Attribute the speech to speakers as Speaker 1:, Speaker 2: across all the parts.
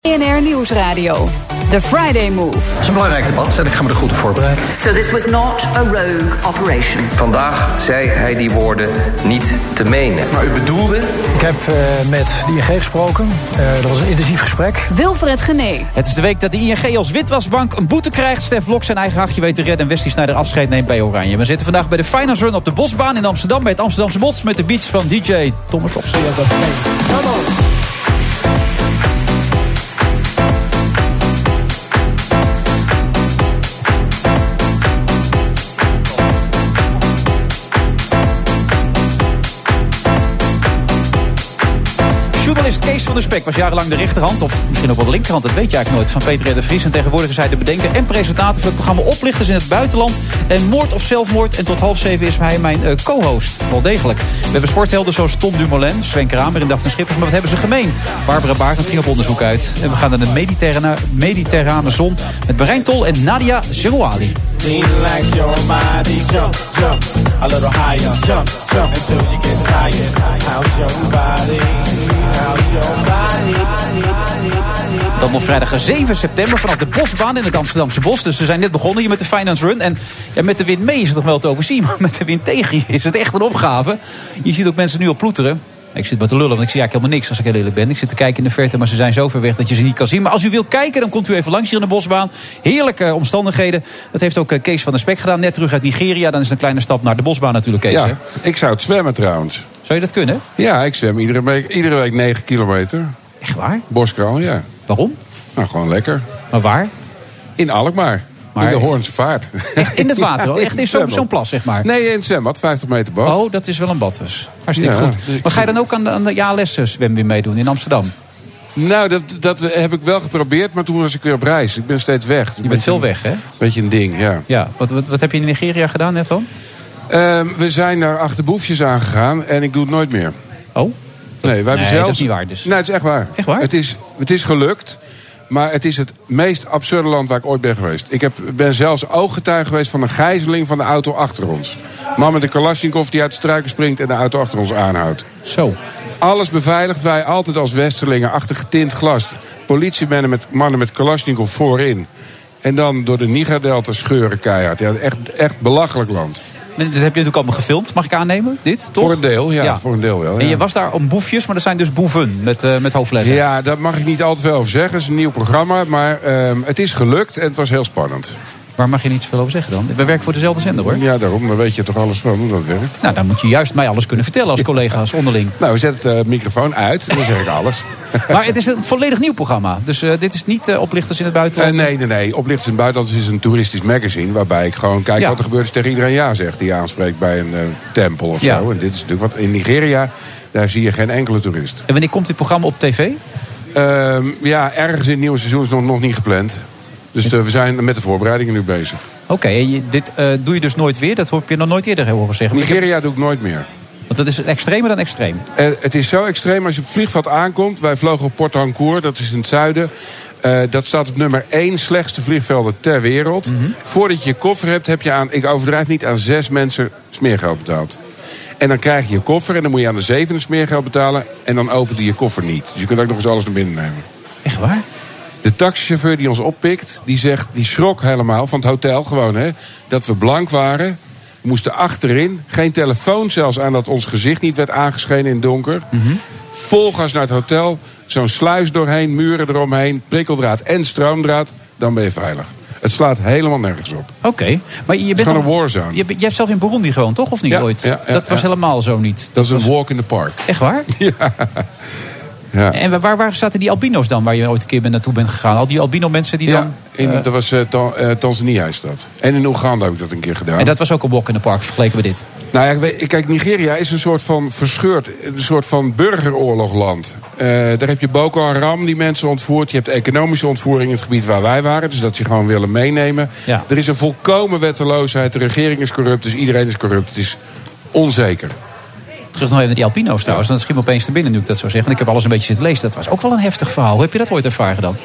Speaker 1: BNR Nieuwsradio. The Friday Move.
Speaker 2: Het is een belangrijk debat en ik ga me er goed op voorbereiden.
Speaker 3: So this was not a rogue operation.
Speaker 2: Vandaag zei hij die woorden niet te menen. Maar u bedoelde?
Speaker 4: Ik heb eh, met de ING gesproken. Eh, dat was een intensief gesprek.
Speaker 1: Wilfred Genee.
Speaker 5: Het is de week dat de ING als witwasbank een boete krijgt. Stef Blok zijn eigen hachje weet te redden en Wesley Sneijder afscheid neemt bij Oranje. We zitten vandaag bij de Finance Run op de Bosbaan in Amsterdam... bij het Amsterdamse Bos met de beach van DJ Thomas Robson. Journalist Kees van der Spek was jarenlang de rechterhand, of misschien ook wel de linkerhand, dat weet je eigenlijk nooit, van Peter R. de Vries. En tegenwoordig is hij de bedenker en presentator van het programma Oplichters in het Buitenland. En Moord of Zelfmoord. En tot half zeven is hij mijn eh, co-host. Wel degelijk. We hebben sporthelden zoals Tom Dumoulin, Sven Kramer en Daphne Schippers. Maar wat hebben ze gemeen? Barbara Barend ging op onderzoek uit. En we gaan naar de mediterrane, mediterrane zon met Berijn Tol en Nadia Zerouali.
Speaker 6: Lean like your body, jump, jump, a little higher, jump, jump until you get tired. How's your body? How's your body?
Speaker 5: Dan nog vrijdag 7 september vanaf de Bosbaan in het Amsterdamse Bos. Dus ze zijn net begonnen hier met de Finance Run. En ja, met de wind mee is het nog wel te overzien. Maar met de wind tegen je is het echt een opgave. Je ziet ook mensen nu al ploeteren. Ik zit wat te lullen, want ik zie eigenlijk helemaal niks als ik heel eerlijk ben. Ik zit te kijken in de verte, maar ze zijn zo ver weg dat je ze niet kan zien. Maar als u wilt kijken, dan komt u even langs hier in de bosbaan. Heerlijke omstandigheden. Dat heeft ook eh, Kees van der Spek gedaan, net terug uit Nigeria. Dan is het een kleine stap naar de bosbaan natuurlijk, Kees. hè?
Speaker 7: Ja, ik zou het zwemmen trouwens.
Speaker 5: Zou je dat kunnen?
Speaker 7: Ja, ik zwem iedere week, iedere week 9 kilometer.
Speaker 5: Echt waar?
Speaker 7: Boskraal, ja.
Speaker 5: Waarom?
Speaker 7: Nou, gewoon lekker.
Speaker 5: Maar waar?
Speaker 7: In Alkmaar.
Speaker 5: Maar-
Speaker 7: in de Hoornse Vaart.
Speaker 5: Echt in het water? hoor. Echt in zo'n zo'n plas, zeg maar?
Speaker 7: Nee, in het zwembad. 50 meter bad.
Speaker 5: Oh, dat is wel een bad dus. Hartstikke
Speaker 7: Ja,
Speaker 5: goed.
Speaker 7: dus ik-
Speaker 5: Maar ga je dan ook aan de, aan de jaarlessen zwemmen meedoen in Amsterdam?
Speaker 7: Nou, dat, dat heb ik wel geprobeerd, maar toen was ik weer op reis. Ik ben steeds weg.
Speaker 5: Je bent veel weg, hè?
Speaker 7: Beetje een ding, ja.
Speaker 5: Ja. Wat, wat, wat heb je in Nigeria gedaan net dan?
Speaker 7: Ehm, we zijn daar achter boefjes aangegaan en ik doe het nooit meer.
Speaker 5: Oh?
Speaker 7: Nee, wij hebben
Speaker 5: dat
Speaker 7: zelfs...
Speaker 5: is niet waar dus.
Speaker 7: Nee, het is echt waar.
Speaker 5: Echt waar?
Speaker 7: Het is, het is gelukt, maar het is het meest absurde land waar ik ooit ben geweest. Ik heb, ben zelfs ooggetuige geweest van een gijzeling van de auto achter ons. Man met een Kalashnikov die uit de struiken springt en de auto achter ons aanhoudt.
Speaker 5: Zo.
Speaker 7: Alles beveiligd, wij altijd als westerlingen achter getint glas. Politiemannen met mannen met Kalashnikov voorin. En dan door de Niger-delta scheuren keihard. Ja, echt, echt belachelijk land.
Speaker 5: Dit heb je natuurlijk allemaal gefilmd, mag ik aannemen? Dit, toch?
Speaker 7: Voor een deel, ja, voor een deel wel, ja.
Speaker 5: En je was daar om boefjes, maar dat zijn dus boeven met, eh met hoofdletters.
Speaker 7: Ja, daar mag ik niet al te veel over zeggen. Het is een nieuw programma, maar ehm, het is gelukt en het was heel spannend.
Speaker 5: Waar mag je niet zoveel over zeggen dan? We werken voor dezelfde zender hoor.
Speaker 7: Ja, daarom, daar weet je toch alles van hoe dat werkt.
Speaker 5: Nou, dan moet je juist mij alles kunnen vertellen als collega's onderling.
Speaker 7: Nou, we zetten de microfoon uit en dan zeg ik alles.
Speaker 5: Maar het is een volledig nieuw programma. Dus eh, dit is niet eh, oplichters in het
Speaker 7: Eh,
Speaker 5: buitenland.
Speaker 7: nee, nee, nee. Oplichters in het Buitenland is een toeristisch magazine... waarbij ik gewoon kijk
Speaker 5: Ja.
Speaker 7: wat er gebeurt als tegen iedereen ja zegt... die je aanspreekt bij een eh, tempel of
Speaker 5: Ja.
Speaker 7: zo. En dit is natuurlijk wat in Nigeria... daar zie je geen enkele toerist.
Speaker 5: En wanneer komt dit programma op tv?
Speaker 7: Ehm, ja, ergens in het nieuwe seizoen is nog, nog niet gepland. Dus eh, we zijn met de voorbereidingen nu bezig.
Speaker 5: Oké, en je- dit eh, doe je dus nooit weer. Dat heb je nog nooit eerder horen zeggen.
Speaker 7: Nigeria doe ik nooit meer.
Speaker 5: Want dat is extremer dan extreem.
Speaker 7: Eh, het is zo extreem als je op het vliegveld aankomt. Wij vlogen op Port Harcourt, dat is in het zuiden. Eh, dat staat op nummer 1 slechtste vliegvelden ter wereld.
Speaker 5: Mhm.
Speaker 7: Voordat je je koffer hebt, heb je aan, ik overdrijf niet, aan zes mensen smeergeld betaald. En dan krijg je je koffer en dan moet je aan de zevende smeergeld betalen. En dan opent hij je koffer niet. Dus je kunt ook nog eens alles naar binnen nemen.
Speaker 5: Echt waar?
Speaker 7: De taxichauffeur die ons oppikt, die zegt, die schrok helemaal van het hotel gewoon, hè, dat we blank waren. We moesten achterin, geen telefoon zelfs aan dat ons gezicht niet werd aangeschenen in het donker.
Speaker 5: Mhm.
Speaker 7: Vol gas naar het hotel, zo'n sluis doorheen, muren eromheen, prikkeldraad en stroomdraad, dan ben je veilig. Het slaat helemaal nergens op.
Speaker 5: Oké. Maar je bent
Speaker 7: gewoon
Speaker 5: toch-
Speaker 7: een warzone.
Speaker 5: Je, bent- jij hebt zelf in Burundi gewoond, toch? Of niet
Speaker 7: Ja,
Speaker 5: ooit?
Speaker 7: ja, ja,
Speaker 5: dat was
Speaker 7: ja.
Speaker 5: helemaal zo niet.
Speaker 7: Dat is een walk in the park.
Speaker 5: Echt waar?
Speaker 7: Ja.
Speaker 5: En wa- waar, waar zaten die albino's dan waar je ooit een keer bent- naartoe bent gegaan? Al die albino mensen die
Speaker 7: Ja,
Speaker 5: dan...
Speaker 7: in, dat was eh, Ta- eh, Tanzania is dat. En in Oeganda heb ik dat een keer gedaan.
Speaker 5: En dat was ook een walk in the park vergeleken met dit.
Speaker 7: Nou ja, we- kijk, Nigeria is een soort van verscheurd, een soort van burgeroorlogland. Eh, daar heb je Boko Haram die mensen ontvoert. Je hebt economische ontvoering in het gebied waar wij waren. Dus dat ze gewoon willen meenemen.
Speaker 5: Ja.
Speaker 7: Er is een volkomen wetteloosheid. De regering is corrupt, dus iedereen is corrupt. Het is onzeker.
Speaker 5: Terug nog even naar die Alpino's trouwens. Dan schiet me opeens te binnen nu ik dat zo zeg. Want ik heb alles een beetje zitten lezen. Dat was ook wel een heftig verhaal. Hoe heb je dat ooit ervaren dan?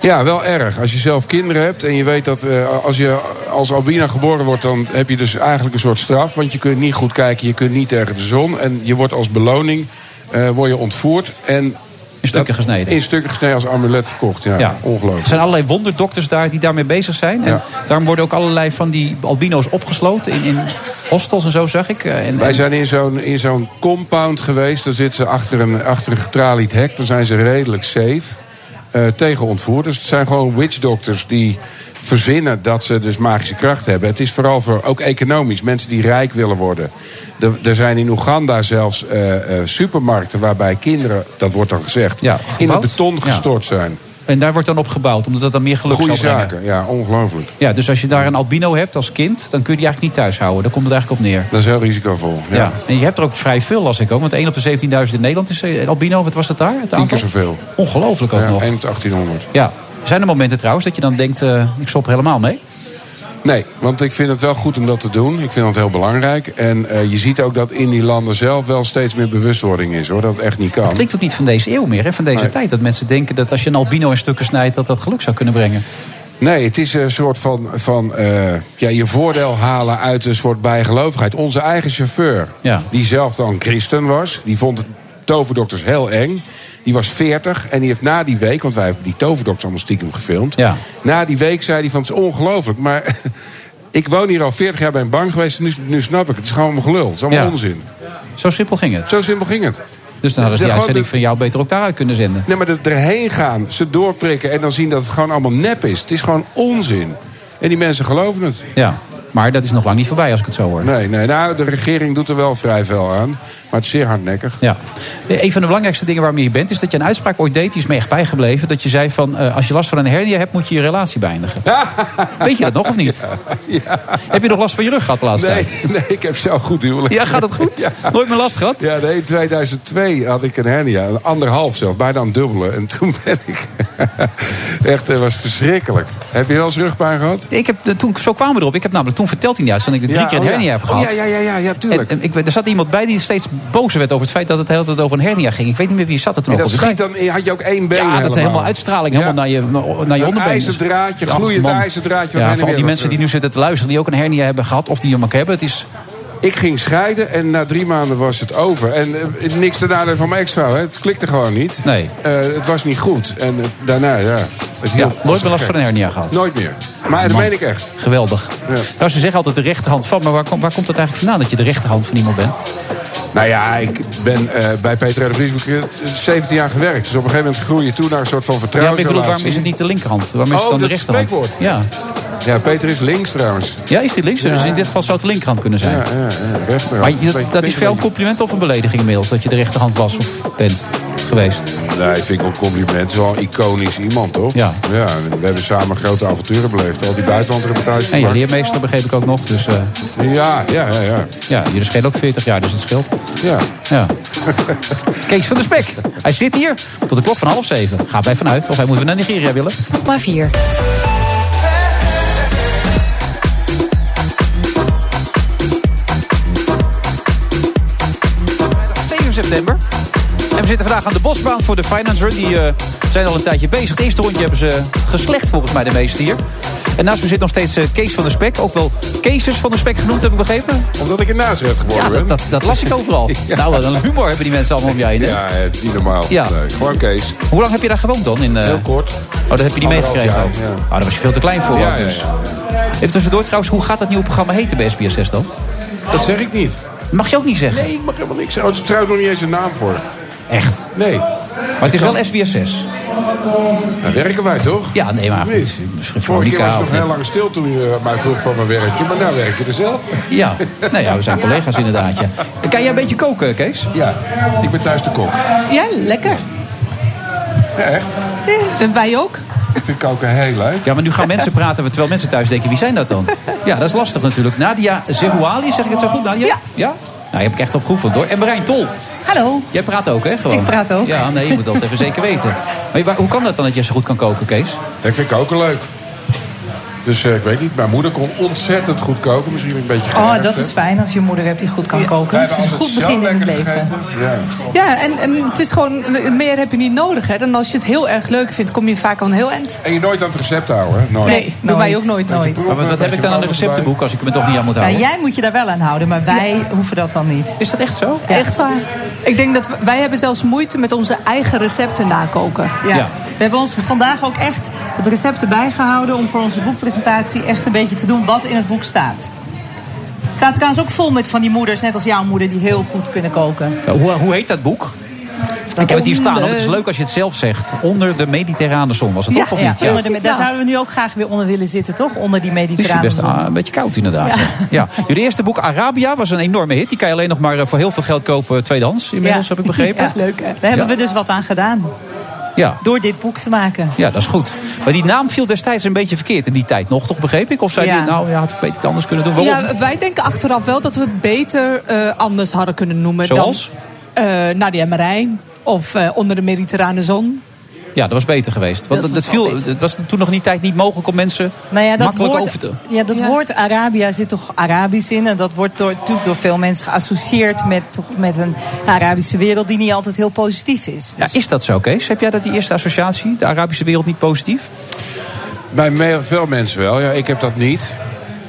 Speaker 7: Ja, wel erg. Als je zelf kinderen hebt en je weet dat eh, als je als Albina geboren wordt, dan heb je dus eigenlijk een soort straf. Want je kunt niet goed kijken, je kunt niet tegen de zon. En je wordt als beloning eh, word je ontvoerd en
Speaker 5: In stukken
Speaker 7: dat-
Speaker 5: gesneden.
Speaker 7: In stukken gesneden als amulet verkocht. Ja,
Speaker 5: Ja. Er
Speaker 7: ongelooflijk.
Speaker 5: zijn allerlei wonderdokters daar die daarmee bezig zijn. En
Speaker 7: Ja.
Speaker 5: daarom worden ook allerlei van die albino's opgesloten in, in hostels en zo, zag ik. Eh, En,
Speaker 7: Wij
Speaker 5: en-
Speaker 7: zijn in zo'n, in zo'n compound geweest. Daar zitten ze achter een, achter een getralied hek. Dan zijn ze redelijk safe eh, tegen ontvoerders. Het zijn gewoon witch doctors die verzinnen dat ze dus magische kracht hebben. Het is vooral voor ook economisch. Mensen die rijk willen worden. Er, er zijn in Oeganda zelfs eh, eh, supermarkten waarbij kinderen, dat wordt dan gezegd,
Speaker 5: Ja,
Speaker 7: in het
Speaker 5: gebouwd?
Speaker 7: beton
Speaker 5: Ja.
Speaker 7: gestort zijn.
Speaker 5: en daar wordt dan op gebouwd, omdat dat dan meer geluk
Speaker 7: Goeie
Speaker 5: zal brengen.
Speaker 7: zaken, ja, ongelooflijk.
Speaker 5: Ja, dus als je daar een albino hebt als kind, dan kun je die eigenlijk niet thuis houden. Daar komt het eigenlijk op neer.
Speaker 7: Dat is heel risicovol.
Speaker 5: Ja. en je hebt er ook vrij veel, las ik ook. Want 1 op de 17.000 in Nederland is eh, albino. Wat was dat daar? Het
Speaker 7: Tien keer
Speaker 5: aantal?
Speaker 7: zoveel.
Speaker 5: Ongelooflijk ook
Speaker 7: Ja,
Speaker 5: nog.
Speaker 7: 1 tot 1800.
Speaker 5: Ja. Zijn er momenten trouwens dat je dan denkt, eh, ik stop er helemaal mee?
Speaker 7: Nee, want ik vind het wel goed om dat te doen. Ik vind dat heel belangrijk. En eh, je ziet ook dat in die landen zelf wel steeds meer bewustwording is hoor. Dat het echt niet kan.
Speaker 5: Het klinkt ook niet van deze eeuw meer, hè, van deze
Speaker 7: Nee.
Speaker 5: tijd. Dat mensen denken dat als je een albino in stukken snijdt, dat dat geluk zou kunnen brengen.
Speaker 7: Nee, het is een soort van, van eh, ja, je voordeel halen uit een soort bijgelovigheid. Onze eigen chauffeur,
Speaker 5: Ja.
Speaker 7: die zelf dan christen was, die vond toverdokters heel eng. Die was 40 en die heeft na die week, want wij hebben die toverdokters allemaal stiekem gefilmd.
Speaker 5: Ja.
Speaker 7: Na die week zei hij van het is ongelooflijk, maar ik woon hier al 40 jaar bij een bank geweest. Nu, nu snap ik het. Het is gewoon gelul. Het is allemaal
Speaker 5: Ja.
Speaker 7: onzin.
Speaker 5: Zo simpel ging het.
Speaker 7: Zo simpel ging het.
Speaker 5: Dus dan hadden ze
Speaker 7: Ja,
Speaker 5: die
Speaker 7: gewoon
Speaker 5: uitzending
Speaker 7: de-
Speaker 5: van jou beter ook daaruit kunnen zenden.
Speaker 7: Nee, maar dat erheen gaan, ze doorprikken en dan zien dat het gewoon allemaal nep is. Het is gewoon onzin. En die mensen geloven het.
Speaker 5: Ja, maar dat is nog lang niet voorbij als ik het zo hoor.
Speaker 7: Nee, nee, nou, de regering doet er wel vrij veel aan. Maar het is zeer hardnekkig.
Speaker 5: Ja. Een van de belangrijkste dingen waarmee je bent... is dat je een uitspraak ooit deed, die is me echt bijgebleven... dat je zei van, eh, als je last van een hernia hebt... moet je je relatie beëindigen. Weet je dat nog of niet?
Speaker 7: Ja.
Speaker 5: Heb je nog last van je rug gehad de laatste
Speaker 7: Nee,
Speaker 5: tijd?
Speaker 7: nee, ik heb zo goed huwelijk.
Speaker 5: Ja, gaat het goed?
Speaker 7: Ja.
Speaker 5: Nooit meer last gehad?
Speaker 7: Ja, nee, in 2002 had ik een hernia. een Anderhalf zelf, bijna een dubbele. En toen ben ik... Echt, het was verschrikkelijk. Heb je wel eens rugpijn gehad?
Speaker 5: Ik heb, eh, toen, zo kwamen we erop. Ik heb namelijk toen verteld in die uitzending... dat ik drie
Speaker 7: Ja,
Speaker 5: keer een
Speaker 7: oh ja.
Speaker 5: hernia heb
Speaker 7: Oh,
Speaker 5: gehad.
Speaker 7: ja, ja, ja, ja, ja, tuurlijk.
Speaker 5: En, en ik, er zat iemand bij die steeds boos werd over het feit... dat het de hele tijd over een hernia ging. Ik weet niet meer wie zat het toen
Speaker 7: En dat
Speaker 5: ook op de
Speaker 7: schiet dan, had je ook één been
Speaker 5: Ja, dat is helemaal uitstraling helemaal
Speaker 7: Ja.
Speaker 5: naar je, naar je
Speaker 7: Een
Speaker 5: onderbeen.
Speaker 7: ijzerdraadje,
Speaker 5: Ach,
Speaker 7: gloeiend
Speaker 5: man.
Speaker 7: ijzerdraadje, wat heen
Speaker 5: Ja,
Speaker 7: en
Speaker 5: van al
Speaker 7: weer
Speaker 5: die
Speaker 7: wat
Speaker 5: mensen die nu zitten te luisteren... die ook een hernia hebben gehad of die hem ook hebben. Het is,
Speaker 7: Ik ging scheiden en na drie maanden was het over. En eh, niks te nadelen van mijn ex-vrouw. hè. Het klikte gewoon niet.
Speaker 5: Nee.
Speaker 7: Eh, het was niet goed. En eh, daarna, ja. Het
Speaker 5: ja,
Speaker 7: hielp.
Speaker 5: nooit meer last van een hernia
Speaker 7: Gek.
Speaker 5: gehad.
Speaker 7: Nooit meer. Maar dat
Speaker 5: Man.
Speaker 7: meen ik echt.
Speaker 5: Geweldig.
Speaker 7: Ja.
Speaker 5: Nou, ze zeggen altijd de rechterhand van... maar waar, komt- waar komt dat eigenlijk vandaan dat je de rechterhand van iemand bent?
Speaker 7: Nou ja, ik ben eh, bij Peter R. de Vries heb ik, eh, 17 jaar gewerkt. Dus op een gegeven moment groei je toe naar een soort van
Speaker 5: Ja, maar ik bedoel,
Speaker 7: vertrouwensrelatie.
Speaker 5: waarom is het niet de linkerhand? Waarom is
Speaker 7: Oh,
Speaker 5: het dan de
Speaker 7: dat is
Speaker 5: rechterhand?
Speaker 7: spreekwoord.
Speaker 5: Ja.
Speaker 7: Ja, Peter is links trouwens.
Speaker 5: ja, is die links? Dus in dit geval zou het de linkerhand kunnen zijn.
Speaker 7: Ja, ja, ja. Rechterhand.
Speaker 5: Maar je- dat,
Speaker 7: Peter-
Speaker 5: dat is
Speaker 7: Peter
Speaker 5: veel een
Speaker 7: links.
Speaker 5: compliment of een belediging inmiddels... dat je de rechterhand was of bent geweest.
Speaker 7: Nee, vind ik wel een compliment. Het is wel een iconisch iemand, toch?
Speaker 5: Ja.
Speaker 7: ja. We hebben samen grote avonturen beleefd. Al die buitenlandreportages
Speaker 5: En je
Speaker 7: gemaakt.
Speaker 5: leermeester begreep ik ook nog. Dus eh,
Speaker 7: Ja, ja, ja, ja.
Speaker 5: ja, jullie schelen ook 40 jaar, dus het scheelt.
Speaker 7: ja.
Speaker 5: Ja. Kees van der Spek. Hij zit hier tot de klok van half zeven. Gaat wij vanuit. Of hij moet weer naar Nigeria willen.
Speaker 1: Maar vier.
Speaker 5: september. En we zitten vandaag aan de bosbaan voor de Finance Run. Die eh, zijn al een tijdje bezig. Het eerste rondje hebben ze geslecht volgens mij de meeste hier. En naast me zit nog steeds eh, Kees van der Spek. Ook wel Keeses van der Spek genoemd, heb ik begrepen.
Speaker 7: Omdat ik in Nazareth geboren
Speaker 5: Ja, dat,
Speaker 7: ben.
Speaker 5: dat, dat las ik overal. Nou, wat een humor hebben die mensen allemaal om je heen. hè?
Speaker 7: Ja, het is niet normaal.
Speaker 5: Ja.
Speaker 7: Nee, gewoon Kees.
Speaker 5: Hoe lang heb je daar gewoond dan? In, eh,
Speaker 7: Heel kort.
Speaker 5: Oh, dat heb je niet
Speaker 7: Anderhalf
Speaker 5: meegekregen
Speaker 7: jaar,
Speaker 5: ook?
Speaker 7: ja.
Speaker 5: Oh, daar was je veel te klein voor.
Speaker 7: Ja, ja,
Speaker 5: dus.
Speaker 7: ja.
Speaker 5: Even tussendoor trouwens, hoe gaat dat nieuwe programma heten bij SBS6 dan?
Speaker 7: Dat zeg ik niet.
Speaker 5: Mag je ook niet zeggen.
Speaker 7: Nee, ik mag helemaal niks zeggen. Oh, er is trouwens nog niet eens een naam voor.
Speaker 5: Echt.
Speaker 7: Nee.
Speaker 5: Maar het is wel SBS6.
Speaker 7: Daar werken wij toch?
Speaker 5: Ja, nee, maar
Speaker 7: Of niet?
Speaker 5: goed. Misschien
Speaker 7: Vorige keer
Speaker 5: Veronica
Speaker 7: was je nog
Speaker 5: of-
Speaker 7: heel lang stil toen je mij vroeg van mijn werkje. Maar nou werk je er zelf.
Speaker 5: Ja, nou ja, we zijn collega's inderdaad. Ja. Kan jij een beetje koken, Kees?
Speaker 7: Ja, ik ben thuis de kok.
Speaker 8: Ja, lekker.
Speaker 7: Ja, echt.
Speaker 8: En wij ook.
Speaker 7: Ik vind koken heel leuk.
Speaker 5: Ja, maar nu gaan mensen praten terwijl mensen thuis denken, wie zijn dat dan? Ja, dat is lastig natuurlijk. Nadia Zehouali, zeg ik het zo goed, Nadia?
Speaker 8: Ja.
Speaker 5: ja? Nou, je hebt ik echt op geoefend hoor. En Marijn Tol,
Speaker 8: Hallo.
Speaker 5: jij praat ook hè? Gewoon.
Speaker 8: Ik praat ook.
Speaker 5: Ja, nee, je moet dat even zeker weten. Maar je- waar- hoe kan dat dan dat je zo goed kan koken, Kees?
Speaker 7: Dat vind ik ook leuk. Dus eh, ik weet niet. Mijn moeder kon ontzettend goed koken. Misschien een beetje
Speaker 9: Oh,
Speaker 7: geërfd,
Speaker 9: dat
Speaker 7: hè.
Speaker 9: is fijn als je moeder hebt die goed kan
Speaker 7: Wij
Speaker 9: koken.
Speaker 7: hebben
Speaker 9: Dat is een
Speaker 7: altijd
Speaker 9: goed
Speaker 7: zo
Speaker 9: begin in het
Speaker 7: lekker
Speaker 9: leven.
Speaker 7: gegeten. Ja.
Speaker 8: Ja, en, en het is gewoon, meer heb je niet nodig. Hè. En als je het heel erg leuk vindt, kom je vaak aan een heel eind.
Speaker 7: En je nooit aan het recept houden, hè? Nooit.
Speaker 8: Nee, doen wij ook nooit.
Speaker 9: nooit.
Speaker 5: Maar wat, wat heb ik dan aan een receptenboek als ik me toch niet aan moet
Speaker 9: Nou,
Speaker 5: houden?
Speaker 9: jij moet je daar wel aan houden, maar wij hoeven dat dan niet.
Speaker 5: Is dat echt zo?
Speaker 8: Echt waar. Ik denk dat we- wij hebben zelfs moeite met onze eigen recepten nakoken.
Speaker 9: Ja.
Speaker 5: Ja.
Speaker 9: We hebben ons vandaag ook echt het recept erbij gehouden om voor onze boekpresentatie echt een beetje te doen wat in het boek staat. Het staat trouwens ook vol met van die moeders, net als jouw moeder, die heel goed kunnen koken.
Speaker 5: Nou, Hoe, hoe heet dat boek? Ik heb het hier staan. hoor. Het is leuk als je het zelf zegt. Onder de mediterrane zon was het toch of niet?
Speaker 9: Onder de- daar zouden we nu ook graag weer onder willen zitten, toch? Onder die
Speaker 5: Het is
Speaker 9: mediterrane
Speaker 5: best
Speaker 9: zon.
Speaker 5: ah, een beetje koud inderdaad. Ja. Ja. Jullie eerste boek Arabia was een enorme hit. Die kan je alleen nog maar eh, voor heel veel geld kopen eh, tweedehands. Inmiddels
Speaker 9: Ja.
Speaker 5: heb ik begrepen.
Speaker 9: Ja.
Speaker 5: Ja.
Speaker 9: Leuk, hè? Daar hebben
Speaker 5: Ja.
Speaker 9: we dus wat aan gedaan.
Speaker 5: ja.
Speaker 9: Door dit boek te maken.
Speaker 5: dat is goed. Maar die naam viel destijds een beetje verkeerd in die tijd nog, toch begreep ik? Of zei
Speaker 9: Ja.
Speaker 5: die, nou ja, had ik beter anders kunnen doen. Waarom?
Speaker 8: Ja, wij denken achteraf wel dat we het beter eh, anders hadden kunnen noemen.
Speaker 5: Zoals?
Speaker 8: Dan, eh, Nadia Marijn of eh, Onder de Mediterrane Zon.
Speaker 5: Ja, dat was beter geweest. Want
Speaker 9: Dat
Speaker 5: het, het
Speaker 9: was wel
Speaker 5: viel,
Speaker 9: beter.
Speaker 5: het was toen nog niet tijd niet mogelijk om mensen
Speaker 9: Nou ja, dat
Speaker 5: makkelijk
Speaker 9: woord,
Speaker 5: over te...
Speaker 9: ja, dat
Speaker 8: Ja.
Speaker 9: woord Arabia zit toch Arabisch in. En dat wordt door, natuurlijk door veel mensen geassocieerd met, toch met een Arabische wereld die niet altijd heel positief is.
Speaker 5: Ja, is dat zo, Kees? Heb jij dat die eerste associatie, de Arabische wereld, niet positief?
Speaker 7: Bij me- veel mensen wel. Ja, ik heb dat niet.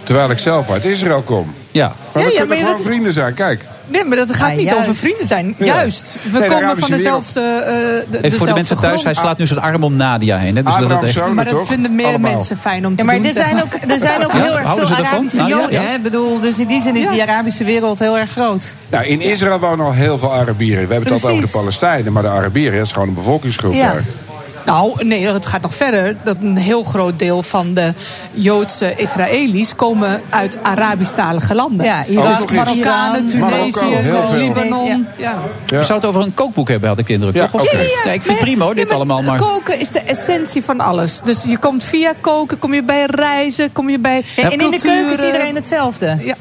Speaker 7: Terwijl ik zelf uit Israël kom.
Speaker 5: Ja.
Speaker 7: Maar
Speaker 8: Ja,
Speaker 7: we
Speaker 8: ja,
Speaker 7: kunnen
Speaker 8: maar
Speaker 7: gewoon
Speaker 8: dat-
Speaker 7: vrienden zijn. Kijk,
Speaker 8: Nee, maar dat gaat
Speaker 9: Ja,
Speaker 8: niet
Speaker 9: juist.
Speaker 8: over vrienden zijn.
Speaker 7: Ja.
Speaker 8: Juist. We
Speaker 7: Nee, de
Speaker 8: komen van
Speaker 7: Arabische
Speaker 8: dezelfde. eh, de,
Speaker 5: Even voor de
Speaker 8: dezelfde
Speaker 5: mensen thuis,
Speaker 8: grond.
Speaker 5: hij slaat nu zijn arm om Nadia heen. Hè? Dus dat het
Speaker 7: Abraham's
Speaker 5: echt...
Speaker 7: zoon
Speaker 8: Maar dat
Speaker 7: toch?
Speaker 8: vinden meer
Speaker 7: Allemaal.
Speaker 8: mensen fijn om te
Speaker 9: Ja, maar
Speaker 8: doen.
Speaker 9: er
Speaker 8: zeg
Speaker 9: zijn,
Speaker 8: maar.
Speaker 9: ook, er zijn ook
Speaker 5: Ja,
Speaker 9: heel erg
Speaker 5: houden
Speaker 9: veel
Speaker 5: ze ervan?
Speaker 9: Arabische
Speaker 5: Nou ja,
Speaker 9: Joden.
Speaker 5: ja.
Speaker 9: Hè? Ik bedoel, dus in die zin is die Arabische wereld heel erg groot.
Speaker 7: Nou, in Israël wonen al heel veel Arabieren. We hebben het altijd over
Speaker 9: Precies.
Speaker 7: de Palestijnen. Maar de Arabieren, dat is gewoon een bevolkingsgroep
Speaker 9: Ja.
Speaker 7: daar.
Speaker 8: Nou, nee, het gaat nog verder. Dat een heel groot deel van de Joodse Israëli's komen uit Arabisch-talige landen.
Speaker 9: Ja, Irak,
Speaker 8: Dus
Speaker 7: nog eens.
Speaker 8: Marokkanen,
Speaker 9: Iran,
Speaker 7: Marokko,
Speaker 8: Tunesië,
Speaker 7: heel veel.
Speaker 8: Libanon. Ja.
Speaker 5: We zouden het over een kookboek hebben, had ik de indruk.
Speaker 7: Ja,
Speaker 5: toch? Of-
Speaker 7: oké. Ja, ja,
Speaker 5: Nee, ik vind het prima hoor, dit
Speaker 8: Nee, maar
Speaker 5: allemaal. Maar...
Speaker 8: Koken is de essentie van alles. Dus je komt via koken, kom je bij reizen, kom je bij.
Speaker 9: Ja, en in de
Speaker 8: culturen.
Speaker 9: keuken is iedereen hetzelfde.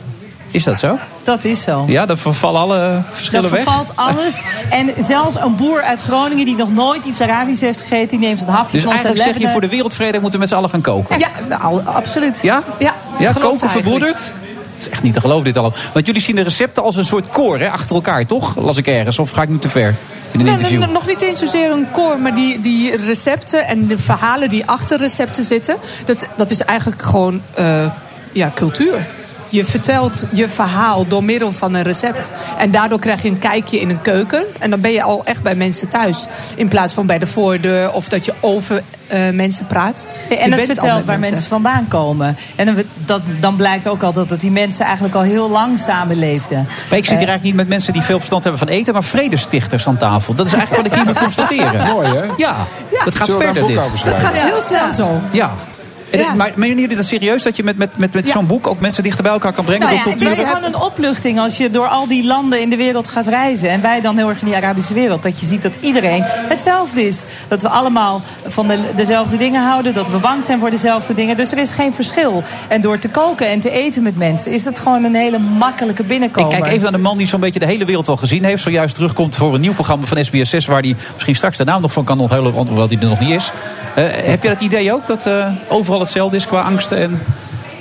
Speaker 5: Is dat zo?
Speaker 9: Dat is zo.
Speaker 5: Ja, dan vervallen alle
Speaker 9: Er
Speaker 5: verschillen weg.
Speaker 9: vervalt alles. En zelfs een boer uit Groningen die nog nooit iets Arabisch heeft gegeten, die neemt een hapje
Speaker 5: Dus
Speaker 9: van zijn
Speaker 5: eigenlijk zeg je
Speaker 9: lekkere-
Speaker 5: voor de wereldvrede moeten we met z'n allen gaan koken.
Speaker 9: Ja, nou, absoluut.
Speaker 5: Ja?
Speaker 8: Ja,
Speaker 5: Ja,
Speaker 8: gelooft
Speaker 5: koken
Speaker 8: hij
Speaker 5: verbroederd? Het is echt niet te geloven dit allemaal. Want jullie zien de recepten als een soort koor hè, achter elkaar, toch? Las ik ergens. Of ga ik nu te ver in een
Speaker 8: Nee,
Speaker 5: interview?
Speaker 8: nee, nog niet eens zozeer een koor, maar die, die recepten en de verhalen die achter recepten zitten, dat, dat is eigenlijk gewoon eh, ja, cultuur. Je vertelt je verhaal door middel van een recept. En daardoor krijg je een kijkje in een keuken. En dan ben je al echt bij mensen thuis. In plaats van bij de voordeur of dat je over eh, mensen praat.
Speaker 9: Ja,
Speaker 8: Je
Speaker 9: En het
Speaker 8: bent al
Speaker 9: vertelt
Speaker 8: met
Speaker 9: waar mensen vandaan komen. En dan, dat, dan blijkt ook al dat het die mensen eigenlijk al heel lang samenleefden. Eh,
Speaker 5: Maar ik zit
Speaker 8: Eh.
Speaker 5: hier eigenlijk niet met mensen die veel verstand hebben van eten, maar vredestichters aan tafel. Dat is eigenlijk wat ik hier moet constateren.
Speaker 7: Mooi, hè?
Speaker 5: Ja, dat gaat
Speaker 7: Zullen we daar
Speaker 5: verder
Speaker 7: een boek
Speaker 5: dit.
Speaker 7: over
Speaker 8: Dat
Speaker 7: schrijven?
Speaker 8: gaat heel snel zo.
Speaker 5: Ja. En, eh,
Speaker 8: Ja.
Speaker 5: Maar menen jullie dat serieus? Dat je met, met, met, met
Speaker 8: Ja.
Speaker 5: zo'n boek ook mensen dichter bij elkaar kan brengen?
Speaker 9: Nou
Speaker 5: door
Speaker 9: ja, het
Speaker 5: cultuur?
Speaker 9: is gewoon een opluchting als je door al die landen in de wereld gaat reizen. En wij dan heel erg in die Arabische wereld. Dat je ziet dat iedereen hetzelfde is. Dat we allemaal van de, dezelfde dingen houden. Dat we bang zijn voor dezelfde dingen. Dus er is geen verschil. En door te koken en te eten met mensen is dat gewoon een hele makkelijke
Speaker 5: Ik
Speaker 9: binnenkomen.
Speaker 5: kijk even naar de man die zo'n beetje de hele wereld al gezien heeft. Zojuist terugkomt voor een nieuw programma van SBS6. Waar hij misschien straks de naam nog van kan onthullen. want- Hoewel die er nog niet is. Eh, heb je dat idee ook? Dat eh, overal hetzelfde is qua angsten? En...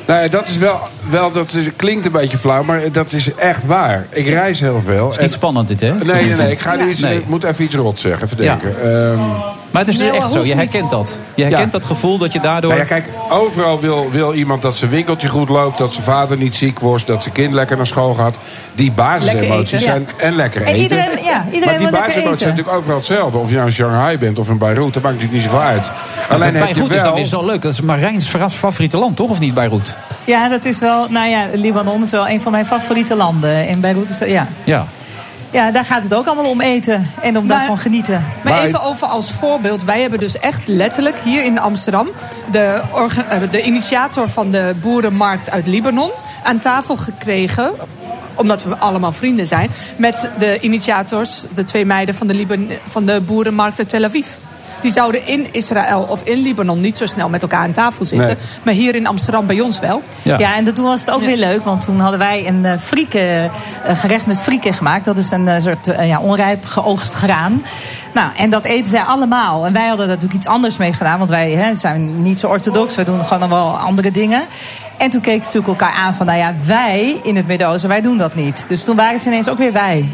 Speaker 7: Nou ja, dat is wel, wel dat is, klinkt een beetje flauw, maar dat is echt waar. Ik reis heel veel.
Speaker 5: Het is niet spannend dit hè? Tot
Speaker 7: Nee,
Speaker 5: nu
Speaker 7: nee,
Speaker 5: toe.
Speaker 7: nee. Ik, ga nu iets,
Speaker 5: Nee.
Speaker 7: ik moet even iets rot zeggen, even
Speaker 5: Ja.
Speaker 7: denken. Ehm,
Speaker 5: Maar het is dus
Speaker 9: Nee,
Speaker 5: echt
Speaker 9: hoeft
Speaker 5: zo. Je
Speaker 9: niet.
Speaker 5: herkent dat. Je herkent dat gevoel dat je daardoor...
Speaker 7: nou ja, kijk, overal wil, wil iemand dat zijn winkeltje goed loopt... dat zijn vader niet ziek wordt, dat zijn kind lekker naar school gaat. Die basisemoties
Speaker 8: Lekker eten.
Speaker 7: zijn en lekker
Speaker 9: En
Speaker 7: eten.
Speaker 9: iedereen- ja, iedereen wil
Speaker 7: maar die
Speaker 9: lekker
Speaker 7: basisemoties
Speaker 9: eten.
Speaker 7: zijn natuurlijk overal hetzelfde. Of je nou in Shanghai bent of in Beirut, dat maakt natuurlijk niet zoveel uit.
Speaker 5: Alleen
Speaker 7: Alleen heb je
Speaker 5: Beirut is dus dan
Speaker 7: wel...
Speaker 5: weer zo leuk. Dat is Marijn's verras- favoriete land, toch? Of niet, Beirut?
Speaker 9: Ja, dat is wel. Nou ja, Libanon is wel een van mijn favoriete landen. En Beirut is. Ja,
Speaker 5: Ja.
Speaker 9: ja daar gaat het ook allemaal om eten. En om
Speaker 8: Maar-
Speaker 9: daarvan genieten.
Speaker 8: Maar
Speaker 7: Maar-
Speaker 8: even over als voorbeeld. Wij hebben dus echt letterlijk hier in Amsterdam... de, orga- eh, de initiator van de boerenmarkt uit Libanon aan tafel gekregen omdat we allemaal vrienden zijn. Met de initiators, de twee meiden van de, Liban van de boerenmarkt uit Tel Aviv. die zouden in Israël of in Libanon niet zo snel met elkaar aan tafel zitten.
Speaker 7: Nee.
Speaker 8: Maar hier in Amsterdam bij ons wel.
Speaker 9: Ja. en dat, toen was het ook weer leuk. Want toen hadden wij een eh frieke, eh, gerecht met frieken gemaakt. Dat is een eh, soort eh, ja, onrijp geoogst graan. Nou, en dat eten zij allemaal. En wij hadden daar natuurlijk iets anders mee gedaan. Want wij hè, zijn niet zo orthodox. Wij doen gewoon wel andere dingen. En toen keken ze natuurlijk elkaar aan van... nou ja, wij in het Midden-Oosten, wij doen dat niet. Dus toen waren ze ineens ook weer wij.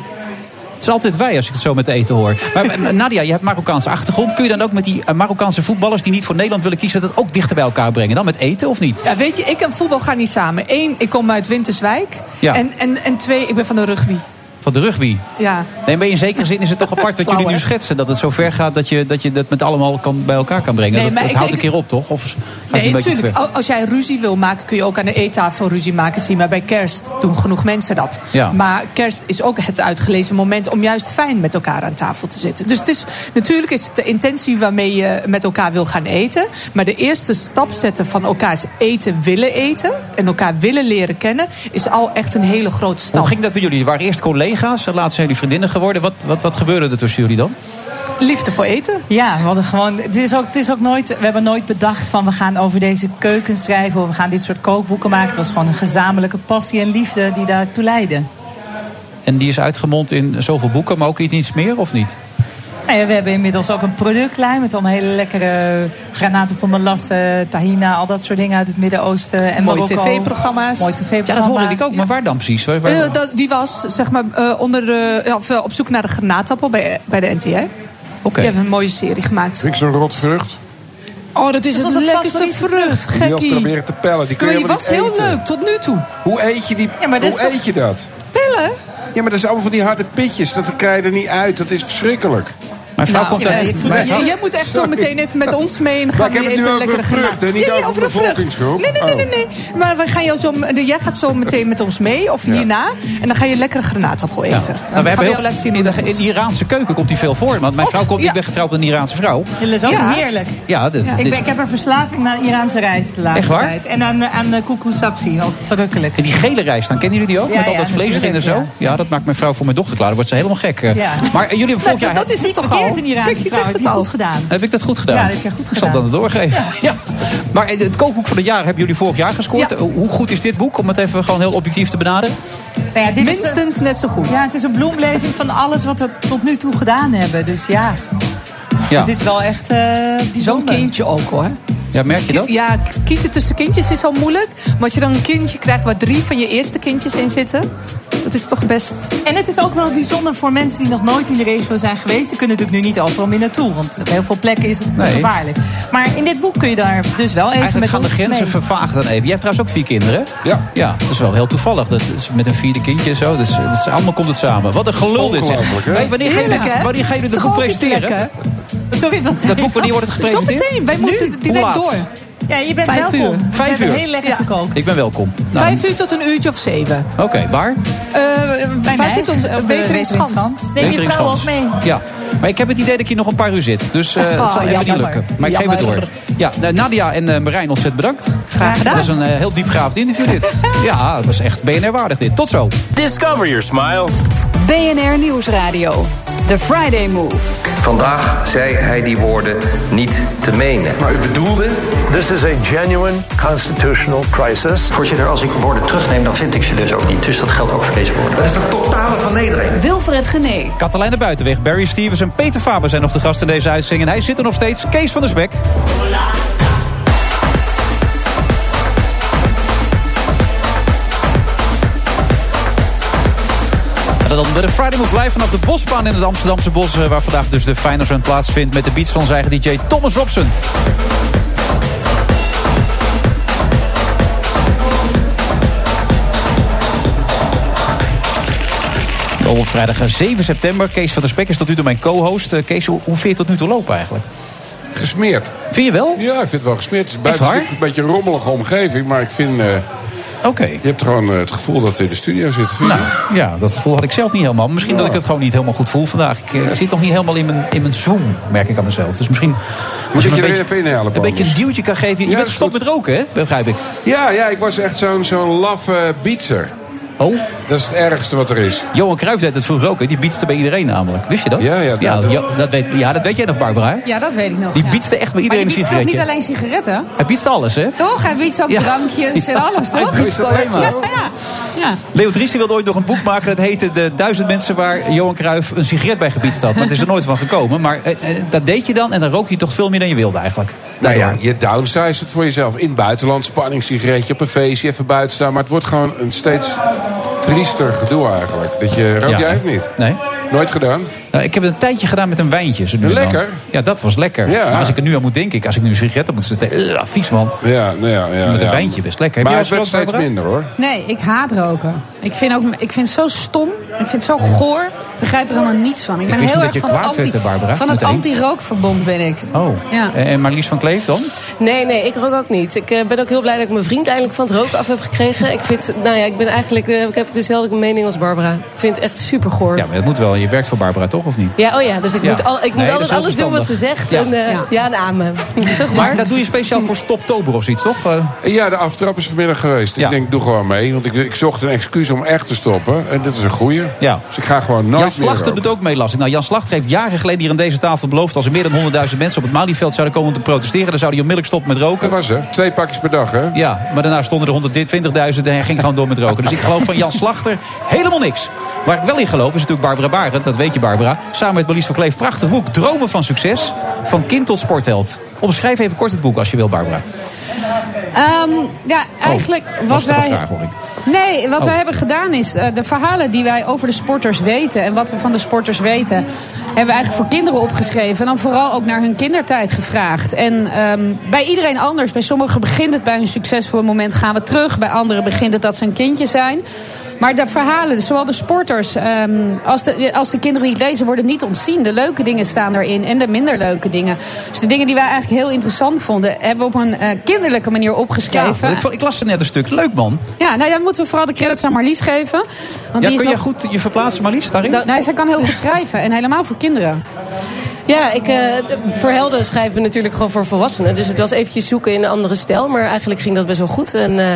Speaker 5: Het is altijd wij als ik het zo met eten hoor. Maar eh, Nadia, je hebt Marokkaanse achtergrond. Kun je dan ook met die eh, Marokkaanse voetballers die niet voor Nederland willen kiezen, dat ook dichter bij elkaar brengen? Dan met eten of niet?
Speaker 8: Ja, weet je, ik en voetbal gaan niet samen. Eén, ik kom uit Winterswijk.
Speaker 5: Ja.
Speaker 8: En, en, en twee, ik ben van de rugby.
Speaker 5: Van de rugby.
Speaker 8: Ja.
Speaker 5: Nee, maar in zekere zin is het toch apart wat jullie nu schetsen. Dat het zo ver gaat dat je dat, je dat met allemaal kan, bij elkaar kan brengen.
Speaker 8: Nee,
Speaker 5: dat
Speaker 8: maar
Speaker 5: dat
Speaker 8: ik-
Speaker 5: houdt een
Speaker 8: ik-
Speaker 5: keer op, toch? Of gaat het
Speaker 8: Nee,
Speaker 5: een beetje
Speaker 8: natuurlijk. Oh,
Speaker 5: ver?
Speaker 8: Al- Als jij ruzie wil maken, kun je ook aan de eettafel ruzie maken. Zie maar bij kerst doen genoeg mensen dat.
Speaker 5: Ja.
Speaker 8: Maar kerst is ook het uitgelezen moment om juist fijn met elkaar aan tafel te zitten. Dus het is, natuurlijk is het de intentie waarmee je met elkaar wil gaan eten. Maar de eerste stap zetten van elkaars eten willen eten... en elkaar willen leren kennen, is al echt een hele grote stap.
Speaker 5: Hoe ging dat bij jullie? Er waren eerst collega's, en later zijn jullie vriendinnen geworden. Wat, wat, wat gebeurde er tussen jullie dan?
Speaker 8: Liefde voor eten?
Speaker 9: Ja, we hadden gewoon. Het is, ook, het is ook nooit. We hebben nooit bedacht van we gaan over deze keuken schrijven. of we gaan dit soort kookboeken maken. Het was gewoon een gezamenlijke passie en liefde die daartoe leidde.
Speaker 5: En die is uitgemond in zoveel boeken, maar ook iets meer of niet?
Speaker 9: Nou ja, we hebben inmiddels ook een productlijn met allemaal hele lekkere granatenpommelassen, tahina, al dat soort dingen uit het Midden-Oosten en
Speaker 8: Mooie
Speaker 9: Marokko.
Speaker 8: tv-programma's.
Speaker 9: Mooi tv-programma's.
Speaker 5: Ja, dat hoorde ik ook. Maar waar dan precies? Waar- waar-
Speaker 8: Eh, dat- die was zeg maar, eh, onder, de- ja, of, eh, op zoek naar de granaatappel bij, bij de NTR. Oké.
Speaker 5: Oké.
Speaker 8: Die hebben een mooie serie gemaakt.
Speaker 7: Vind ik zo'n rotvrucht.
Speaker 8: Oh, dat is
Speaker 9: Dat is
Speaker 8: het
Speaker 9: onze
Speaker 8: lekkerste
Speaker 9: favoriete
Speaker 8: vrucht,
Speaker 7: Die wil
Speaker 8: gekkie.
Speaker 7: proberen te pellen. Die kun
Speaker 8: Maar
Speaker 7: je
Speaker 8: die was
Speaker 7: helemaal
Speaker 8: heel
Speaker 7: niet eten.
Speaker 8: leuk tot nu toe.
Speaker 7: Hoe eet je die?
Speaker 9: Ja, maar dat
Speaker 7: hoe
Speaker 9: is toch-
Speaker 7: eet je dat?
Speaker 8: Pillen?
Speaker 7: Ja, maar dat is allemaal van die harde pitjes. Dat krijg je er niet uit. Dat is verschrikkelijk.
Speaker 5: Mijn vrouw
Speaker 8: Nou,
Speaker 5: komt uit.
Speaker 8: echt.
Speaker 5: mijn vrouw-
Speaker 8: Jij- jij moet echt zo
Speaker 7: Sorry.
Speaker 8: meteen even met ons mee en
Speaker 7: Maar
Speaker 8: gaan
Speaker 7: ik heb
Speaker 8: we
Speaker 7: het nu
Speaker 8: even
Speaker 7: over
Speaker 8: lekker
Speaker 7: een vrucht, hè, niet
Speaker 8: ja, ja,
Speaker 7: over
Speaker 8: over
Speaker 7: de Oh.
Speaker 8: de vrucht.
Speaker 7: bevolkingsgroep.
Speaker 8: Nee, nee, nee, nee, nee. Maar we gaan jou zo, de- jij gaat zo meteen met ons mee of hierna en dan ga je lekkere granaatappel eten.
Speaker 5: Ja.
Speaker 8: Dan
Speaker 5: Nou, we
Speaker 8: gaan
Speaker 5: hebben
Speaker 8: we
Speaker 5: heel-
Speaker 8: jou laten zien hoe
Speaker 5: in,
Speaker 8: dat
Speaker 5: de, in
Speaker 8: moet.
Speaker 5: de Iraanse keuken komt die veel voor. Want mijn
Speaker 8: Och,
Speaker 5: vrouw komt,
Speaker 8: ja.
Speaker 5: ik ben getrouwd met een Iraanse vrouw.
Speaker 9: Dat is ook
Speaker 8: Ja.
Speaker 9: heerlijk.
Speaker 5: Ja, dit,
Speaker 9: Ik,
Speaker 5: dit-
Speaker 9: ben- ik heb een verslaving naar Iraanse rijst de laatste
Speaker 5: Echt waar?
Speaker 9: tijd. En aan, aan eh, koekoe sapsi, ook verrukkelijk.
Speaker 5: en die gele rijst, dan kennen jullie die ook?
Speaker 9: Ja,
Speaker 5: met al
Speaker 9: ja,
Speaker 5: dat vlees erin en zo? Ja.
Speaker 9: natuurlijk,
Speaker 5: dat maakt mijn vrouw voor mijn dochter klaar. Dan wordt ze helemaal gek. eh.
Speaker 9: Ja.
Speaker 5: Maar eh, jullie hebben
Speaker 10: Nou,
Speaker 5: vorig jaar...
Speaker 8: dat, dat is het
Speaker 9: Niet
Speaker 8: toch al?
Speaker 9: verkeerd in Iran.
Speaker 8: Kijk, je zegt het al.
Speaker 9: Goed gedaan.
Speaker 5: Heb ik dat goed gedaan?
Speaker 9: Ja, dat heb je goed
Speaker 5: Ik zal het
Speaker 9: gedaan.
Speaker 5: dan doorgeven. Ja. Maar eh, het kookboek van het jaar hebben jullie vorig jaar gescoord.
Speaker 8: Ja.
Speaker 5: Eh, Hoe goed is dit boek? Om het even gewoon heel objectief te benaderen.
Speaker 9: Nou ja, dit is een-
Speaker 8: Minstens net zo goed.
Speaker 9: Ja, het is een bloemlezing van alles wat we tot nu toe gedaan hebben. Dus ja,
Speaker 5: Ja,
Speaker 9: het is wel echt eh,
Speaker 8: Zo'n
Speaker 9: bijzonder.
Speaker 8: kindje ook hoor.
Speaker 5: ja merk je dat?
Speaker 8: Ja, k- kiezen tussen kindjes is al moeilijk. Maar als je dan een kindje krijgt waar drie van je eerste kindjes in zitten, dat is toch best.
Speaker 9: En het is ook wel bijzonder voor mensen die nog nooit in de regio zijn geweest. Ze kunnen natuurlijk nu niet overal meer naartoe, want op heel veel plekken is het
Speaker 5: Nee.
Speaker 9: te gevaarlijk. Maar in dit boek kun je daar dus wel even
Speaker 5: Eigenlijk
Speaker 9: met
Speaker 5: gaan de
Speaker 9: ons
Speaker 5: grenzen
Speaker 9: mee.
Speaker 5: vervagen dan even. Jij hebt trouwens ook vier kinderen. hè?
Speaker 7: Ja.
Speaker 5: Ja, dat is wel heel toevallig. Dat is met een vierde kindje en zo. Dus, dat is- allemaal komt het samen. Wat een gelul dit zeg.
Speaker 7: Ongelooflijk, hè?
Speaker 5: Hey, wanneer ga je
Speaker 8: Heerlijk,
Speaker 5: dit-
Speaker 8: hè?
Speaker 5: wanneer ga je
Speaker 8: Is
Speaker 5: dit
Speaker 8: toch
Speaker 5: boek
Speaker 8: ook iets
Speaker 5: presenteren?
Speaker 8: lekker?
Speaker 9: Sorry, wat zei
Speaker 5: Dat
Speaker 9: je?
Speaker 5: boek, wanneer wordt het gepresenteerd?
Speaker 8: Zometeen, wij moeten direct
Speaker 5: Hoe laat?
Speaker 8: door.
Speaker 9: Ja, je bent
Speaker 8: Vijf
Speaker 9: welkom.
Speaker 8: uur.
Speaker 9: We
Speaker 5: Vijf
Speaker 9: hebben
Speaker 5: uur.
Speaker 9: heel lekker
Speaker 8: Ja.
Speaker 9: gekookt.
Speaker 5: Ik ben welkom. Nou,
Speaker 8: Vijf uur tot een uurtje of zeven.
Speaker 5: Oké, waar?
Speaker 8: Eh waar
Speaker 9: mij,
Speaker 8: zit ons
Speaker 9: op de
Speaker 8: Weteringschans?
Speaker 9: Weteringschans. Neem je vrouw
Speaker 5: Weteringschans.
Speaker 9: ook mee.
Speaker 5: Ja, maar ik heb het idee dat ik hier nog een paar uur zit. Dus eh het
Speaker 8: Oh,
Speaker 5: zal even niet
Speaker 8: jammer.
Speaker 5: lukken. Maar ik geef het door.
Speaker 8: Jammer.
Speaker 5: Ja, nou, Nadia en eh, Marijn, ontzettend bedankt.
Speaker 8: Graag gedaan.
Speaker 5: Dat was een eh, heel diepgraafd interview dit. ja, dat was echt BNR-waardig dit. Tot zo.
Speaker 11: Discover your smile.
Speaker 1: BNR Nieuwsradio. The Friday Move.
Speaker 2: Vandaag zei hij die woorden niet te menen. Maar u bedoelde?
Speaker 12: This is a genuine constitutional crisis.
Speaker 2: Voorzitter, als ik woorden terugneem, dan vind ik ze dus ook niet. Dus dat geldt ook voor deze woorden. Dat is een totale vernedering.
Speaker 1: Wilfred Genee.
Speaker 5: Katelijne Buitenweg, Barry Stevens en Peter Faber zijn nog de gast in deze uitzending. En hij zit er nog steeds, Kees van der Spek. En dan de Friday Move Live vanaf de Bosbaan in het Amsterdamse Bos... eh, waar vandaag dus de Final Run plaatsvindt met de beats van zijn eigen DJ Thomas Robson. Op vrijdag 7 september. Kees van der Spek is tot nu toe mijn co-host. Eh, Kees, hoe, hoe vind je het tot nu toe lopen eigenlijk?
Speaker 7: Gesmeerd.
Speaker 5: Vind je wel?
Speaker 7: Ja, ik vind het wel gesmeerd. Het is
Speaker 5: Echt
Speaker 7: buiten
Speaker 5: waar?
Speaker 7: een beetje een rommelige omgeving. Maar ik vind... eh,
Speaker 5: Oké.
Speaker 7: je hebt gewoon eh, het gevoel dat we in de studio zitten. vind je?
Speaker 5: Nou, ja, dat gevoel had ik zelf niet helemaal. Misschien dat ik het gewoon niet helemaal goed voel vandaag. Ik, eh, zit nog niet helemaal in mijn, in mijn zoom, merk ik aan mezelf. Dus misschien... Moet
Speaker 7: ik je er even inhalen,
Speaker 5: Een beetje een
Speaker 7: Paulus?
Speaker 5: duwtje kan geven. Je
Speaker 7: Ja,
Speaker 5: bent
Speaker 7: dat is
Speaker 5: gestopt
Speaker 7: goed.
Speaker 5: met roken, hè? Begrijp ik.
Speaker 7: Ja, ja, ik was echt zo'n zo'n laffe eh, bietser.
Speaker 5: Oh?
Speaker 7: Dat is het ergste wat er is.
Speaker 5: Johan Cruijff deed het vroeger ook. hè. Die bietste bij iedereen namelijk. Wist je dat? Ja, ja, dat, ja, dat weet, ja dat weet jij nog, Barbara. hè?
Speaker 13: Ja, dat weet ik nog.
Speaker 5: Die
Speaker 13: ja.
Speaker 5: bietste echt bij iedereen
Speaker 13: Maar die
Speaker 5: een
Speaker 13: bietst ook niet
Speaker 5: sigaretje.
Speaker 13: alleen sigaretten.
Speaker 5: Hij bietst alles, hè?
Speaker 13: Toch? Hij biedt ook
Speaker 5: Ja.
Speaker 13: drankjes en
Speaker 5: Ja,
Speaker 13: alles,
Speaker 5: hij
Speaker 13: toch?
Speaker 5: bietst alleen maar.
Speaker 13: Ja, ja. ja.
Speaker 5: Leo Driessen wilde ooit nog een boek maken. Dat heette De Duizend Mensen Waar Johan Cruijff een sigaret bij gebiedst had. Maar het is er nooit van gekomen. Maar eh, eh, dat deed je dan en dan rook je toch veel meer dan je wilde eigenlijk.
Speaker 7: Nou ja, je downsize het voor jezelf. In het buitenland, spanning, sigaretje, op een feestje, even buiten staan. Maar het wordt gewoon een steeds triester gedoe eigenlijk. Dat je, rook
Speaker 5: Ja.
Speaker 7: jij het niet?
Speaker 5: Nee.
Speaker 7: Nooit gedaan?
Speaker 5: Nou, ik heb het een tijdje gedaan met een wijntje. zo nu en dan.
Speaker 7: Lekker.
Speaker 5: Ja, dat was lekker.
Speaker 7: Ja.
Speaker 5: Maar als ik er nu aan moet denken, ik- als ik nu een sigaret op moet zetten, eh, vies man.
Speaker 7: Ja, nou ja, ja.
Speaker 5: Met een
Speaker 7: ja.
Speaker 5: wijntje best lekker. Heb jij
Speaker 7: Maar het
Speaker 5: wel
Speaker 7: werd
Speaker 5: eens
Speaker 7: steeds
Speaker 5: gerookt,
Speaker 7: minder hoor.
Speaker 13: Nee, ik haat roken. Ik vind, ook, ik vind het zo stom. Ik vind het zo goor. Ik begrijp er allemaal niets van. Ik
Speaker 5: Ik
Speaker 13: ben
Speaker 5: wist
Speaker 13: heel
Speaker 5: niet
Speaker 13: erg
Speaker 5: dat
Speaker 13: van,
Speaker 5: je
Speaker 13: de
Speaker 5: kwaad werd,
Speaker 13: anti,
Speaker 5: hè, Barbara,
Speaker 13: van het
Speaker 5: meteen.
Speaker 13: anti-rookverbond ben ik.
Speaker 5: Oh.
Speaker 13: Ja.
Speaker 5: Eh, En Marlies van Kleef dan?
Speaker 14: Nee, nee, ik rook ook niet. Ik eh, ben ook heel blij dat ik mijn vriend eindelijk van het roken af heb gekregen. Ik vind, nou ja, ik ben eigenlijk, eh, ik heb dezelfde mening als Barbara. Ik vind het echt super goor.
Speaker 5: Ja, maar dat moet wel. Je werkt voor Barbara toch, of niet?
Speaker 14: Ja, oh ja, dus ik
Speaker 5: Ja.
Speaker 14: moet, al, ik
Speaker 5: Nee,
Speaker 14: moet
Speaker 5: dat is
Speaker 14: altijd
Speaker 5: heel
Speaker 14: alles doen wat ze
Speaker 5: verstandig.
Speaker 14: zegt.
Speaker 5: Ja.
Speaker 14: En, eh,
Speaker 5: Ja.
Speaker 14: ja. en amen. Toch
Speaker 5: Maar dat doe je speciaal voor Stoptober of zoiets, toch? Eh,
Speaker 7: Ja, de aftrap is vanmiddag geweest. Ik denk, doe gewoon mee. Want ik, ik zocht een excuus om echt te stoppen. En dit is een goeie.
Speaker 5: Ja.
Speaker 7: Dus ik ga gewoon nooit
Speaker 5: Jan
Speaker 7: meer
Speaker 5: Slachter
Speaker 7: roken.
Speaker 5: doet ook mee, las ik. Nou, Jan Slachter heeft jaren geleden hier aan deze tafel beloofd... als er meer dan 100.000 mensen op het Malieveld zouden komen om te protesteren... dan zou hij onmiddellijk stoppen met roken.
Speaker 7: Dat was er. Twee pakjes per dag, hè?
Speaker 5: Ja, maar daarna stonden er 120.000 en hij ging gewoon door met roken. Dus ik geloof van Jan Slachter helemaal niks. Waar ik wel in geloof is natuurlijk Barbara Barend. Dat weet je, Barbara. Samen met Marlies van Kleef. Prachtig boek. Dromen van succes. Van kind tot sportheld. Omschrijf even kort het boek als je wil, Barbara.
Speaker 13: Ehm, ja,
Speaker 5: Oh,
Speaker 13: eigenlijk wat
Speaker 5: lastige
Speaker 13: wij...
Speaker 5: vraag, hoor ik.
Speaker 13: Nee, wat
Speaker 5: Oh.
Speaker 13: wij hebben gedaan is eh, de verhalen die wij over de sporters weten en wat we van de sporters weten, hebben we eigenlijk voor kinderen opgeschreven en dan vooral ook naar hun kindertijd gevraagd. En ehm, bij iedereen anders, bij sommigen begint het bij hun succesvolle moment gaan we terug, bij anderen begint het dat ze een kindje zijn. Maar de verhalen, dus zowel de sporters ehm, als, de, als de kinderen die het lezen, worden niet ontzien. De leuke dingen staan erin en de minder leuke dingen. Dus de dingen die wij eigenlijk heel interessant vonden, hebben we op een eh, kinderlijke manier
Speaker 5: Ja,
Speaker 13: opgeschreven.
Speaker 5: want ik, vond- ik las ze net een stuk. Leuk, man.
Speaker 13: Ja, nou dan moeten we vooral de credits aan Marlies geven. Want
Speaker 5: Ja,
Speaker 13: die is
Speaker 5: kun
Speaker 13: nog...
Speaker 5: jij goed je verplaatsen, Marlies, daarin?
Speaker 13: Da- Nee, zij kan heel goed schrijven. En helemaal voor kinderen.
Speaker 14: Ja, ik, eh, voor helden schrijven we natuurlijk gewoon voor volwassenen. Dus het was eventjes zoeken in een andere stijl. Maar eigenlijk ging dat best wel goed. En eh,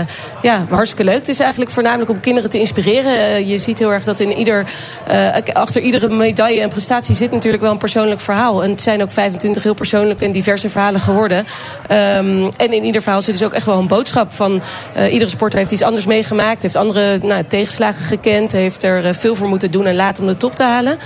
Speaker 14: ja, hartstikke leuk. Het is eigenlijk voornamelijk om kinderen te inspireren. Eh, je ziet heel erg dat in ieder, eh, achter iedere medaille en prestatie zit natuurlijk wel een persoonlijk verhaal. En het zijn ook 25 heel persoonlijke en diverse verhalen geworden. Ehm, en in ieder verhaal zit dus ook echt wel een boodschap van... eh, iedere sporter heeft iets anders meegemaakt. Heeft andere nou, tegenslagen gekend. Heeft er eh, veel voor moeten doen en laat om de top te halen.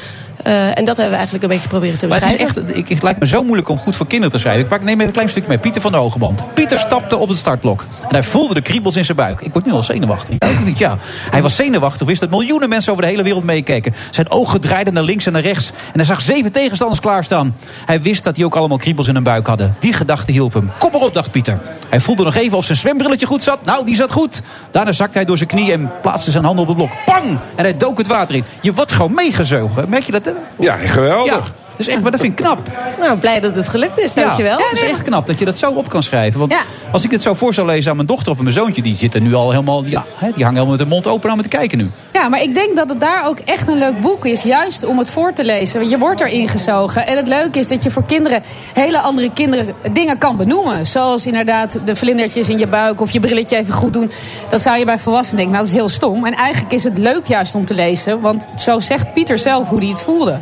Speaker 14: Eh, en dat hebben we eigenlijk een beetje proberen te
Speaker 5: Maar het is
Speaker 14: beschrijven.
Speaker 5: echt, ik, het lijkt me zo moeilijk om goed voor kinderen te schrijven. Ik pak, neem even een klein stukje mee. Pieter van de Hogeband. Pieter stapte op het startblok. En hij voelde de kriebels in zijn buik. Ik word nu al zenuwachtig. Ja, ik denk, Ja, hij was zenuwachtig. Wist dat miljoenen mensen over de hele wereld meekeken. Zijn ogen draaiden naar links en naar rechts. En hij zag zeven tegenstanders klaarstaan. Hij wist dat die ook allemaal kriebels in hun buik hadden. Die gedachte hielp hem. Kom maar op, dacht Pieter. Hij voelde nog even of zijn zwembrilletje goed zat. Nou, die zat goed. Daarna zakte hij door zijn knie en plaatste zijn handen op het blok. Pang! En hij dook het water in. Je wordt gewoon meegezogen. Merk je dat? hè?
Speaker 7: Ja, geweldig.
Speaker 5: Ja, dus echt, maar dat vind ik knap.
Speaker 14: Nou, blij dat het gelukt is, dankjewel.
Speaker 5: Ja, dat is echt knap dat je dat zo op kan schrijven. Want
Speaker 14: Ja.
Speaker 5: als ik dit zo voor zou lezen aan mijn dochter of aan mijn zoontje... die zitten nu al helemaal... Ja, hè, die hangen helemaal met de mond open aan me te kijken nu.
Speaker 13: Ja, maar ik denk dat het daar ook echt een leuk boek is. Juist om het voor te lezen. Want je wordt erin gezogen. En het leuke is dat je voor kinderen hele andere kinderen dingen kan benoemen. Zoals inderdaad de vlindertjes in je buik of je brilletje even goed doen. Dat zou je bij volwassenen denken. Nou, dat is heel stom. En eigenlijk is het leuk juist om te lezen. Want zo zegt Pieter zelf hoe hij het voelde.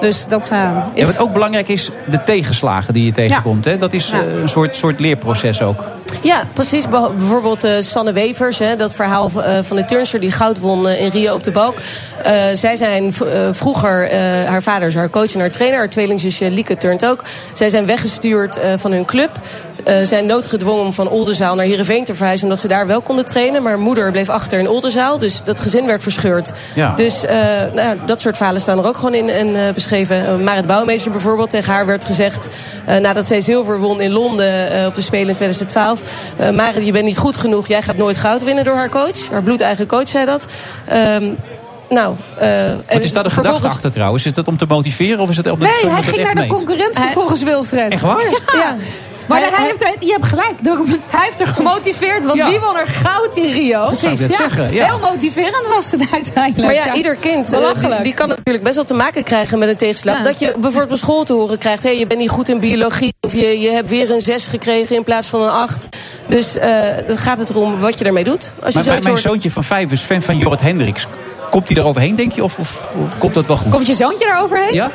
Speaker 13: Dus dat eh,
Speaker 5: Ja,
Speaker 13: is...
Speaker 5: wat ook belangrijk is, de tegenslagen die je tegenkomt. Hè? Dat is
Speaker 14: Ja.
Speaker 5: eh, een soort, soort leerproces ook.
Speaker 14: Ja, precies. Beho- Bijvoorbeeld eh, Sanne Wevers, hè, dat verhaal eh, van de turnster die goud won eh, in Rio op de balk. Eh, zij zijn v- eh, vroeger, eh, haar vader is haar coach en haar trainer, haar tweelingzusje Lieke turnt ook. Zij zijn weggestuurd eh, van hun club. Eh, zijn noodgedwongen om van Oldenzaal naar Heerenveen te verhuizen... omdat ze daar wel konden trainen. Maar moeder bleef achter in Oldenzaal. Dus dat gezin werd verscheurd.
Speaker 15: Ja.
Speaker 14: Dus eh, nou, ja, dat soort verhalen staan er ook gewoon in en eh, beschreven. Eh, Marit Bouwmeester bijvoorbeeld, tegen haar werd gezegd... eh, nadat zij zilver won in Londen eh, op de Spelen in 2012... eh, Marit, je bent niet goed genoeg, jij gaat nooit goud winnen door haar coach. Haar bloedeigen coach zei dat. Ehm, Nou, eh,
Speaker 5: Wat is daar de gedachte
Speaker 14: vervolgens-
Speaker 5: achter trouwens? Is dat om te motiveren of is dat om
Speaker 13: Nee,
Speaker 5: om
Speaker 13: hij
Speaker 5: het
Speaker 13: ging
Speaker 5: echt
Speaker 13: naar de
Speaker 5: meent?
Speaker 13: concurrent vervolgens, Wilfred.
Speaker 5: Echt waar?
Speaker 13: Ja. Maar hij, heeft er, je hebt gelijk. de- Hij heeft er gemotiveerd, want
Speaker 14: Ja.
Speaker 13: die won er goud in Rio.
Speaker 14: Dat zou ik net zeggen, ja.
Speaker 13: Heel motiverend was het uiteindelijk.
Speaker 14: Maar ja, ieder kind eh,
Speaker 13: Belachelijk.
Speaker 14: die, die kan natuurlijk best wel te maken krijgen met een tegenslag.
Speaker 13: Ja.
Speaker 14: Dat je bijvoorbeeld op school te horen krijgt: hey, je bent niet goed in biologie. Of je, je hebt weer een 6 gekregen in plaats van een 8. Dus eh, dan gaat het erom wat je ermee doet. Als je
Speaker 5: Maar
Speaker 14: zo
Speaker 5: mijn,
Speaker 14: zoiets
Speaker 5: mijn
Speaker 14: hoort.
Speaker 5: zoontje van vijf is fan van Jorrit Hendricks. Komt hij eroverheen, denk je? Of, of, of komt dat wel goed?
Speaker 13: Komt je zoontje daaroverheen?
Speaker 5: Ja?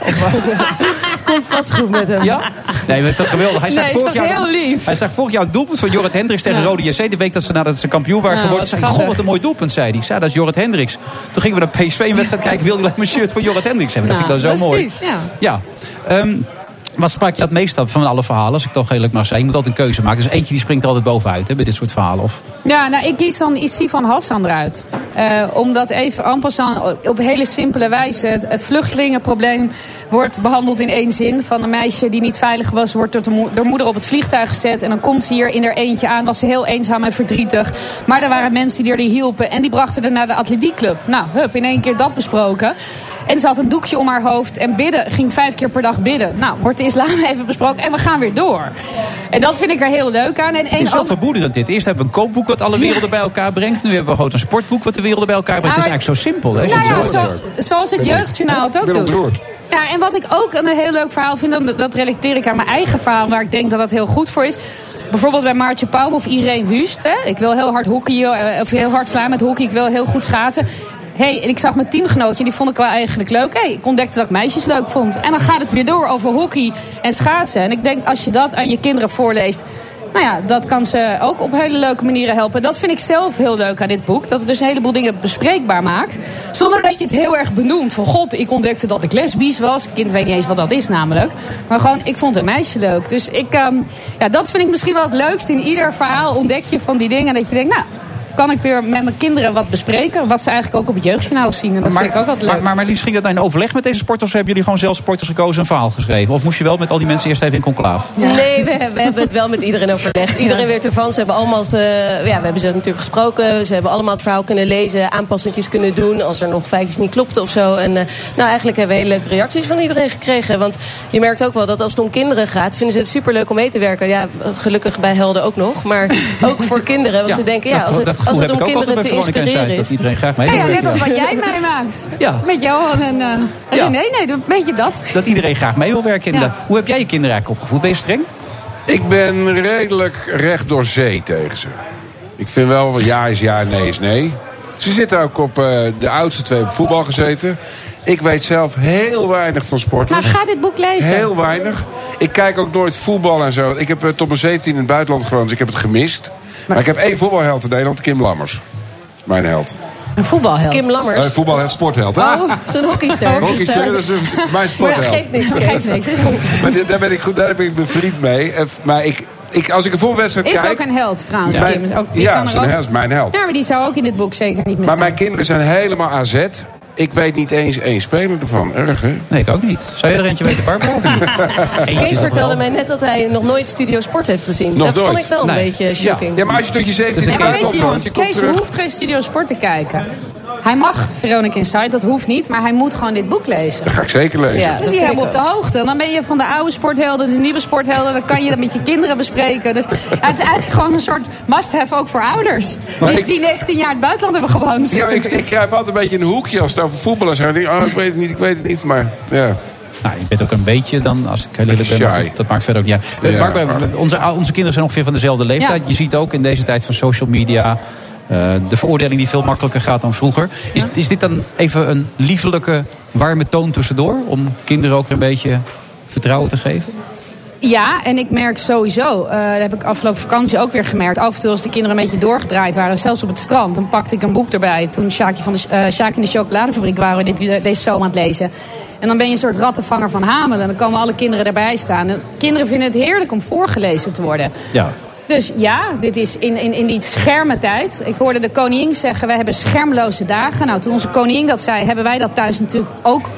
Speaker 14: Komt vast goed met hem.
Speaker 5: Ja? Nee, maar is dat geweldig? Hij
Speaker 14: Nee,
Speaker 5: zag
Speaker 14: is
Speaker 5: vorig
Speaker 14: toch
Speaker 5: jaar-
Speaker 14: heel lief?
Speaker 5: Hij zag vorig jaar het doelpunt van Jorrit Hendricks tegen Rode JC. De week dat ze nadat ze kampioen waren
Speaker 14: Ja,
Speaker 5: geworden.
Speaker 14: wat
Speaker 5: Zei, hij, goh,
Speaker 14: schattig.
Speaker 5: wat een mooi doelpunt, zei hij. Ik zei, dat is Jorrit Hendricks. Toen gingen we naar PSV een wedstrijd kijken. Wilde hij laat mijn shirt van Jorrit Hendricks hebben. Dat vind ik
Speaker 13: Nou,
Speaker 5: dan zo mooi.
Speaker 8: Ja.
Speaker 5: Nou, Ja. Ehm, wat sprak je het meest af van alle verhalen? Als ik toch eerlijk mag zijn. Je moet altijd een keuze maken. Dus eentje die springt er altijd bovenuit hè, bij dit soort verhalen. Of...
Speaker 13: Ja, nou, ik kies dan Issy van Hassan eruit. Eh, omdat even en passant op hele simpele wijze... Het, het vluchtelingenprobleem wordt behandeld in één zin. Van een meisje die niet veilig was, wordt door, de mo- door moeder op het vliegtuig gezet. En dan komt ze hier in haar eentje aan. Was ze heel eenzaam en verdrietig. Maar er waren mensen die haar hielpen. En die brachten haar naar de atletiekclub. Nou, hup, in één keer dat besproken. En ze had een doekje om haar hoofd en bidden. Ging vijf keer per dag bidden. Nou, wordt de islam even besproken en we gaan weer door. En dat vind ik er heel leuk aan. En
Speaker 5: Het
Speaker 13: één
Speaker 5: is wel
Speaker 13: ander-
Speaker 5: verboederend dit. Eerst hebben we een kookboek wat alle werelden bij elkaar brengt. Nu hebben we gewoon een sportboek wat de werelden bij elkaar brengt. Het is
Speaker 13: Ah,
Speaker 5: eigenlijk zo simpel. Hè?
Speaker 13: Nou ja,
Speaker 5: Zo-
Speaker 13: zo- zoals het jeugdjournaal het ook
Speaker 5: Willem
Speaker 13: doet.
Speaker 5: Droert.
Speaker 13: Ja, en wat ik ook een heel leuk verhaal vind, dan- dat relateer ik aan mijn eigen verhaal, waar ik denk dat dat heel goed voor is. Bijvoorbeeld bij Maartje Pauw of Irene Wust. Hè? Ik wil heel hard hockeyen, eh, of heel hard slaan met hockey. Ik wil heel goed schaatsen. hey, en ik zag mijn teamgenootje, die vond ik wel eigenlijk leuk. hey, ik ontdekte dat ik meisjes leuk vond. En dan gaat het weer door over hockey en schaatsen. En ik denk, als je dat aan je kinderen voorleest... Nou ja, dat kan ze ook op hele leuke manieren helpen. Dat vind ik zelf heel leuk aan dit boek. Dat het dus een heleboel dingen bespreekbaar maakt. Zonder dat je het heel erg benoemt. Van god, ik ontdekte dat ik lesbisch was. Kind weet niet eens wat dat is namelijk. Maar gewoon, ik vond een meisje leuk. Dus ik, ehm, ja, dat vind ik misschien wel het leukste. In ieder verhaal ontdek je van die dingen. Dat je denkt, nou, kan ik weer met mijn kinderen wat bespreken. Wat ze eigenlijk ook op het jeugdjournaal zien. En dat vind ik ook altijd
Speaker 5: maar,
Speaker 13: leuk.
Speaker 5: maar, maar Lies, ging dat nou in overleg met deze sporters? Of hebben jullie gewoon zelf sporters gekozen en een verhaal geschreven? Of moest je wel met al die mensen eerst even in conclaaf?
Speaker 14: Nee, we, we hebben het wel met iedereen overlegd. Iedereen weet ervan. Ze hebben allemaal het, eh, ja, we hebben ze natuurlijk gesproken. Ze hebben allemaal het verhaal kunnen lezen, aanpassingjes kunnen doen als er nog feitjes niet klopten of zo. En eh, nou, eigenlijk hebben we hele leuke reacties van iedereen gekregen. Want je merkt ook wel dat als het om kinderen gaat, vinden ze het superleuk om mee te werken. Ja, gelukkig bij Helden ook nog, maar ook voor kinderen. Want ze denken, ja,
Speaker 5: dat-
Speaker 14: als
Speaker 5: dat
Speaker 14: het,
Speaker 5: gevoel
Speaker 14: als het
Speaker 5: heb
Speaker 14: om
Speaker 5: ik ook
Speaker 14: kinderen
Speaker 5: altijd
Speaker 14: te
Speaker 5: bij Veronica en Zuid,
Speaker 14: inspireren is.
Speaker 5: Dat iedereen graag mee
Speaker 13: Nou ja,
Speaker 5: wil
Speaker 13: net als
Speaker 5: werken.
Speaker 13: wat jij meemaakt.
Speaker 5: Ja.
Speaker 13: Met Johan en eh René. Nee, een beetje dat.
Speaker 5: Dat iedereen graag mee wil werken. inderdaad. Hoe heb jij je kinderen eigenlijk opgevoed? Ben je streng?
Speaker 7: Ik ben redelijk recht door zee tegen ze. Ik vind wel, van ja is ja, nee is nee. Ze zitten ook op eh, de oudste twee op voetbal gezeten. Ik weet zelf heel weinig van sporten.
Speaker 13: Maar Nou, ga dit boek lezen.
Speaker 7: Heel weinig. Ik kijk ook nooit voetbal en zo. Ik heb eh, tot mijn 17 in het buitenland gewoond, dus ik heb het gemist. Maar ik heb één voetbalheld in Nederland, Kim Lammers. Dat is Mijn held.
Speaker 13: Een voetbalheld.
Speaker 14: Kim Lammers.
Speaker 7: Eh, voetbalheld, sportheld.
Speaker 14: Oh,
Speaker 5: ah.
Speaker 14: zo'n hockeyster.
Speaker 7: Hockeyster, dat is een- mijn sportheld.
Speaker 14: Maar ja, geeft niks. Geeft niks, is goed.
Speaker 7: Maar dit- daar ben ik goed, daar ben ik bevriend mee. Eh, Maar ik, ik, als ik een voetbalwedstrijd
Speaker 13: Is
Speaker 7: kijk...
Speaker 13: ook een held trouwens,
Speaker 7: Mijn-
Speaker 13: Kim. Ook, die
Speaker 7: ja,
Speaker 13: kan
Speaker 7: zijn
Speaker 13: er ook...
Speaker 7: held is mijn held.
Speaker 13: Ja, maar die zou ook in dit boek zeker niet meer
Speaker 7: Maar
Speaker 13: staan.
Speaker 7: mijn kinderen zijn helemaal AZ. Ik weet niet eens één speler ervan. Erg, hè?
Speaker 5: Nee, ik ook niet. Zou je er eentje weten, Barbara?
Speaker 14: Kees vertelde mij net dat hij nog nooit Studio Sport heeft gezien.
Speaker 7: Nog
Speaker 14: dat
Speaker 7: nooit.
Speaker 14: vond ik wel een beetje shocking.
Speaker 7: Ja, maar als je tot je 17
Speaker 13: Nee,
Speaker 7: in
Speaker 13: maar weet
Speaker 7: buitenland
Speaker 13: je
Speaker 7: woont,
Speaker 13: jongens,
Speaker 7: je komt
Speaker 13: Kees
Speaker 7: terug.
Speaker 13: hoeft geen Studio Sport te kijken. Hij mag Veronica Inside, dat hoeft niet. Maar hij moet gewoon dit boek lezen.
Speaker 7: Dat ga ik zeker lezen.
Speaker 13: dan is hij helemaal op de hoogte. En Dan ben je van de oude sporthelden, de nieuwe sporthelden. Dan kan je dat met je kinderen bespreken. Dus ja, het is eigenlijk gewoon een soort must-have ook voor ouders.
Speaker 7: Maar
Speaker 13: Die,
Speaker 7: ik-
Speaker 13: die 19 jaar in het buitenland hebben gewoond.
Speaker 7: Ja, ik, ik kruip altijd een beetje in een hoekje als het over voetbal is. Dan denk ik, oh, ik weet het niet, ik weet het niet. Maar ja.
Speaker 5: Nou, je bent ook een beetje dan, als ik heel eerlijk ben. maar goed, Dat maakt verder ook niet uit. Eh,
Speaker 7: Ja.
Speaker 5: Barbara, onze, onze kinderen zijn ongeveer van dezelfde leeftijd. Je ziet ook in deze tijd van social media... eh, de veroordeling die veel makkelijker gaat dan vroeger. Is, is dit dan even een liefelijke, warme toon tussendoor? Om kinderen ook een beetje vertrouwen te geven?
Speaker 13: Ja, en ik merk sowieso, eh, dat heb ik afgelopen vakantie ook weer gemerkt. Af en toe als de kinderen een beetje doorgedraaid waren, zelfs op het strand, dan pakte ik een boek erbij. Toen Sjaakje van de, eh, Sjaak in de chocoladefabriek waren we dit, eh, deze zomer aan het lezen. En dan ben je een soort rattenvanger van Hamelen. Dan komen alle kinderen erbij staan. En kinderen vinden het heerlijk om voorgelezen te worden.
Speaker 5: Ja.
Speaker 13: Dus ja, dit is in, in, in die scherme tijd. Ik hoorde de koningin zeggen, wij hebben schermloze dagen. Nou, toen onze koningin dat zei, hebben wij dat thuis natuurlijk ook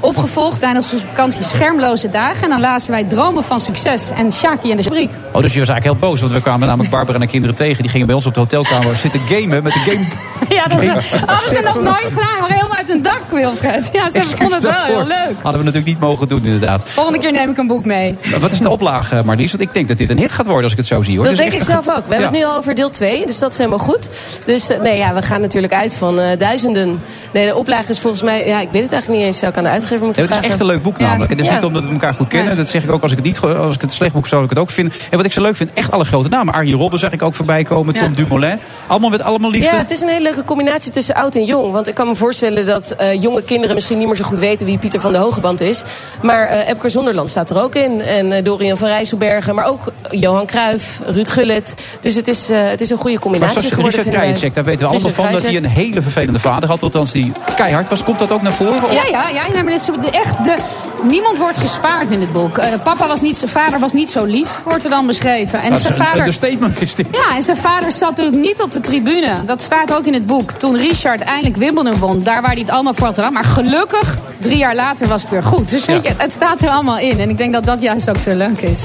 Speaker 13: opgevolgd tijdens onze vakantie Schermloze Dagen. En dan lazen wij Dromen van Succes en Shaki en de Fabriek.
Speaker 5: Oh, dus je was eigenlijk heel boos. Want we kwamen namelijk Barbara en haar kinderen tegen. Die gingen bij ons op de hotelkamer zitten gamen met de game.
Speaker 13: Ja, dat is,
Speaker 5: Game-
Speaker 13: hadden ze nog nooit gedaan. Maar helemaal uit hun dak, Wilfred. Ja, ze
Speaker 5: Excuus
Speaker 13: vonden het wel
Speaker 5: daarvoor.
Speaker 13: heel leuk.
Speaker 5: Hadden we natuurlijk niet mogen doen, inderdaad.
Speaker 13: Volgende keer neem ik een boek mee.
Speaker 5: Wat is de oplage, Marlies? Want ik denk dat dit een hit gaat worden als ik het zo zie. Hoor.
Speaker 14: Dat
Speaker 5: Dit is
Speaker 14: denk ik
Speaker 5: echt
Speaker 14: zelf
Speaker 5: een-
Speaker 14: ook. We hebben het nu al over deel 2, dus dat is helemaal goed. Dus eh, nee, ja, we gaan natuurlijk uit van eh, duizenden. Nee, de oplage is volgens mij... Ja, ik weet het eigenlijk niet eens. Zou ik aan de uitgever moeten
Speaker 5: Ja, het is
Speaker 14: vragen.
Speaker 5: echt een leuk boek namelijk. En dat is niet omdat we elkaar goed kennen. Dat zeg ik ook als ik het niet go- als ik het slecht boek zou ik het ook vinden. En wat ik zo leuk vind, echt alle grote namen. Arjen Robben zag ik ook voorbij komen.
Speaker 14: Ja.
Speaker 5: Tom Dumoulin. Allemaal met allemaal liefde.
Speaker 14: Ja, het is een hele leuke combinatie tussen oud en jong. Want ik kan me voorstellen dat eh, jonge kinderen misschien niet meer zo goed weten wie Pieter van de Hogeband is. Maar eh Epke Zonderland staat er ook in. En eh, Dorian van Rijsselbergen. Maar ook Johan Cruijff, Ruud Gullit. Dus het is, eh, het is een goede
Speaker 5: maar
Speaker 14: combinatie
Speaker 5: zoals
Speaker 14: geworden.
Speaker 5: Richard
Speaker 14: vinden wij.
Speaker 5: Krajicek, daar weten we allemaal
Speaker 14: Richard
Speaker 5: van dat hij
Speaker 14: Krajicek.
Speaker 5: een hele vervelende vader had. Althans, die keihard was. Komt dat ook naar voren? Of- Nou,
Speaker 13: Ja, ja, ja. Nee, maar dit is echt de, niemand wordt gespaard in dit boek. Eh, papa was niet, zijn vader was niet zo lief, wordt er dan
Speaker 5: Dat
Speaker 13: beschreven. En
Speaker 5: Nou, is
Speaker 13: zijn
Speaker 5: een
Speaker 13: vader,
Speaker 5: understatement is dit.
Speaker 13: ja, en zijn vader zat natuurlijk niet op de tribune. Dat staat ook in het boek. Toen Richard eindelijk Wimbledon won, daar waar hij het allemaal voor had gedaan. Maar gelukkig, drie jaar later was het weer goed. Dus weet je, het staat er allemaal in. En ik denk dat dat juist ook zo leuk is.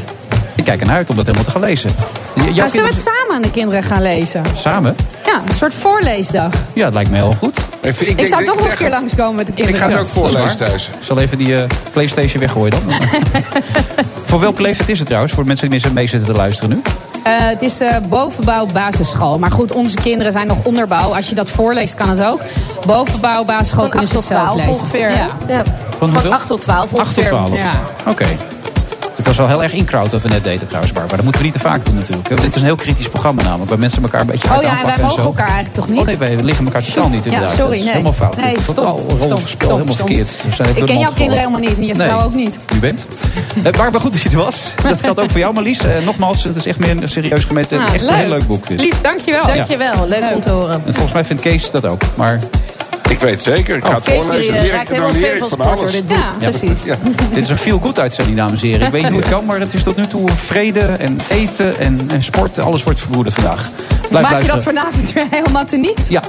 Speaker 5: Ik kijk ernaar uit om dat helemaal te gaan lezen. J- jouw
Speaker 13: Nou, zullen we
Speaker 5: kinderen-
Speaker 13: het samen aan de kinderen gaan lezen?
Speaker 5: Samen?
Speaker 13: Ja, een soort voorleesdag.
Speaker 5: Ja, het lijkt mij heel goed.
Speaker 13: Ik, zou toch nog een keer langskomen met de kinderen.
Speaker 5: voorlezen thuis. Ik zal even die eh, Playstation weggooien dan. voor welke leeftijd is het trouwens? Voor de mensen die mensen mee zitten te luisteren nu.
Speaker 13: Eh, het is eh, bovenbouw basisschool. Maar goed, onze kinderen zijn nog onderbouw. Als je dat voorleest, kan het ook. Bovenbouw basisschool kunnen ze het zelf lezen.
Speaker 14: ongeveer.
Speaker 13: Ja.
Speaker 14: Ja.
Speaker 5: Van hoeveel?
Speaker 14: 8 tot 12
Speaker 5: 8 tot
Speaker 14: ongeveer.
Speaker 5: 12.
Speaker 14: Ja.
Speaker 5: Oké. Het was wel heel erg in-crowd wat we net deden trouwens, Barbara. Dat moeten we niet te vaak doen natuurlijk. Dit is een heel kritisch programma namelijk. Waar mensen elkaar een beetje hard
Speaker 13: Oh ja, en wij
Speaker 5: aanpakken
Speaker 13: mogen
Speaker 5: en zo.
Speaker 13: elkaar eigenlijk toch niet?
Speaker 5: Oh nee, wij liggen elkaar totaal
Speaker 13: Shoot.
Speaker 5: niet
Speaker 13: Ja,
Speaker 5: inderdaad.
Speaker 13: sorry,
Speaker 5: dat is
Speaker 13: nee.
Speaker 5: helemaal fout.
Speaker 13: Nee,
Speaker 5: Dit is
Speaker 13: stom,
Speaker 5: totaal
Speaker 13: stom,
Speaker 5: rollenspel,
Speaker 13: stom,
Speaker 5: helemaal
Speaker 13: stom.
Speaker 5: verkeerd. Dus We zijn even door de
Speaker 13: Ik ken
Speaker 5: mand
Speaker 13: jouw kinderen
Speaker 5: gevallen.
Speaker 13: helemaal niet en je
Speaker 5: Nee.
Speaker 13: vrouw ook niet.
Speaker 5: U bent. Eh, Barbara, goed dat je er was. Dat geldt ook voor jou, Marlies. Eh, nogmaals, het is echt meer een serieus gemeten.
Speaker 14: Ah,
Speaker 5: echt een
Speaker 14: leuk.
Speaker 5: heel leuk boek dit.
Speaker 13: Lief, dankjewel.
Speaker 5: Ja.
Speaker 14: Dankjewel, leuk, om te horen.
Speaker 5: En volgens mij vindt Kees dat ook. Maar...
Speaker 7: Ik weet het zeker. Ik ga het
Speaker 14: Kees, die,
Speaker 7: voorlezen.
Speaker 14: eh,
Speaker 7: Leer ik
Speaker 14: raakt
Speaker 7: er
Speaker 14: helemaal
Speaker 7: dan
Speaker 14: fan
Speaker 7: leer
Speaker 14: van
Speaker 7: ik
Speaker 14: sport door
Speaker 7: alles.
Speaker 14: dit boek. Ja, precies.
Speaker 7: Ja.
Speaker 5: Dit is een feel good uitzending, dames en heren. Ik weet niet hoe het kan, maar het is tot nu toe vrede en eten en, en sport. Alles wordt verwoederd vandaag. Blijf
Speaker 13: Maak je dat
Speaker 5: luisteren.
Speaker 13: vanavond weer helemaal te niet?
Speaker 5: Ja,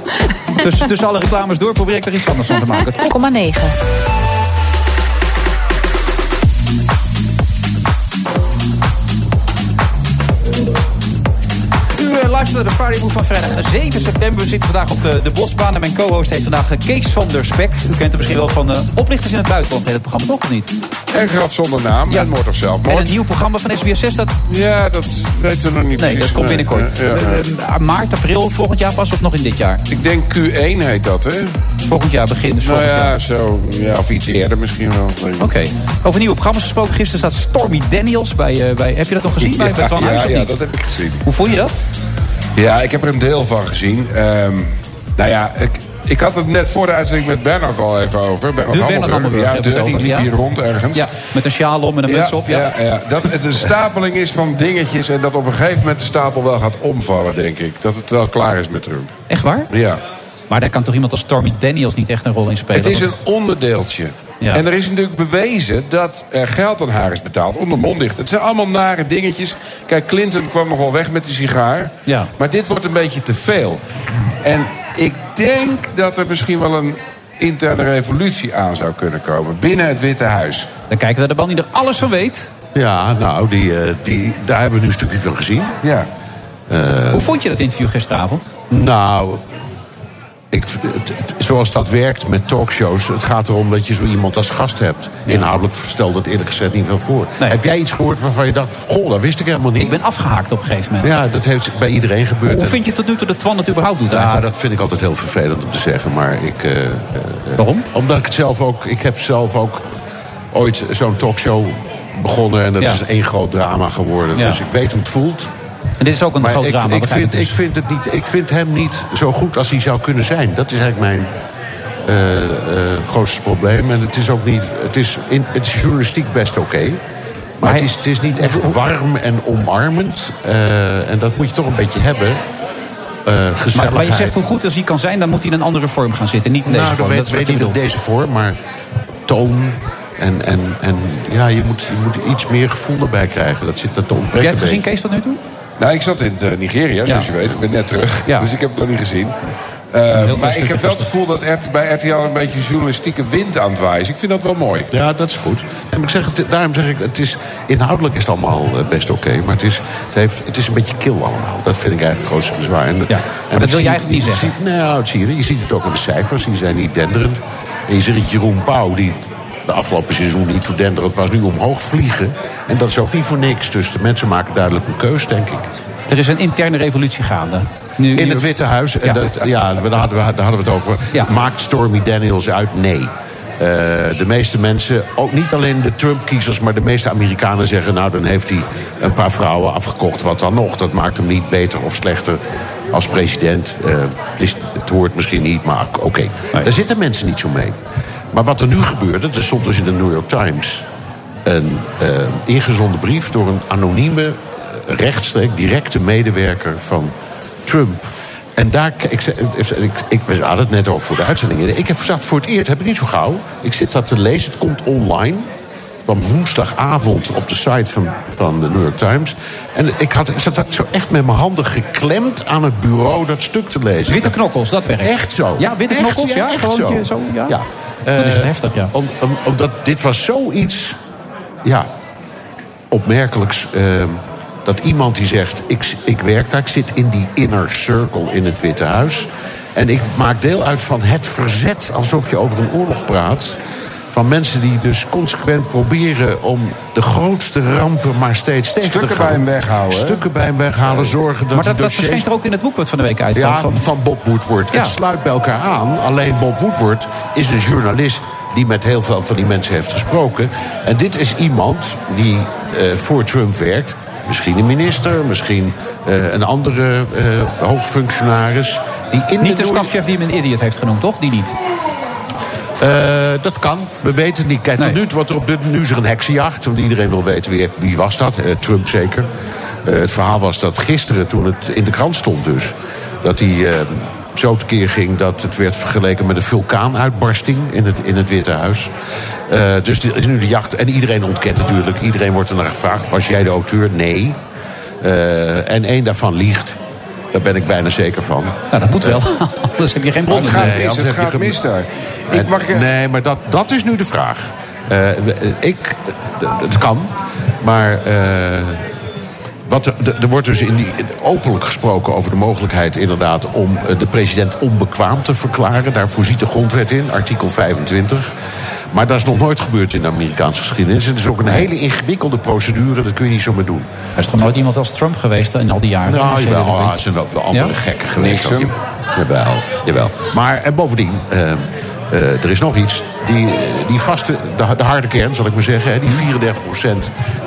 Speaker 5: dus tussen alle reclames door probeer ik er iets anders van te maken.
Speaker 1: 9.
Speaker 5: U eh, luistert naar de Friday Move van vrijdag 7 september. We zitten vandaag op de, de Bosbaan en mijn co-host heet vandaag eh, Kees van der Spek. U kent hem misschien wel van eh, Oplichters in het Buitenland, heet het programma toch of niet?
Speaker 7: En graf zonder naam. En moord of zelfmoord.
Speaker 5: En een nieuw programma van SBS6 dat...
Speaker 7: Ja, dat weten we nog niet
Speaker 5: Nee, dat
Speaker 7: precies.
Speaker 5: komt binnenkort.
Speaker 7: Nee, ja, ja.
Speaker 5: Eh, eh, Maart, april, volgend jaar pas of nog in dit jaar?
Speaker 7: Ik denk Q1 heet dat, hè?
Speaker 5: Volgend jaar begint. Dus
Speaker 7: nou
Speaker 5: volgend
Speaker 7: ja, zo. Ja, of iets eerder misschien wel.
Speaker 5: Oké. Over nieuwe programma's gesproken. Gisteren staat Stormy Daniels bij... eh, bij heb je dat nog gezien bij, bij
Speaker 7: Ja,
Speaker 5: Van Huis
Speaker 7: ja,
Speaker 5: of
Speaker 7: ja,
Speaker 5: niet?
Speaker 7: dat heb ik gezien.
Speaker 5: Hoe vond je dat?
Speaker 7: Ja, ik heb er een deel van gezien. Ehm, nou ja, ik, ik had het net voor de uitzending met Bernard al even over. Bernard
Speaker 5: De
Speaker 7: Hammelburg.
Speaker 5: Bernard Hammelburg
Speaker 7: Ja,
Speaker 5: hebben we
Speaker 7: de,
Speaker 5: het
Speaker 7: die
Speaker 5: over,
Speaker 7: liep
Speaker 5: ja.
Speaker 7: hier rond ergens.
Speaker 5: Ja, met een sjaal om en een muts op. Ja.
Speaker 7: ja. Dat het een stapeling is van dingetjes... en dat op een gegeven moment de stapel wel gaat omvallen, denk ik. Dat het wel klaar is met Trump.
Speaker 5: Echt waar?
Speaker 7: Ja.
Speaker 5: Maar daar kan toch iemand als Stormy Daniels niet echt een rol in spelen?
Speaker 7: Het is
Speaker 5: Want-
Speaker 7: een onderdeeltje.
Speaker 5: Ja.
Speaker 7: En er is natuurlijk bewezen dat er geld aan haar is betaald. Om de mond dicht. Het zijn allemaal nare dingetjes. Kijk, Clinton kwam nogal weg met die sigaar.
Speaker 5: Ja.
Speaker 7: Maar dit wordt een beetje te veel. En ik denk dat er misschien wel een interne revolutie aan zou kunnen komen. Binnen het Witte Huis.
Speaker 5: Dan kijken we naar de man die er alles van weet.
Speaker 15: Ja, nou, die, eh, die, daar hebben we nu een stukje van gezien. Eh,
Speaker 7: Ja.
Speaker 5: Hoe vond je dat interview gisteravond?
Speaker 15: Nou, ik, het- het- zoals dat werkt met talkshows... het gaat erom dat je zo iemand als gast hebt. Inhoudelijk stelt dat eerlijk gezegd niet veel voor. Heb jij iets gehoord waarvan je dacht... goh, dat wist ik helemaal niet. Ik
Speaker 5: ben afgehaakt op een gegeven moment.
Speaker 15: Ja, dat heeft bij iedereen gebeurd.
Speaker 5: Hoe
Speaker 15: En-
Speaker 5: vind je tot nu toe dat Twan het überhaupt doet
Speaker 15: ja,
Speaker 5: eigenlijk?
Speaker 15: dat vind ik altijd heel vervelend om te zeggen. Maar ik. eh,
Speaker 5: Waarom?
Speaker 15: Omdat ik het zelf ook. Ik heb zelf ook ooit zo'n talkshow begonnen. En dat is één groot drama geworden.
Speaker 5: Ja.
Speaker 15: Dus ik weet hoe het voelt.
Speaker 5: En dit is ook een
Speaker 15: maar
Speaker 5: groot
Speaker 15: ik,
Speaker 5: drama,
Speaker 15: Ik
Speaker 5: begrijp
Speaker 15: vind,
Speaker 5: ik
Speaker 15: ik,
Speaker 5: dus.
Speaker 15: vind het niet, ik vind hem niet zo goed als hij zou kunnen zijn. Dat is eigenlijk mijn eh, eh, grootste probleem. En het is ook niet. Het is, in, het is journalistiek best oké. Maar het is, het is niet echt warm en omarmend. Eh, en dat moet je toch een beetje hebben. Eh
Speaker 5: Maar, maar je
Speaker 15: gezelligheid.
Speaker 5: zegt hoe goed als hij kan zijn, dan moet hij in een andere vorm gaan zitten. Niet in deze
Speaker 15: nou,
Speaker 5: vorm.
Speaker 15: dat
Speaker 5: dat is
Speaker 15: weet,
Speaker 5: wat
Speaker 15: weet
Speaker 5: je
Speaker 15: niet
Speaker 5: bedoelt.
Speaker 15: op deze vorm, maar toon. En, en, en ja, je moet, je moet iets meer gevoel erbij krijgen. Dat zit dat te ontbreken.
Speaker 7: Heb jij het gezien,
Speaker 5: Kees, tot nu toe?
Speaker 7: Nou, ik zat in eh, Nigeria, zoals je weet. Ik ben net terug. Dus ik heb het nog niet gezien. Eh, maar
Speaker 15: lastig,
Speaker 7: ik heb wel het
Speaker 15: lastig.
Speaker 7: gevoel dat R- bij RTL een beetje journalistieke wind aan het waaien. is. Ik vind dat wel mooi.
Speaker 15: Ja, dat is goed. En ik zeg, het- daarom zeg ik, het is, inhoudelijk is het allemaal eh, best oké. maar het is, het, heeft, het is een beetje kil allemaal. Dat vind ik eigenlijk het grootste bezwaar. En, ja,
Speaker 5: dat wil je eigenlijk niet zeggen.
Speaker 15: nou, ja, dat zie je. Je ziet het ook aan de cijfers. Die zijn niet denderend. En je ziet het Jeroen Pauw, die de afgelopen seizoen niet zo denderend was, nu omhoog vliegen. En dat is ook niet voor niks. Dus de mensen maken duidelijk een keus, denk ik.
Speaker 5: Er is een interne revolutie gaande.
Speaker 15: In het Witte Huis. En dat, ja, we- daar, hadden we, daar hadden we het over. Maakt Stormy Daniels uit? Nee. Eh, de meeste mensen, ook niet alleen de Trump-kiezers... maar de meeste Amerikanen zeggen... nou, dan heeft hij een paar vrouwen afgekocht. Wat dan nog? Dat maakt hem niet beter of slechter als president. Eh, het, is, het hoort misschien niet, maar oké. Daar zitten mensen niet zo mee. Maar wat er nu gebeurde, dat stond dus in de New York Times... een eh, ingezonden brief door een anonieme rechtstreek directe medewerker van Trump. En daar, ik, ze- ik, ik, ik we hadden het net over voor de uitzendingen. Ik heb zat voor het eerst, heb ik niet zo gauw. Ik zit dat te lezen, het komt online. Het kwam woensdagavond op de site van, van de New York Times. En ik, had, ik zat daar zo echt met mijn handen geklemd aan het bureau dat stuk te lezen. Witte
Speaker 5: knokkels, dat werkt.
Speaker 15: Echt zo.
Speaker 5: Ja, witte
Speaker 15: Echt,
Speaker 5: knokkels, ja,
Speaker 15: echt
Speaker 5: gewoon
Speaker 15: zo.
Speaker 5: je zo, ja.
Speaker 15: Dat
Speaker 5: Oh, is heftig, ja.
Speaker 15: Eh, omdat dit was zoiets... Ja, opmerkelijks. ehm, dat iemand die zegt, ik, ik werk daar, ik zit in die inner circle in het Witte Huis. En ik maak deel uit van het verzet, alsof je over een oorlog praat. Van mensen die dus consequent proberen om de grootste rampen maar steeds tegen te
Speaker 7: Stukken
Speaker 15: gaan.
Speaker 7: bij hem weghouden, hè?
Speaker 15: Stukken bij hem weghalen, zorgen dat
Speaker 5: maar dat,
Speaker 15: die
Speaker 5: dat
Speaker 15: dossiers...
Speaker 5: verschijnt er ook in het boek wat van de week uit.
Speaker 15: Ja,
Speaker 5: van,
Speaker 15: van, Bob Woodward. Het sluit bij elkaar aan. Alleen Bob Woodward is een journalist die met heel veel van die mensen heeft gesproken. En dit is iemand die eh, voor Trump werkt. Misschien een minister, misschien eh, een andere eh, hoogfunctionaris. Die in
Speaker 5: niet de
Speaker 15: New-
Speaker 5: stafchef die hem een idiot heeft genoemd, toch? Die niet.
Speaker 15: eh, dat kan. We weten het niet. Kijk, tot nu toe wordt er op dit nu is er een heksenjacht. Want iedereen wil weten wie, wie was dat. Eh, Trump zeker. Eh, het verhaal was dat gisteren, toen het in de krant stond dus... dat hij eh, zo tekeer ging dat het werd vergeleken met een vulkaanuitbarsting... in het, in het Witte Huis. Eh, dus dit is nu de jacht. En iedereen ontkent natuurlijk. Iedereen wordt er naar gevraagd. Was jij de auteur? Nee. Eh, en één daarvan liegt. Daar ben ik bijna zeker van. Eh,
Speaker 5: Nou, dat moet wel. Anders heb je geen bronnen
Speaker 15: Het gaat
Speaker 5: meer.
Speaker 15: mis, het gaat mis daar. Ik mag, eh, nee, maar dat, dat is nu de vraag. Eh, we- eh, ik, eh, d- het kan, maar eh, wat er, d- er wordt dus in die, openlijk gesproken over de mogelijkheid inderdaad om eh, de president onbekwaam te verklaren. Daarvoor ziet de grondwet in, artikel 25. Maar dat is nog nooit gebeurd in de Amerikaanse geschiedenis. Het is ook een hele ingewikkelde procedure, dat kun je niet zomaar doen.
Speaker 5: Er is toch nooit iemand als Trump geweest in al die jaren?
Speaker 15: Nou,
Speaker 5: Als je
Speaker 15: jawel,
Speaker 5: dat
Speaker 15: ah,
Speaker 5: weet.
Speaker 15: er zijn wel, wel andere
Speaker 5: Ja?
Speaker 15: gekken geweest.
Speaker 5: Nixon.
Speaker 15: Jawel, jawel. Maar en bovendien, eh, eh, er is nog iets. Die, die vaste, de, de harde kern, zal ik maar zeggen... Hè, die 34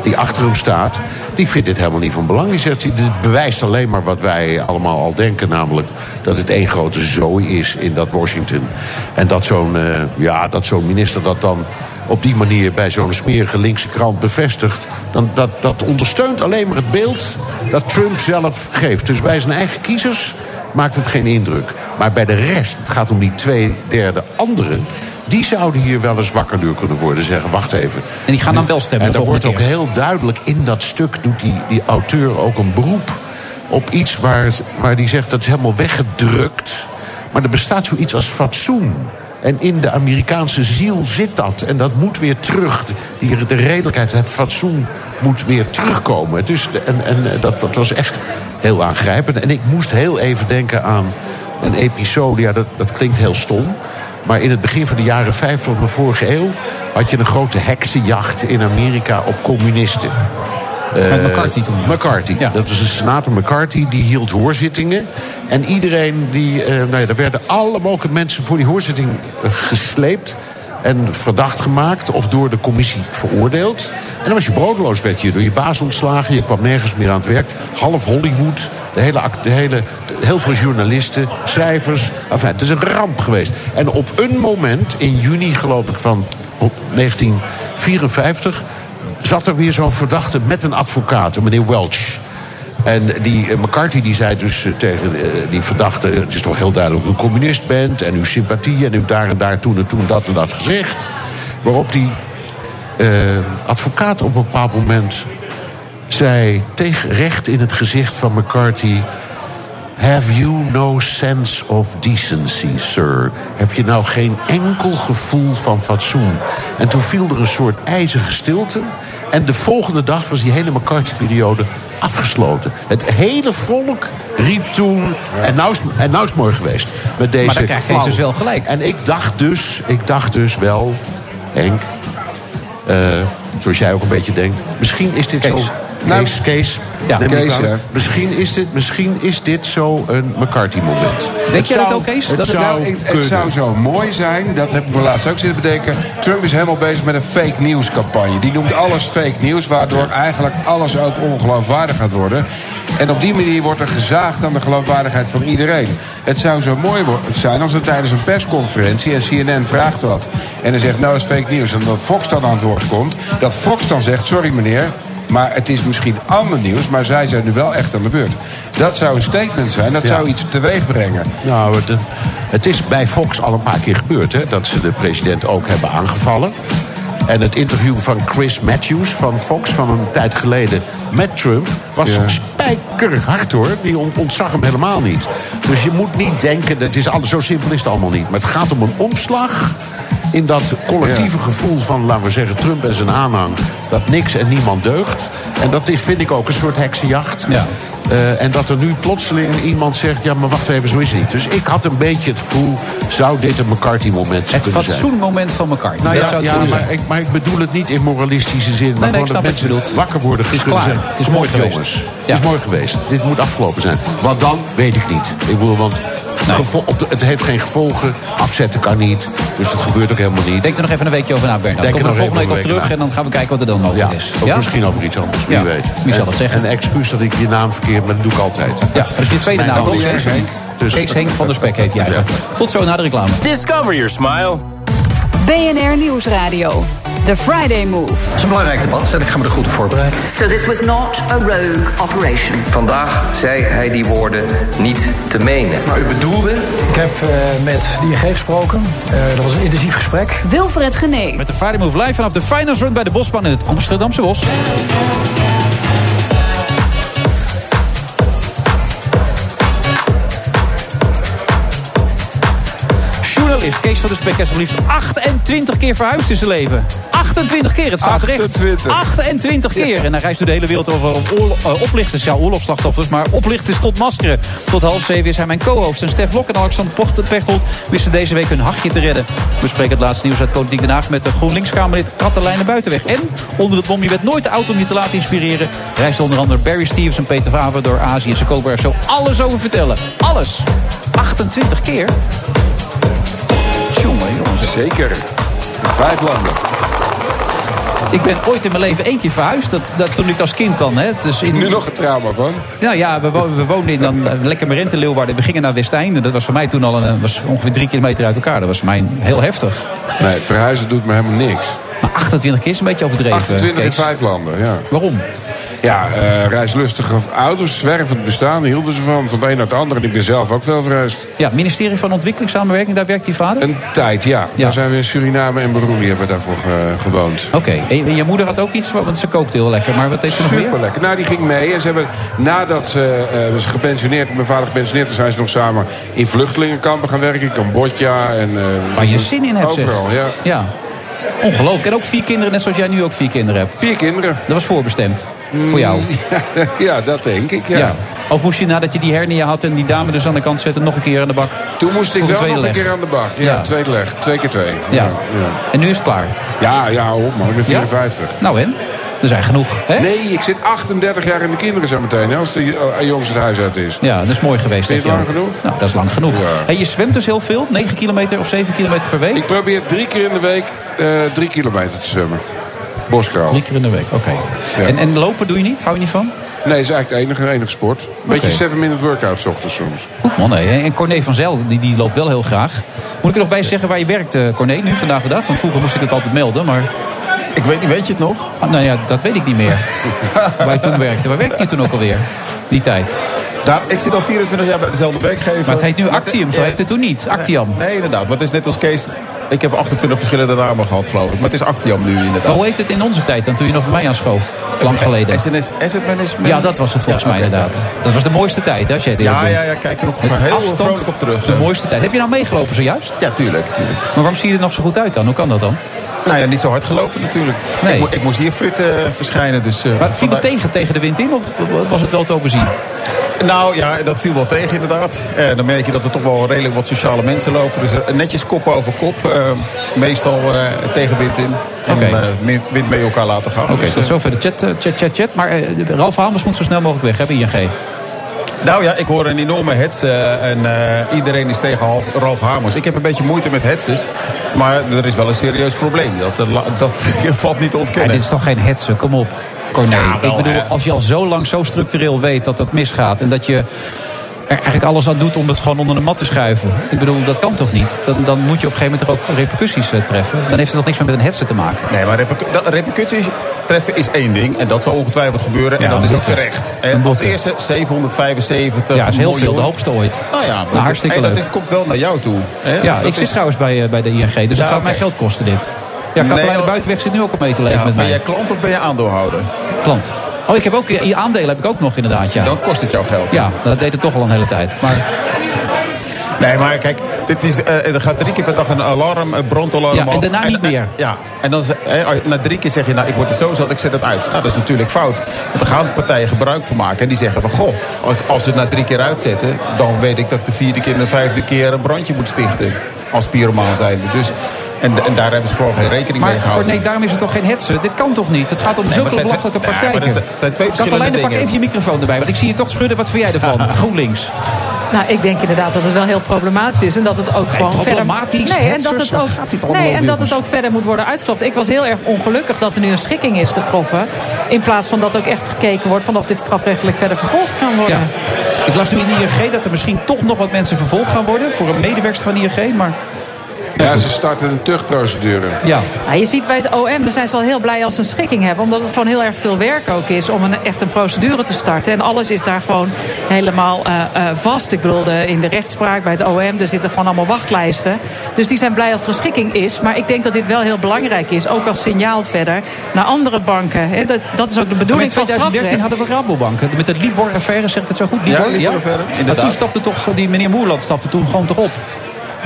Speaker 15: die achter hem staat... die vindt dit helemaal niet van belang. Die zegt, dit bewijst alleen maar wat wij allemaal al denken... namelijk dat het één grote zooi is in dat Washington. En dat zo'n eh, ja, dat zo'n minister dat dan op die manier bij zo'n smerige linkse krant bevestigt... Dan, dat, dat ondersteunt alleen maar het beeld dat Trump zelf geeft. Dus bij zijn eigen kiezers maakt het geen indruk. Maar bij de rest, het gaat om die twee derde anderen... die zouden hier wel eens wakker door kunnen worden. Zeggen, wacht even.
Speaker 5: En die gaan dan wel stemmen
Speaker 15: En
Speaker 5: de
Speaker 15: dat wordt ook
Speaker 5: volgende
Speaker 15: heel duidelijk in dat stuk... doet die, die auteur ook een beroep op iets waar, het- waar die zegt... dat is helemaal weggedrukt. Maar er bestaat zoiets als fatsoen. En in de Amerikaanse ziel zit dat. En dat moet weer terug. Die, de redelijkheid, het fatsoen moet weer terugkomen. Dus, de- en en eh, dat, dat was echt heel aangrijpend. En ik moest heel even denken aan een episode. Ja, dat, dat klinkt heel stom. Maar in het begin van de jaren 50 van de vorige eeuw... had je een grote heksenjacht in Amerika op communisten.
Speaker 5: Met
Speaker 15: Eh,
Speaker 5: McCarthy toen, ja.
Speaker 15: McCarthy. Dat was een senator McCarthy. Die hield hoorzittingen. En iedereen die... eh nou ja, daar werden alle mogelijke mensen voor die hoorzitting eh, gesleept. En verdacht gemaakt. Of door de commissie veroordeeld. En dan was je broodloos. Werd je door je baas ontslagen. Je kwam nergens meer aan het werk. Half Hollywood. De hele, act- de hele, de- heel veel journalisten. Cijfers. Enfin, het is een ramp geweest. En op een moment. In juni geloof ik van op 1954 zat er weer zo'n verdachte met een advocaat, een meneer Welch. En die eh, McCarthy die zei dus eh, tegen eh, die verdachte... het is toch heel duidelijk hoe u communist bent... en uw sympathie en u hebt daar en daar toen en toen dat en dat gezegd. Waarop die eh, advocaat op een bepaald moment zei... tegen recht in het gezicht van McCarthy... Have you no sense of decency, sir? Heb je nou geen enkel gevoel van fatsoen? En toen viel er een soort ijzige stilte. En de volgende dag was die hele McCarthy-periode afgesloten. Het hele volk riep toen... En, nou is, en nou is het mooi geweest. Met deze
Speaker 5: Maar dan krijgt
Speaker 15: flauwe.
Speaker 5: Jezus wel gelijk.
Speaker 15: En ik dacht dus, ik dacht dus wel... Henk, eh, zoals jij ook een beetje denkt... Misschien is dit
Speaker 7: Kees.
Speaker 15: zo...
Speaker 7: Nou,
Speaker 15: Kees, Kees.
Speaker 7: Ja,
Speaker 15: neem me niet
Speaker 7: Kees,
Speaker 15: kwalijk.
Speaker 7: ja.
Speaker 15: Misschien is dit, misschien is dit zo'n McCarthy-moment.
Speaker 7: Het zou- Het,
Speaker 15: Het
Speaker 7: zou,
Speaker 15: zou
Speaker 7: ik- het
Speaker 15: kunnen.
Speaker 7: zou zo mooi zijn, dat heb ik me laatst ook zitten bedenken. Trump is helemaal bezig met een fake news campagne. Die noemt alles fake nieuws, waardoor eigenlijk alles ook ongeloofwaardig gaat worden. En op die manier wordt er gezaagd aan de geloofwaardigheid van iedereen. Het zou zo mooi wo- zijn als er tijdens een persconferentie en CNN vraagt wat. En dan zegt, nou is fake nieuws. En dat Fox dan antwoord komt, dat Fox dan zegt, sorry meneer, maar het is misschien ander nieuws, maar zij zijn nu wel echt aan de beurt. Dat zou een statement zijn, dat
Speaker 15: Ja.
Speaker 7: zou iets teweeg brengen.
Speaker 15: Nou, het, eh, het is bij Fox al een paar keer gebeurd hè, dat ze de president ook hebben aangevallen. En het interview van Chris Matthews van Fox van een tijd geleden met Trump was spijkerig hard hoor. Die on- ontzag hem helemaal niet. Dus je moet niet denken, dat is alles, zo simpel is het allemaal niet. Maar het gaat om een omslag in dat collectieve gevoel van, laten we zeggen, Trump en zijn aanhang. Dat niks en niemand deugt. En dat is, vind ik ook een soort heksenjacht. Eh, en dat er nu plotseling iemand zegt... ja, maar wacht even, zo is het niet. Dus ik had een beetje het gevoel... zou dit een McCarthy-moment
Speaker 5: Het
Speaker 15: kunnen zijn?
Speaker 5: fatsoenmoment van McCarthy.
Speaker 15: Nou
Speaker 5: dat
Speaker 15: ja,
Speaker 5: zou het
Speaker 15: ja,
Speaker 5: kunnen
Speaker 15: maar,
Speaker 5: zijn.
Speaker 15: ik, maar ik bedoel het niet in moralistische zin. maar
Speaker 5: nee,
Speaker 15: gewoon dat
Speaker 5: ik snap wat je
Speaker 15: mensen
Speaker 5: bedoelt.
Speaker 15: wakker worden
Speaker 5: Het is
Speaker 15: geschud en
Speaker 5: klaar.
Speaker 15: zeggen,
Speaker 5: Het is mooi geweest.
Speaker 15: Jongens, Het is mooi geweest. Dit moet afgelopen zijn. Wat dan, weet ik niet. Ik bedoel, want gevo- op de- het heeft geen gevolgen. Afzetten kan niet. Dus dat gebeurt ook helemaal niet.
Speaker 5: Denk er nog even een weekje over na, Bernard.
Speaker 15: Denk
Speaker 5: Kom
Speaker 15: er
Speaker 5: er
Speaker 15: nog
Speaker 5: volgende
Speaker 15: even
Speaker 5: week op
Speaker 15: een week
Speaker 5: terug
Speaker 15: na.
Speaker 5: en dan gaan we kijken wat er dan mogelijk is.
Speaker 15: Of misschien over iets anders, wie
Speaker 5: Ja,
Speaker 15: weet.
Speaker 5: wie zal dat
Speaker 15: En-
Speaker 5: zeggen?
Speaker 15: En excuus dat ik je naam verkeerd, maar dat doe ik altijd.
Speaker 5: Ja, dus je tweede
Speaker 15: Mijn
Speaker 5: naam, toch?
Speaker 15: naam
Speaker 5: Kees
Speaker 15: is
Speaker 5: Henk.
Speaker 15: Dus-
Speaker 5: Kees Henk van der Spek heet hij eigenlijk. Tot zo na de reclame.
Speaker 16: Discover your smile.
Speaker 1: BNR Nieuwsradio. The Friday Move.
Speaker 2: Het is een belangrijk debat en ik ga me er goed op voorbereiden.
Speaker 3: So this was not a rogue operation.
Speaker 16: Vandaag zei hij die woorden niet te menen. Maar u bedoelde
Speaker 4: Ik heb eh, met de ING gesproken. Eh, dat was een intensief gesprek.
Speaker 1: Wilfred Genee.
Speaker 5: Met de Friday Move live vanaf de Finals Run bij de Bosbaan in het Amsterdamse Bos. Journalist Kees van der Spek is alsjeblieft 28 keer verhuisd in zijn leven. 28 keer, het staat recht.
Speaker 7: 28.
Speaker 5: 28 keer. En hij reist door de hele wereld over om oorlog- eh, oplichters. Ja, oorlogsslachtoffers, maar oplichters tot maskeren. Tot half zeven is hij mijn co-host. En Stef Lok en Alexander Pocht- Pechtold wisten deze week hun hachje te redden. We bespreken het laatste nieuws uit Politiek Den Haag... met de GroenLinks-Kamerlid Katelijne Buitenweg. En onder het mom, je bent nooit te oud om je te laten inspireren... reist onder andere Barry Stevens en Peter Vaver door Azië. Ze komen er zo alles over vertellen. Alles. 28 keer. Jongen, jongens.
Speaker 7: Zeker. Vijf landen.
Speaker 5: Ik ben ooit in mijn leven één keer verhuisd. Dat, dat toen ik als kind dan. Hè, dus in...
Speaker 7: Nu nog een trauma van.
Speaker 5: Nou ja, we woonden, we woonden in dan eh, lekker Merent in Leeuwarden. We gingen naar Westeinde. Dat was voor mij toen al een, was ongeveer drie kilometer uit elkaar. Dat was voor mij heel heftig.
Speaker 7: Nee, verhuizen doet me helemaal niks.
Speaker 5: Maar 28 keer is een beetje overdreven.
Speaker 7: 28 in
Speaker 5: Kees.
Speaker 7: vijf landen, ja.
Speaker 5: Waarom?
Speaker 7: Ja, eh, reislustige ouders, zwervend bestaan, hielden ze van. Van de een naar het ander. En ik ben zelf ook wel verhuisd.
Speaker 5: Ja, ministerie van Ontwikkelingssamenwerking, daar werkt die vader?
Speaker 7: Een tijd, ja. Daar zijn we in Suriname en Burundi hebben we daarvoor eh, gewoond.
Speaker 5: Oké, en je moeder had ook iets, want ze kookt heel lekker. Maar wat heeft ze nog meer?
Speaker 7: Super lekker. Nou, die ging mee. En ze hebben nadat ze, eh, ze gepensioneerd, mijn vader gepensioneerd, is, zijn ze nog samen in vluchtelingenkampen gaan werken. In Cambodja en. eh,
Speaker 5: Waar Oh, je zin in hebt, zeg.
Speaker 7: Overal, ja.
Speaker 5: Ja. Ongelooflijk. En ook vier kinderen, net zoals jij nu ook vier kinderen hebt.
Speaker 7: Vier kinderen. Mm.
Speaker 5: Dat was voorbestemd. Voor jou.
Speaker 7: Ja, dat denk ik, ja.
Speaker 5: Ja. Of moest je nadat je die hernia had en die dame dus aan de kant zette, nog een keer aan de bak?
Speaker 7: Toen moest ik
Speaker 5: Voor
Speaker 7: wel
Speaker 5: tweede
Speaker 7: nog een
Speaker 5: leg.
Speaker 7: keer aan de bak. Ja,
Speaker 5: Ja.
Speaker 7: tweede leg. Twee keer twee.
Speaker 5: Ja. En nu is het klaar.
Speaker 7: Ja, ja, hou op man. Ik ben
Speaker 5: Ja?
Speaker 7: 54.
Speaker 5: Nou en? Er zijn genoeg, hè?
Speaker 7: Nee, ik zit 38 jaar in de kinderen zo meteen. hè, Als de eh, jongens het huis uit is.
Speaker 5: Ja, dat is mooi geweest.
Speaker 7: Vind je
Speaker 5: zeg
Speaker 7: het lang
Speaker 5: ook.
Speaker 7: genoeg?
Speaker 5: Nou, dat is lang genoeg. Hey, je zwemt dus heel veel, 9 kilometer of 7 kilometer per week?
Speaker 7: Ik probeer drie keer in de week eh, drie kilometer te zwemmen. Boskraal.
Speaker 5: Drie keer in de week, oké.
Speaker 7: Ja.
Speaker 5: En, en lopen doe je niet? Hou je niet van?
Speaker 7: Nee, is eigenlijk de enige, enige sport. Een beetje 7-minute workout 's ochtends soms.
Speaker 5: Goed man, hé. Oh, En Corné van Zijl, die, die loopt wel heel graag. Moet ik er nog bij zeggen waar je werkt, eh, Corné, nu, vandaag de dag? Want vroeger moest ik het altijd melden, maar...
Speaker 17: Ik weet niet, weet je het nog?
Speaker 5: Ah, nou ja, dat weet ik niet meer. waar je toen werkte. Waar werkte je toen ook alweer? Die tijd.
Speaker 17: Nou, ik zit al 24 jaar bij dezelfde werkgever.
Speaker 5: Maar het heet nu
Speaker 17: Maar
Speaker 5: Actium,
Speaker 17: de-
Speaker 5: zo heette het toen niet. Actiam.
Speaker 17: Nee, inderdaad. Maar het is net als Kees Ik heb 28 verschillende namen gehad, geloof ik. Maar het is Actiam nu
Speaker 5: Maar
Speaker 17: inderdaad.
Speaker 5: hoe heet het in onze tijd dan, toen je nog bij mij aanschoof? Lang geleden.
Speaker 17: SNS Asset Management?
Speaker 5: Ja, dat was het volgens
Speaker 17: Ja,
Speaker 5: mij
Speaker 17: oké.
Speaker 5: inderdaad. Dat was de mooiste tijd, hè, als jij dit
Speaker 17: Ja,
Speaker 5: doet.
Speaker 17: ja, ja, kijk er nog
Speaker 5: Met
Speaker 17: heel
Speaker 5: afstand
Speaker 17: vrolijk op terug.
Speaker 5: De mooiste tijd. Heb je nou meegelopen zojuist?
Speaker 17: Ja, tuurlijk, tuurlijk. Maar
Speaker 5: waarom zie je er nog zo goed uit dan? Hoe kan dat dan?
Speaker 17: Nou ja, niet zo hard gelopen natuurlijk. Ik, mo- ik moest hier frit eh, verschijnen, dus... eh,
Speaker 5: Maar viel het
Speaker 17: vandaar-
Speaker 5: tegen, tegen de wind in of was het wel te overzien?
Speaker 17: Nou ja, dat viel wel tegen inderdaad. Eh, dan merk je dat er toch wel redelijk wat sociale mensen lopen. Dus eh, netjes kop over kop. eh, meestal eh, tegen wind in. En
Speaker 5: Oké.
Speaker 17: eh, min- wind mee elkaar laten gaan.
Speaker 5: Oké,
Speaker 17: Dus,
Speaker 5: tot
Speaker 17: eh,
Speaker 5: zover de chat, eh, chat, chat, chat. Maar eh, Ralf Hamers moet zo snel mogelijk weg, hè, bij ING.
Speaker 17: Nou ja, ik hoor een enorme hets. eh, en eh, iedereen is tegen Half- Ralf Hamers. Ik heb een beetje moeite met hetses. Maar er is wel een serieus probleem. Dat, eh, la- dat valt niet te
Speaker 5: Maar
Speaker 17: ontkennen.
Speaker 5: dit is toch geen hetsen, kom op. Corné, ik bedoel, als je al zo lang zo structureel weet dat dat misgaat... en dat je er eigenlijk alles aan doet om het gewoon onder de mat te schuiven... ik bedoel, dat kan toch niet? Dan, dan moet je op een gegeven moment toch ook repercussies eh, treffen. Dan heeft het toch niks meer met een hetsen te maken?
Speaker 17: Nee, maar repercu- dat- repercussies treffen is één ding. En dat zal ongetwijfeld gebeuren. en
Speaker 5: Ja,
Speaker 17: dat
Speaker 5: een
Speaker 17: is ook
Speaker 5: boete.
Speaker 17: terecht. En als eerste 775
Speaker 5: Ja, dat is heel
Speaker 17: miljoen.
Speaker 5: veel, de hoogste ooit.
Speaker 17: Nou ja, maar
Speaker 5: Nou, hartstikke
Speaker 17: en dat
Speaker 5: leuk.
Speaker 17: komt wel naar jou toe. hè?
Speaker 5: Ja,
Speaker 17: Dat
Speaker 5: ik zit
Speaker 17: is-
Speaker 5: trouwens bij, eh, bij de ING, dus het
Speaker 17: Ja,
Speaker 5: gaat mij
Speaker 17: oké.
Speaker 5: geld kosten dit. Ja,
Speaker 17: Nee, oh,
Speaker 5: Katelijn de
Speaker 17: hoor.
Speaker 5: Buitenweg zit nu ook op mee te leven
Speaker 17: Ja,
Speaker 5: met
Speaker 17: ben
Speaker 5: mij.
Speaker 17: jij klant of ben je aandeelhouder?
Speaker 5: Klant. Oh, ik heb ook, je aandelen heb ik ook nog inderdaad, ja. Dan
Speaker 17: kost het jou geld.
Speaker 5: Ja, dat deed het toch al een hele tijd. Maar
Speaker 17: Nee, maar kijk, dit is, eh, er gaat drie keer per dag een alarm, een brandalarm
Speaker 5: Ja, en
Speaker 17: af.
Speaker 5: daarna niet meer.
Speaker 17: ja, en dan, ze- hè, als- na drie keer zeg je, nou, ik word er zo zat, ik zet het uit. Nou, dat is natuurlijk fout. Want er gaan partijen gebruik van maken. En die zeggen van, goh, als- als ze het na drie keer uitzetten... dan weet ik dat ik de vierde keer en de vijfde keer een brandje moet stichten. Als pyromaan zijn. Dus, en, en daar hebben ze gewoon geen rekening mee
Speaker 5: Maar
Speaker 17: gehouden.
Speaker 5: Corné, daarom is het toch geen hetsen? Dit kan toch niet? Het gaat
Speaker 17: Nee,
Speaker 5: om
Speaker 17: maar
Speaker 5: zulke
Speaker 17: het zijn
Speaker 5: belachelijke
Speaker 17: twee-
Speaker 5: praktijken.
Speaker 17: Ja, maar het zijn twee verschillende
Speaker 5: Katelijne, pak
Speaker 17: dingen.
Speaker 5: even je microfoon erbij, want ik zie je toch schudden. Wat vind jij ervan? GroenLinks.
Speaker 10: Nou, ik denk inderdaad dat het wel heel problematisch is. En dat het ook gewoon
Speaker 5: problematisch,
Speaker 10: verder... Nee, en dat
Speaker 5: hetsers,
Speaker 10: het
Speaker 5: waar
Speaker 10: ook,
Speaker 5: gaat dit allemaal
Speaker 10: nee, en
Speaker 5: over,
Speaker 10: dat het ook verder moet worden uitgeklopt. Ik was heel erg ongelukkig dat er nu een schikking is getroffen. In plaats van dat ook echt gekeken wordt van of dit strafrechtelijk verder vervolgd kan worden.
Speaker 5: Ja. Ik las nu in de ING dat er misschien toch nog wat mensen vervolgd gaan worden... voor een medewerkster van de ING, maar...
Speaker 7: Ja, ze starten een tuchtprocedure.
Speaker 5: Ja.
Speaker 10: Nou, je ziet bij het OM, daar zijn ze al heel blij als ze een schikking hebben. Omdat het gewoon heel erg veel werk ook is om een, echt een procedure te starten. En alles is daar gewoon helemaal eh, eh, vast. Ik bedoel, de- in de rechtspraak bij het OM, er zitten gewoon allemaal wachtlijsten. Dus die zijn blij als er een schikking is. Maar ik denk dat dit wel heel belangrijk is. Ook als signaal verder naar andere banken. Hè, dat, dat is ook de
Speaker 5: Maar in
Speaker 10: bedoeling van
Speaker 5: 2013
Speaker 10: strafrecht.
Speaker 5: hadden we Rabobank. hè, Met het Libor-affaire, zeg ik het zo goed?
Speaker 17: Ja, Libor-affaire,
Speaker 5: Maar
Speaker 17: inderdaad.
Speaker 5: toen stapte toch, die meneer Moerland stapte toen gewoon toch op.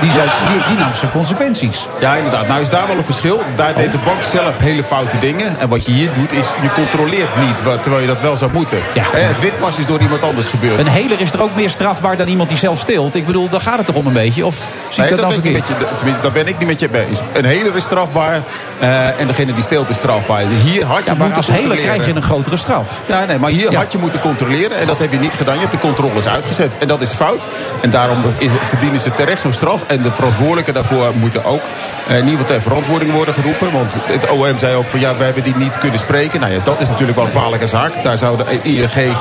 Speaker 5: Die, zei, die, die nam zijn consequenties.
Speaker 17: Ja, inderdaad. Nou is daar wel een verschil. Daar deed de bank zelf hele foute dingen. En wat je hier doet is, je controleert niet, wa- terwijl je dat wel zou moeten. Hè, het witwas is door iemand anders gebeurd.
Speaker 5: Een heler is er ook meer strafbaar dan iemand die zelf steelt. Ik bedoel, daar gaat het toch om een beetje? Of zie
Speaker 17: Nee,
Speaker 5: ik
Speaker 17: dat
Speaker 5: dat, nou
Speaker 17: ben ik
Speaker 5: verkeerd?
Speaker 17: niet met je- tenminste, daar ben ik niet met je bij. eens. Een heler is strafbaar eh, en degene die steelt is strafbaar. Hier had je
Speaker 5: Ja, maar
Speaker 17: moeten
Speaker 5: als heler
Speaker 17: controleren.
Speaker 5: krijg je een grotere straf.
Speaker 17: Ja, nee, maar hier had je moeten controleren en dat heb je niet gedaan. Je hebt de controles uitgezet en dat is fout. En daarom is- verdienen ze terecht zo'n straf. En de verantwoordelijken daarvoor moeten ook eh, in ieder geval ter verantwoording worden geroepen. Want het OM zei ook van ja, we hebben die niet kunnen spreken. Nou ja, dat is natuurlijk wel een kwalijke zaak. Daar zou de ING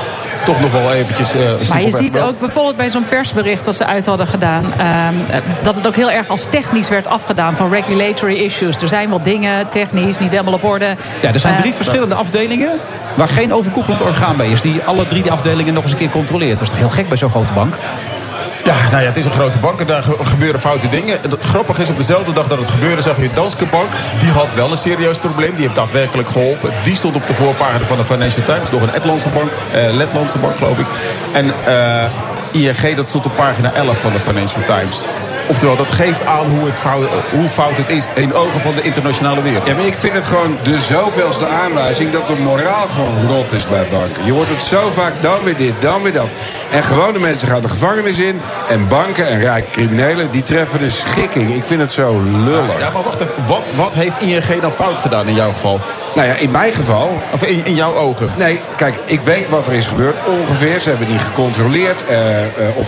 Speaker 17: toch nog wel eventjes... eh, een
Speaker 10: Maar
Speaker 17: stap
Speaker 10: je
Speaker 17: op weg
Speaker 10: ziet
Speaker 17: wel-
Speaker 10: ook bijvoorbeeld bij zo'n persbericht dat ze uit hadden gedaan... ehm, eh, dat het ook heel erg als technisch werd afgedaan van regulatory issues. Er zijn wel dingen technisch, niet helemaal op orde.
Speaker 5: Ja, er zijn
Speaker 10: Eh,
Speaker 5: drie verschillende afdelingen waar geen overkoepelend orgaan bij is. Die alle drie de afdelingen nog eens een keer controleert. Dat is toch heel gek bij zo'n grote bank?
Speaker 17: Ja, nou ja, het is een grote bank en daar ge- gebeuren foute dingen. En het grappige is, op dezelfde dag dat het gebeurde zag je Danske Bank. Die had wel een serieus probleem. Die heeft daadwerkelijk geholpen. Die stond op de voorpagina van de Financial Times. Nog een Etlandse bank, eh, Letlandse bank geloof ik. En eh, ING, dat stond op pagina 11 van de Financial Times. Oftewel, dat geeft aan hoe, het fout, hoe fout het is in de ogen van de internationale wereld.
Speaker 7: Ja, maar ik vind het gewoon de zoveelste aanwijzing dat de moraal gewoon rot is bij banken. Je hoort het zo vaak, dan weer dit, dan weer dat. En gewone mensen gaan de gevangenis in. En banken en rijke criminelen, die treffen de schikking. Ik vind het zo lullig.
Speaker 17: Ja, maar wacht even. Wat, wat heeft ING dan fout gedaan in jouw geval?
Speaker 7: Nou ja, in mijn geval...
Speaker 17: Of in, in jouw ogen?
Speaker 7: Nee, kijk, ik weet wat er is gebeurd ongeveer. Ze hebben die gecontroleerd eh, eh, op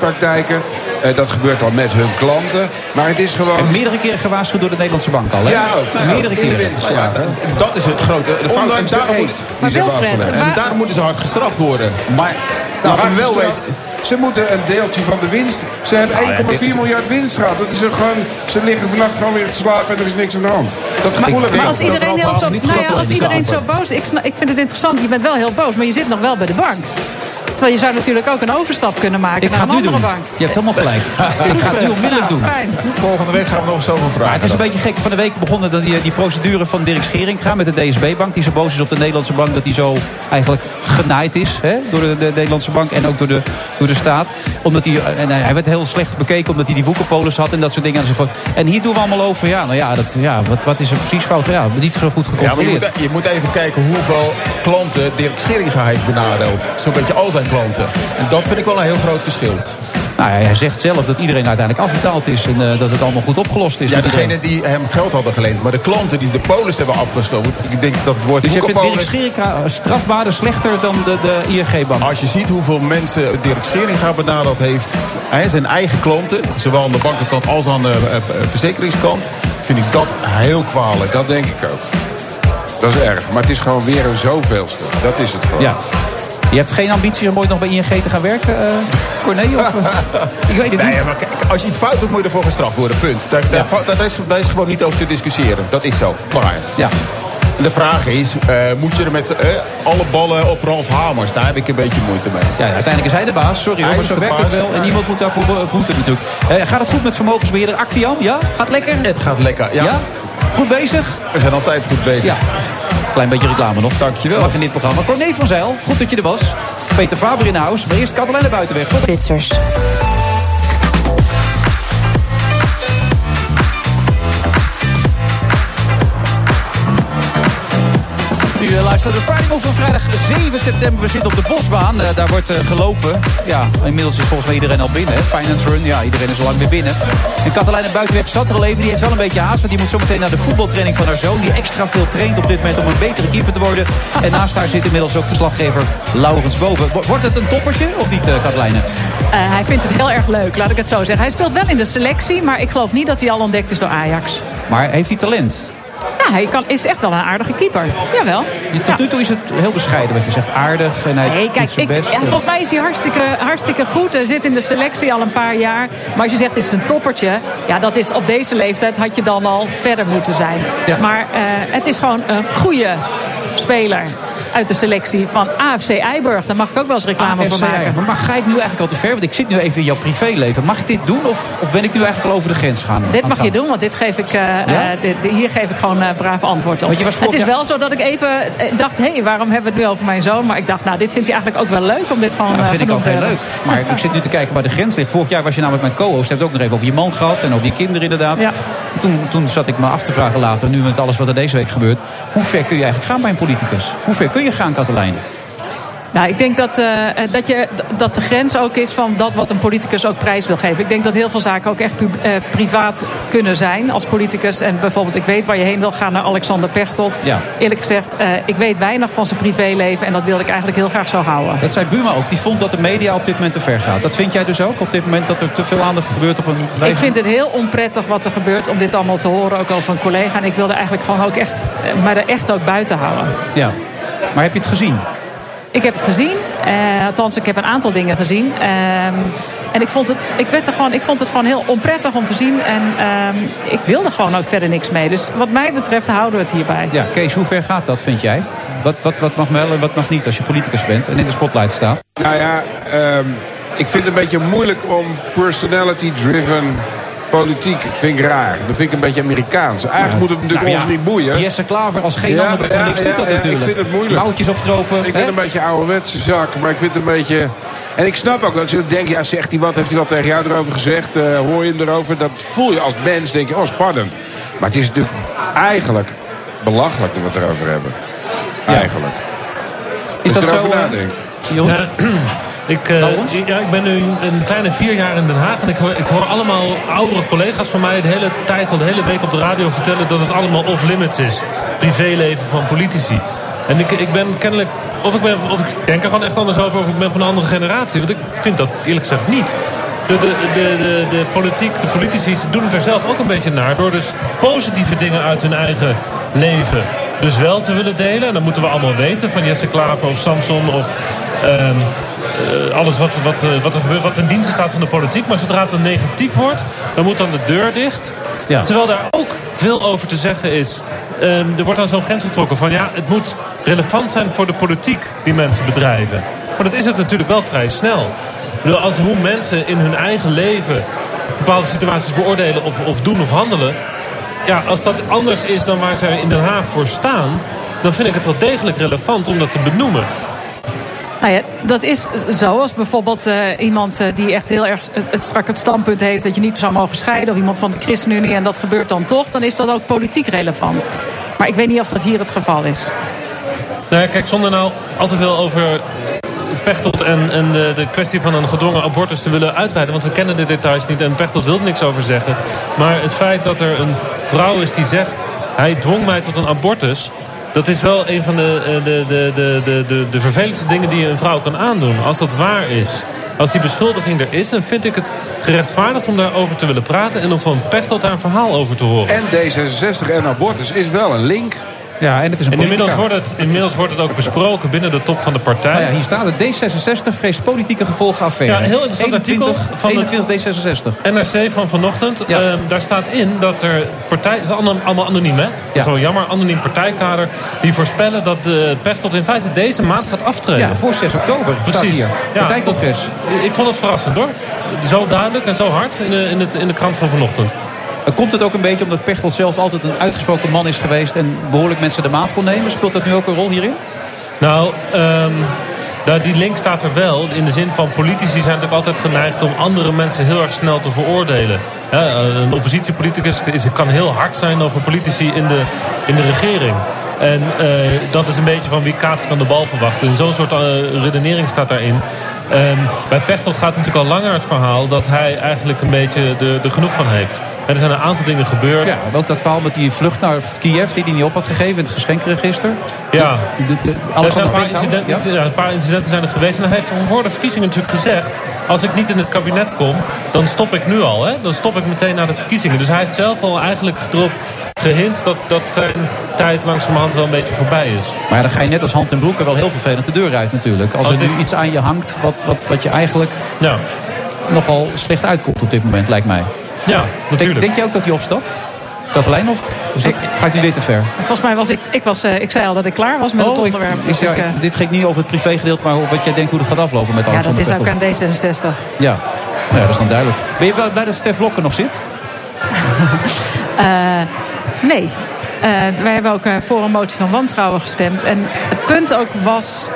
Speaker 7: witwaspraktijken. Eh, dat gebeurt dan met hun klanten. Maar het is gewoon...
Speaker 5: En meerdere keren gewaarschuwd door de Nederlandse bank al, hè?
Speaker 7: Ja, ook. Nou,
Speaker 5: meerdere
Speaker 7: in de
Speaker 5: keren.
Speaker 7: winter. Nou ja,
Speaker 17: dat- dat is het grote. De fout.
Speaker 7: Ondanks
Speaker 17: En
Speaker 7: de
Speaker 17: daarom,
Speaker 7: eet
Speaker 17: moet,
Speaker 7: die Maar ze hebben Wilfred, afgelegd.
Speaker 17: en
Speaker 7: waar-
Speaker 17: daarom moeten ze hard gestraft worden. Maar laten we wel wezen.
Speaker 7: Ze moeten een deeltje van de winst. Ze hebben
Speaker 17: Nou ja, dit
Speaker 7: 1,4
Speaker 17: is-
Speaker 7: miljard winst gehad. Dat is er gewoon, ze liggen vannacht gewoon weer te slapen en er is niks aan de hand. Dat
Speaker 10: Maar,
Speaker 7: gevoel heb ik
Speaker 10: maar
Speaker 7: ook.
Speaker 10: als iedereen, heel
Speaker 17: nou
Speaker 10: zo, nou ja, als iedereen zo boos is, ik, snap- ik vind het interessant, je bent wel heel boos, maar je zit nog wel bij de bank. Terwijl Terwijl je zou natuurlijk ook een overstap kunnen maken
Speaker 5: Ik
Speaker 10: naar
Speaker 5: ga het
Speaker 10: een
Speaker 5: nu doen.
Speaker 10: andere
Speaker 5: Je
Speaker 10: bank.
Speaker 5: hebt helemaal gelijk. Ik ga het nu onmiddellijk doen.
Speaker 17: Volgende week gaan we nog zoveel vragen.
Speaker 5: Maar het is een beetje gek. Van de week begonnen dat die, die procedure van Dirk Schering gaan met de DSB-bank. Die zo boos is op de Nederlandse bank dat die zo eigenlijk genaaid is. Hè, door de, de Nederlandse bank en ook door de, door de staat. Omdat hij, en hij hij werd heel slecht bekeken omdat hij die woekerpolis had en dat soort dingen. Enzovoort. En hier doen we allemaal over. Ja, nou ja, dat, ja wat, wat is er precies fout? Ja, niet zo goed
Speaker 17: Ja, maar je,
Speaker 5: gecontroleerd.
Speaker 17: moet, je moet even kijken hoeveel klanten Dirk Scheringa heeft benadeeld. Zo'n beetje al zijn klanten. En dat vind ik wel een heel groot verschil.
Speaker 5: Nou, ja, hij zegt zelf dat iedereen uiteindelijk afbetaald is en eh, dat het allemaal goed opgelost is.
Speaker 17: Ja,
Speaker 5: met iedereen.
Speaker 17: degene die hem geld hadden geleend. Maar de klanten die de polis hebben afgesloten. Ik denk dat het woord
Speaker 5: Dus je vindt Dirk
Speaker 17: boekenpolis-
Speaker 5: Scheringa strafbaarder, slechter dan de, de ING-bank?
Speaker 17: Als je ziet hoeveel mensen Dirk Scheringa benaderd heeft. Hij zijn eigen klanten. Zowel aan de bankenkant als aan de eh, eh, verzekeringskant. Vind ik dat heel kwalijk.
Speaker 7: Dat denk ik ook. Dat is erg. Maar het is gewoon weer een zoveelste. Dat is het gewoon.
Speaker 5: Ja. Je hebt geen ambitie om ooit nog bij ING te gaan werken, eh Corné? Of, eh, ik weet het
Speaker 17: Nee,
Speaker 5: niet.
Speaker 17: maar kijk, als je iets fout doet, moet je ervoor gestraft worden. Punt. Daar, daar, daar is, daar is gewoon niet over te discussiëren. Dat is zo. Klaar.
Speaker 5: Ja.
Speaker 17: De vraag is, eh, moet je er met eh, alle ballen op Ralf Hamers? Daar heb ik een beetje moeite mee.
Speaker 5: Ja, uiteindelijk is hij de baas. Sorry hoor,
Speaker 17: Hij
Speaker 5: maar
Speaker 17: is
Speaker 5: zo
Speaker 17: de
Speaker 5: werkt het
Speaker 17: baas.
Speaker 5: wel. En niemand moet daarvoor bo- boeten natuurlijk. Eh, gaat het goed met vermogensbeheerder Actiam? Ja? Gaat lekker?
Speaker 17: Het gaat lekker, ja.
Speaker 5: Goed bezig?
Speaker 17: We zijn altijd goed bezig.
Speaker 5: Ja. Klein beetje reclame nog. Dankjewel. Mag in dit programma. Corné van Zeil, goed dat je er was. Peter Faber in de house. Maar eerst Katelijne Buitenweg. Tot
Speaker 1: Ritsers.
Speaker 5: U eh, luistert de Friday Move van vrijdag 7 september. We zitten op de Bosbaan. Eh, daar wordt eh, gelopen. Ja, inmiddels is volgens mij iedereen al binnen. hè. Finance Run, ja, iedereen is al lang weer binnen. En Katelijne Buitenweg zat er al even. Die heeft wel een beetje haast. Want die moet zo meteen naar de voetbaltraining van haar zoon. Die extra veel traint op dit moment om een betere keeper te worden. En naast haar zit inmiddels ook verslaggever Laurens Boven. Wo- Wordt het een toppertje of niet, eh Katelijne?
Speaker 10: Eh, hij vindt het heel erg leuk, laat ik het zo zeggen. Hij speelt wel in de selectie, maar ik geloof niet dat hij al ontdekt is door Ajax.
Speaker 5: Maar heeft hij talent?
Speaker 10: Ja, hij kan, is echt wel een aardige keeper. Jawel.
Speaker 5: Tot nu toe is het heel bescheiden wat je zegt. Aardig en hij
Speaker 10: Nee,
Speaker 5: doet
Speaker 10: kijk,
Speaker 5: zijn
Speaker 10: ik,
Speaker 5: best.
Speaker 10: ja, volgens mij is hij hartstikke, hartstikke goed. Hij zit in de selectie al een paar jaar. Maar als je zegt, het is een toppertje. Ja, dat is op deze leeftijd had je dan al verder moeten zijn. Maar eh, het is gewoon een goede speler uit de selectie van AFC Eiburg. Daar mag ik ook wel eens reclame
Speaker 5: AFC
Speaker 10: voor maken.
Speaker 5: Maar, maar ga ik nu eigenlijk al te ver? Want ik zit nu even in jouw privéleven. Mag ik dit doen of, of ben ik nu eigenlijk al over de grens gaan?
Speaker 10: Dit
Speaker 5: aan
Speaker 10: mag
Speaker 5: het
Speaker 10: je
Speaker 5: gaan?
Speaker 10: doen, want dit geef ik, eh,
Speaker 5: Ja?
Speaker 10: eh, dit- dit- hier geef ik gewoon eh braaf antwoord op.
Speaker 5: Want je was vorig
Speaker 10: het is
Speaker 5: jaar-
Speaker 10: wel zo dat ik even eh, dacht, hé, hey, waarom hebben we het nu over mijn zoon? Maar ik dacht, nou, dit vindt hij eigenlijk ook wel leuk om dit gewoon
Speaker 5: Ja,
Speaker 10: eh,
Speaker 5: dat Nou, vind ik ook
Speaker 10: genoemd te
Speaker 5: heel leuk.
Speaker 10: hebben.
Speaker 5: Maar ik zit nu te kijken waar de grens ligt. Vorig jaar was je namelijk mijn co-host. Heb het ook nog even over je man gehad. En over je kinderen inderdaad. En Toen, toen zat ik me af te vragen later. Nu met alles wat er deze week gebeurt. Hoe ver kun je eigenlijk gaan bij een politicus? Hoe ver kun je gaan, Katelijn?
Speaker 10: Nou, ik denk dat, eh, dat, je, dat de grens ook is van dat wat een politicus ook prijs wil geven. Ik denk dat heel veel zaken ook echt pub- eh, privaat kunnen zijn als politicus. En bijvoorbeeld, ik weet waar je heen wil gaan naar Alexander Pechtold.
Speaker 5: Ja.
Speaker 10: Eerlijk gezegd, eh, ik weet weinig van zijn privéleven en dat wilde ik eigenlijk heel graag zo houden.
Speaker 5: Dat zei Buma ook. Die vond dat de media op dit moment te ver gaat. Dat vind jij dus ook? Op dit moment dat er te veel aandacht gebeurt op een...
Speaker 10: Ik vind het heel onprettig wat er gebeurt om dit allemaal te horen, ook al van collega. En ik wilde eigenlijk gewoon ook echt, eh, maar er echt ook buiten houden.
Speaker 5: Ja. Maar heb je het gezien?
Speaker 10: Ik heb het gezien. Eh, althans, ik heb een aantal dingen gezien. Ehm, en ik vond, het, ik, werd er gewoon, ik vond het gewoon heel onprettig om te zien. En ehm, ik wilde gewoon ook verder niks mee. Dus wat mij betreft houden we het hierbij.
Speaker 5: Ja, Kees, hoe ver gaat dat, vind jij? Wat, wat, wat mag wel en wat mag niet als je politicus bent en in de spotlight staat?
Speaker 7: Nou ja, ehm, ik vind het een beetje moeilijk om personality-driven politiek. vind ik raar. Dat vind ik een beetje Amerikaans. Eigenlijk moet het natuurlijk
Speaker 5: Nou ja,
Speaker 7: ons niet boeien.
Speaker 5: Jesse Klaver als geen ander bij GroenLinks doet dat natuurlijk.
Speaker 7: Ik vind het moeilijk.
Speaker 5: Mouwtjes opstropen.
Speaker 7: Ik ben een beetje ouderwetse zak, maar ik vind het een beetje... En ik snap ook dat ze denken, ja, zegt hij wat? Heeft hij wat tegen jou erover gezegd? Eh, hoor je hem erover? Dat voel je als mens, denk je, oh, spannend. Maar het is natuurlijk eigenlijk belachelijk dat we het erover hebben. Eigenlijk.
Speaker 5: Is
Speaker 7: Als je
Speaker 5: dat zo,
Speaker 7: erover
Speaker 5: eh,
Speaker 7: nadenkt.
Speaker 18: Ja, ik, eh, ja, ik ben nu een kleine vier jaar in Den Haag. En ik hoor, ik hoor allemaal oudere collega's van mij de hele tijd, al de hele week op de radio vertellen dat het allemaal off-limits is. Privéleven van politici. En ik, ik ben kennelijk, of ik, ben, of ik denk er gewoon echt anders over, of ik ben van een andere generatie. Want ik vind dat eerlijk gezegd niet. De, de, de, de, de politiek, de politici ze doen het er zelf ook een beetje naar. Door dus positieve dingen uit hun eigen leven dus wel te willen delen. En dat moeten we allemaal weten. Van Jesse Klaver of Samson of Ehm, eh, alles wat, wat, eh, wat er gebeurt, wat ten dienste staat van de politiek. Maar zodra het dan negatief wordt, dan moet dan de deur dicht.
Speaker 5: Ja.
Speaker 18: Terwijl daar ook veel over te zeggen is. Ehm, er wordt dan zo'n grens getrokken van ja, het moet relevant zijn voor de politiek die mensen bedrijven. Maar dat is het natuurlijk wel vrij snel. Ik bedoel, Als hoe mensen in hun eigen leven bepaalde situaties beoordelen of, of doen of handelen. Ja, als dat anders is dan waar zij in Den Haag voor staan, dan vind ik het wel degelijk relevant om dat te benoemen.
Speaker 10: Nou ja, dat is zo. Als bijvoorbeeld eh, iemand eh, die echt heel erg het, het strak het standpunt heeft dat je niet zou mogen scheiden, of iemand van de ChristenUnie en dat gebeurt dan toch, dan is dat ook politiek relevant. Maar ik weet niet of dat hier het geval is.
Speaker 18: Nou ja, kijk, zonder nou al te veel over Pechtold en, en de, de kwestie van een gedwongen abortus te willen uitweiden. Want we kennen de details niet en Pechtold wil er niks over zeggen. Maar het feit dat er een vrouw is die zegt... hij dwong mij tot een abortus... dat is wel een van de, eh, de, de, de, de, de, de vervelendste dingen die je een vrouw kan aandoen. Als dat waar is. Als die beschuldiging er is, dan vind ik het gerechtvaardigd om daarover te willen praten... en om van Pechtold daar een verhaal over te horen.
Speaker 7: En D66 en abortus is wel een link.
Speaker 5: Ja, en het is een
Speaker 18: En inmiddels
Speaker 5: politica.
Speaker 18: wordt, het, inmiddels wordt het ook besproken binnen de top van de partij.
Speaker 5: Nou ja, hier staat het. D66 vreest politieke gevolgen affaire.
Speaker 18: Ja, een heel interessant
Speaker 5: 21,
Speaker 18: artikel van de-
Speaker 5: 21 D66.
Speaker 18: NRC van vanochtend, ehm, daar staat in dat er partijen, het is allemaal, allemaal anoniem hè, dat is wel jammer, anoniem partijkader, die voorspellen dat de Pechtold in feite deze maand gaat aftreden.
Speaker 5: Ja, voor 6 oktober staat hier. Partijcongres.
Speaker 18: dat- Ik vond het verrassend hoor. Zo duidelijk en zo hard in de, in het, in de krant van vanochtend.
Speaker 5: Eh, Komt het ook een beetje omdat Pechtold zelf altijd een uitgesproken man is geweest... en behoorlijk mensen de maat kon nemen? Speelt dat nu ook een rol hierin?
Speaker 18: Nou, ehm, daar, die link staat er wel. In de zin van politici zijn natuurlijk altijd geneigd om andere mensen heel erg snel te veroordelen. Hè, een oppositiepoliticus is, kan heel hard zijn over politici in de, in de regering. En eh, dat is een beetje van wie kaatst kan de bal verwachten. En Zo'n soort eh, redenering staat daarin. Ehm, bij Pechtold gaat natuurlijk al langer het verhaal dat hij eigenlijk een beetje er er genoeg van heeft. En er zijn een aantal dingen gebeurd.
Speaker 5: Ja, ook dat verhaal met die vlucht naar Kiev... die hij niet op had gegeven in het geschenkregister.
Speaker 18: Ja.
Speaker 5: De, de,
Speaker 18: er zijn
Speaker 5: Alexander
Speaker 18: een paar,
Speaker 5: Pinthouse, ja?
Speaker 18: incidenten, ja, een paar incidenten zijn er geweest. En hij heeft voor de verkiezingen natuurlijk gezegd... als ik niet in het kabinet kom, dan stop ik nu al. Hè? Dan stop ik meteen na de verkiezingen. Dus hij heeft zelf al eigenlijk erop gehint... dat, dat zijn tijd langzamerhand wel een beetje voorbij is.
Speaker 5: Maar ja, dan ga je net als hand en broeken wel heel vervelend de deur uit natuurlijk. Als,
Speaker 18: Als
Speaker 5: er nu
Speaker 18: dit-
Speaker 5: iets aan je hangt wat, wat, wat je eigenlijk nogal slecht uitkomt op dit moment, lijkt mij.
Speaker 18: Ja,
Speaker 5: natuurlijk. Denk, je ook dat hij opstapt? Dat Lijnhoff? Of is dat- ga ik nu weer te ver?
Speaker 10: Volgens mij was ik, ik, was, eh, ik zei al dat ik klaar was met het
Speaker 5: Oh, ik-
Speaker 10: onderwerp.
Speaker 5: ik
Speaker 10: dus
Speaker 5: zei,
Speaker 10: ik, eh,
Speaker 5: dit ging niet over het privégedeelte, maar over wat jij denkt hoe het gaat aflopen met
Speaker 10: ja, dat
Speaker 5: Alexander
Speaker 10: is ook aan
Speaker 5: Pechtold.
Speaker 10: D66.
Speaker 5: Ja. Nou ja, dat is dan duidelijk. Ben je wel blij dat Stef Blokker nog zit?
Speaker 10: Eh, nee. Eh, wij hebben ook eh, voor een motie van wantrouwen gestemd. En het punt ook was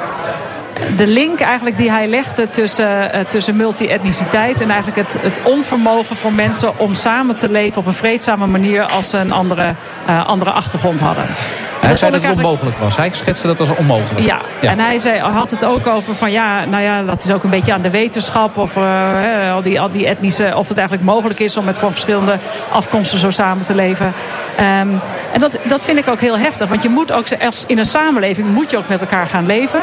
Speaker 10: de link eigenlijk die hij legde tussen, eh, tussen multi-etniciteit... en eigenlijk het, het onvermogen voor mensen om samen te leven op een vreedzame manier... als ze een andere, eh, andere achtergrond hadden.
Speaker 5: Hij
Speaker 10: dat
Speaker 5: zei
Speaker 10: vond
Speaker 5: dat
Speaker 10: ik
Speaker 5: het
Speaker 10: eigenlijk-
Speaker 5: onmogelijk was. Hij schetste dat als onmogelijk.
Speaker 10: Ja, en hij zei, had het ook over van ja, nou ja, dat is ook een beetje aan de wetenschap of eh, hè, al, die, al die etnische, of het eigenlijk mogelijk is om met van verschillende afkomsten zo samen te leven. Ehm, en dat, dat vind ik ook heel heftig, want je moet ook als- in een samenleving moet je ook met elkaar gaan leven.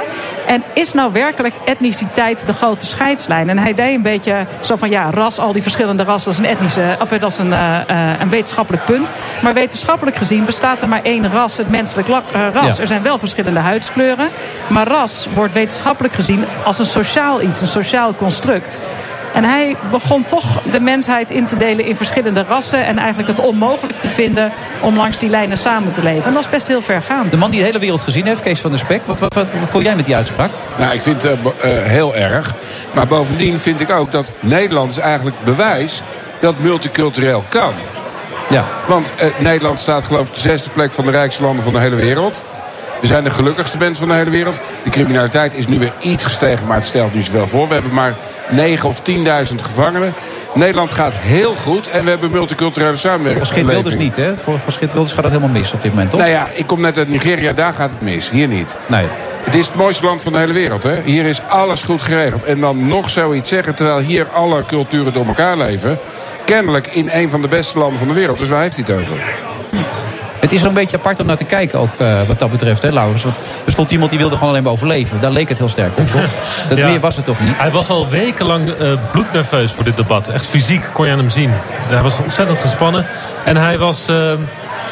Speaker 10: En is nou werkelijk etniciteit de grote scheidslijn? En hij deed een beetje zo van ja, ras, al die verschillende rassen, dat is een etnische, of eh, dat is een, eh, eh, een wetenschappelijk punt. Maar wetenschappelijk gezien bestaat er maar één ras, het menselijk lak- eh, ras.
Speaker 19: Ja.
Speaker 10: Er zijn wel verschillende huidskleuren. Maar ras wordt wetenschappelijk gezien als een sociaal iets, een sociaal construct. En hij begon toch de mensheid in te delen in verschillende rassen. En eigenlijk het onmogelijk te vinden om langs die lijnen samen te leven. En dat is best heel vergaand.
Speaker 5: De man die de hele wereld gezien heeft, Kees van der Spek. Wat, wat, wat, wat kon jij met die uitspraak?
Speaker 7: Nou, ik vind het eh, bo- eh, heel erg. Maar bovendien vind ik ook dat Nederland is eigenlijk bewijs dat multicultureel kan.
Speaker 5: Ja.
Speaker 7: Want eh, Nederland staat geloof ik op de zesde plek van de rijkste landen van de hele wereld. We zijn de gelukkigste mensen van de hele wereld. De criminaliteit is nu weer iets gestegen, maar het stelt nu zoveel voor. We hebben maar 9.000 of 10.000 gevangenen. Nederland gaat heel goed en we hebben multiculturele samenwerking.
Speaker 5: Volgens Geert Wilders niet, hè? Voor voor Geert Wilders gaat dat helemaal mis op dit moment, toch?
Speaker 7: Nou ja, ik kom net uit Nigeria, daar gaat het mis. Hier niet.
Speaker 5: Nee.
Speaker 7: Het is het mooiste land van de hele wereld, hè? Hier is alles goed geregeld. En dan nog zoiets zeggen, terwijl hier alle culturen door elkaar leven. Kennelijk in een van de beste landen van de wereld. Dus waar heeft hij het over?
Speaker 5: Het is zo'n beetje apart om naar te kijken, ook eh, wat dat betreft, hè, Laurens? Want er stond iemand die wilde gewoon alleen maar overleven. Daar leek het heel sterk op, toch? Dat
Speaker 18: Ja.
Speaker 5: meer was het toch niet?
Speaker 18: Hij was al wekenlang eh bloednerveus voor dit debat. Echt fysiek kon je aan hem zien. Hij was ontzettend gespannen. En hij was... eh,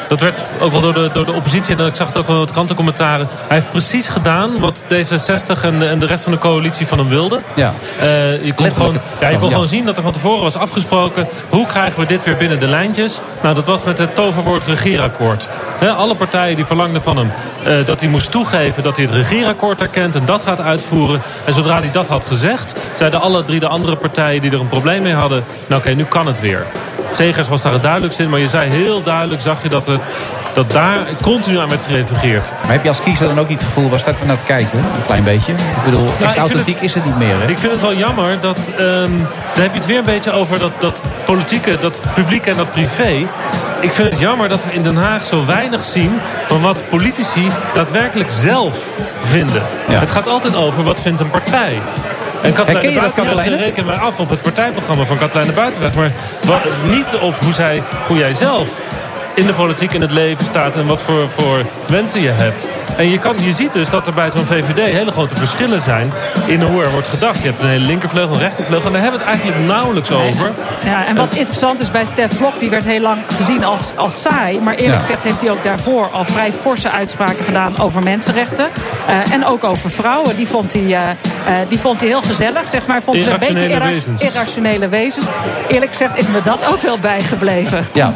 Speaker 18: Dat werd ook wel door de, door de oppositie. En ik zag het ook wel in wat krantencommentaren. Hij heeft precies gedaan wat D66 en, en de rest van de coalitie van hem wilden.
Speaker 5: Ja.
Speaker 18: Eh, je kon,
Speaker 5: Letterlijk
Speaker 18: gewoon,
Speaker 5: het
Speaker 18: ja, je kon
Speaker 5: gewoon, ja.
Speaker 18: gewoon zien dat er van tevoren was afgesproken... hoe krijgen we dit weer binnen de lijntjes? Nou, dat was met het toverwoord regeerakkoord. Hè, alle partijen die verlangden van hem eh, dat hij moest toegeven... dat hij het regeerakkoord erkent en dat gaat uitvoeren. En zodra hij dat had gezegd... zeiden alle drie de andere partijen die er een probleem mee hadden... nou oké, nu kan het weer. Zegers was daar het duidelijkst in, maar je zei heel duidelijk... zag je dat, het, dat daar continu aan werd gereageerd.
Speaker 5: Maar heb je als kiezer dan ook niet het gevoel, waar staat we naar te kijken? Een klein beetje. Ik
Speaker 7: Nou,
Speaker 5: bedoel, echt
Speaker 18: Nou, ik vind
Speaker 5: authentiek is het niet meer. Hè?
Speaker 18: Ik vind het wel jammer dat. ehm daar heb je het weer een beetje over dat, dat politieke, dat publiek en dat privé. Ik vind het jammer dat we in Den Haag zo weinig zien van wat politici daadwerkelijk zelf vinden. Het gaat altijd over wat vindt een partij. En
Speaker 5: Herken
Speaker 18: Katlijne
Speaker 5: je dat,
Speaker 18: Buitenweg
Speaker 5: Katelijne?
Speaker 18: reken mij af op het partijprogramma van Katlijne Buitenweg. Maar wat, niet op hoe, zij, hoe jij zelf in de politiek in het leven staat en wat voor, voor wensen je hebt. En je, kan, je ziet dus dat er bij zo'n VVD hele grote verschillen zijn in hoe er wordt gedacht. Je hebt een hele linkervleugel, een rechtervleugel. En daar hebben we het eigenlijk nauwelijks over.
Speaker 10: Ja, en wat interessant is bij Stef Blok, die werd heel lang gezien als, als saai. Maar eerlijk
Speaker 18: Ja.
Speaker 10: gezegd heeft hij ook daarvoor al vrij forse uitspraken gedaan over mensenrechten. Eh, en ook over vrouwen. Die vond hij, eh, eh, die vond hij heel gezellig, zeg maar. Vond ze een beetje
Speaker 5: Irrationele
Speaker 10: irra-
Speaker 5: wezens.
Speaker 10: irrationele wezens. Eerlijk gezegd is me dat ook wel bijgebleven.
Speaker 5: Ja.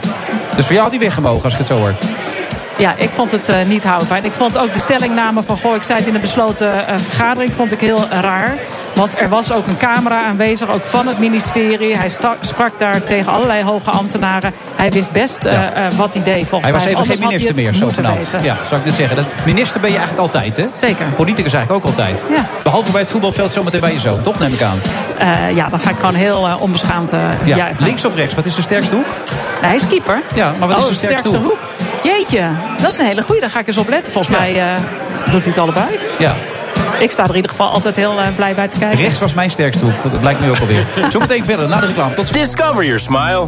Speaker 5: Dus voor jou had hij weggemogen, als ik het zo hoor.
Speaker 10: Ja, ik vond het eh, niet houdbaar. En ik vond ook de stellingname van Goh, ik zei het in de besloten eh, vergadering, vond ik heel raar. Want er was ook een camera aanwezig, ook van het ministerie. Hij sta- sprak daar tegen allerlei hoge ambtenaren. Hij wist best eh, eh, wat hij deed, volgens
Speaker 5: Hij was
Speaker 10: mij.
Speaker 5: even geen
Speaker 10: Anders had hij
Speaker 5: minister
Speaker 10: het
Speaker 5: meer, zo
Speaker 10: moeten
Speaker 5: genaamd.
Speaker 10: weten.
Speaker 5: Ja, zou ik net zeggen. Dat, minister ben je eigenlijk altijd, hè?
Speaker 10: Zeker.
Speaker 5: Politicus eigenlijk ook altijd.
Speaker 10: Ja.
Speaker 5: Behalve bij het voetbalveld zometeen bij je zoon, toch? Neem ik aan.
Speaker 10: Eh, ja, dan ga ik gewoon heel eh, onbeschaamd eh
Speaker 5: Ja.
Speaker 10: juichen.
Speaker 5: Links of rechts, wat is de sterkste hoek?
Speaker 10: Nou, Hij is keeper.
Speaker 5: Ja, maar wat
Speaker 10: Oh,
Speaker 5: is de sterkste hoek?
Speaker 10: Jeetje, dat is een hele goeie. Daar ga ik eens op letten. Volgens mij eh, doet hij het allebei.
Speaker 5: Ja.
Speaker 10: Ik sta er in ieder geval altijd heel eh, blij bij te kijken.
Speaker 5: Rechts was mijn sterkste hoek, dat blijkt nu ook alweer. Zometeen verder, na de reclame. Tot Discover your smile.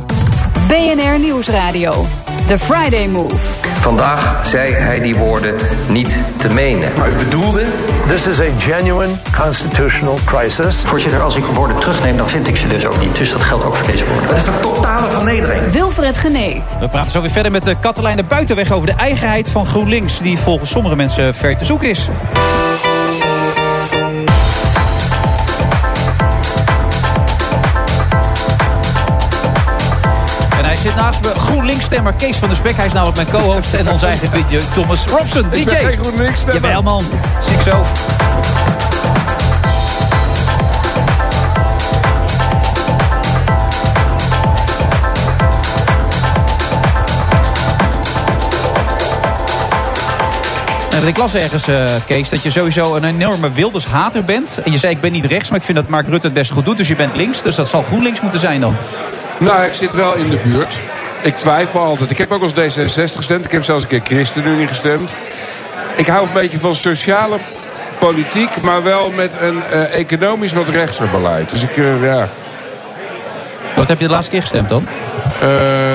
Speaker 1: BNR Nieuwsradio. The Friday Move.
Speaker 16: Vandaag zei hij die woorden niet te menen. Maar u bedoelde?
Speaker 20: This is a genuine constitutional crisis.
Speaker 2: Voorzitter, als ik woorden terugneem, dan vind ik ze dus ook niet. Dus dat geldt ook voor deze woorden.
Speaker 16: Dat is de totale vernedering.
Speaker 1: Wilfred Genee.
Speaker 5: We praten zo weer verder met eh, Katelijne Buitenweg over de eigenheid van GroenLinks... die volgens sommige mensen ver te zoeken is. En hij zit naast me, GroenLinks-stemmer Kees van der Spek. Hij is namelijk mijn co-host en onze eigen DJ Thomas Robson. DJ!
Speaker 6: Ik ben geen GroenLinks-stemmer.
Speaker 5: Jawel man, zie ik zo. Nou, Ik las ergens, eh, Kees, dat je sowieso een enorme Wilders-hater bent. En je zei, ik ben niet rechts, maar ik vind dat Mark Rutte het best goed doet. Dus je bent links, dus dat zal GroenLinks moeten zijn dan.
Speaker 7: Nou, ik zit wel in de buurt. Ik twijfel altijd. Ik heb ook als D66 gestemd. Ik heb zelfs een keer ChristenUnie gestemd. Ik hou een beetje van sociale politiek, maar wel met een eh, economisch wat rechtser beleid. Dus ik, eh, ja.
Speaker 5: Wat heb je de laatste keer gestemd dan?
Speaker 7: Eh,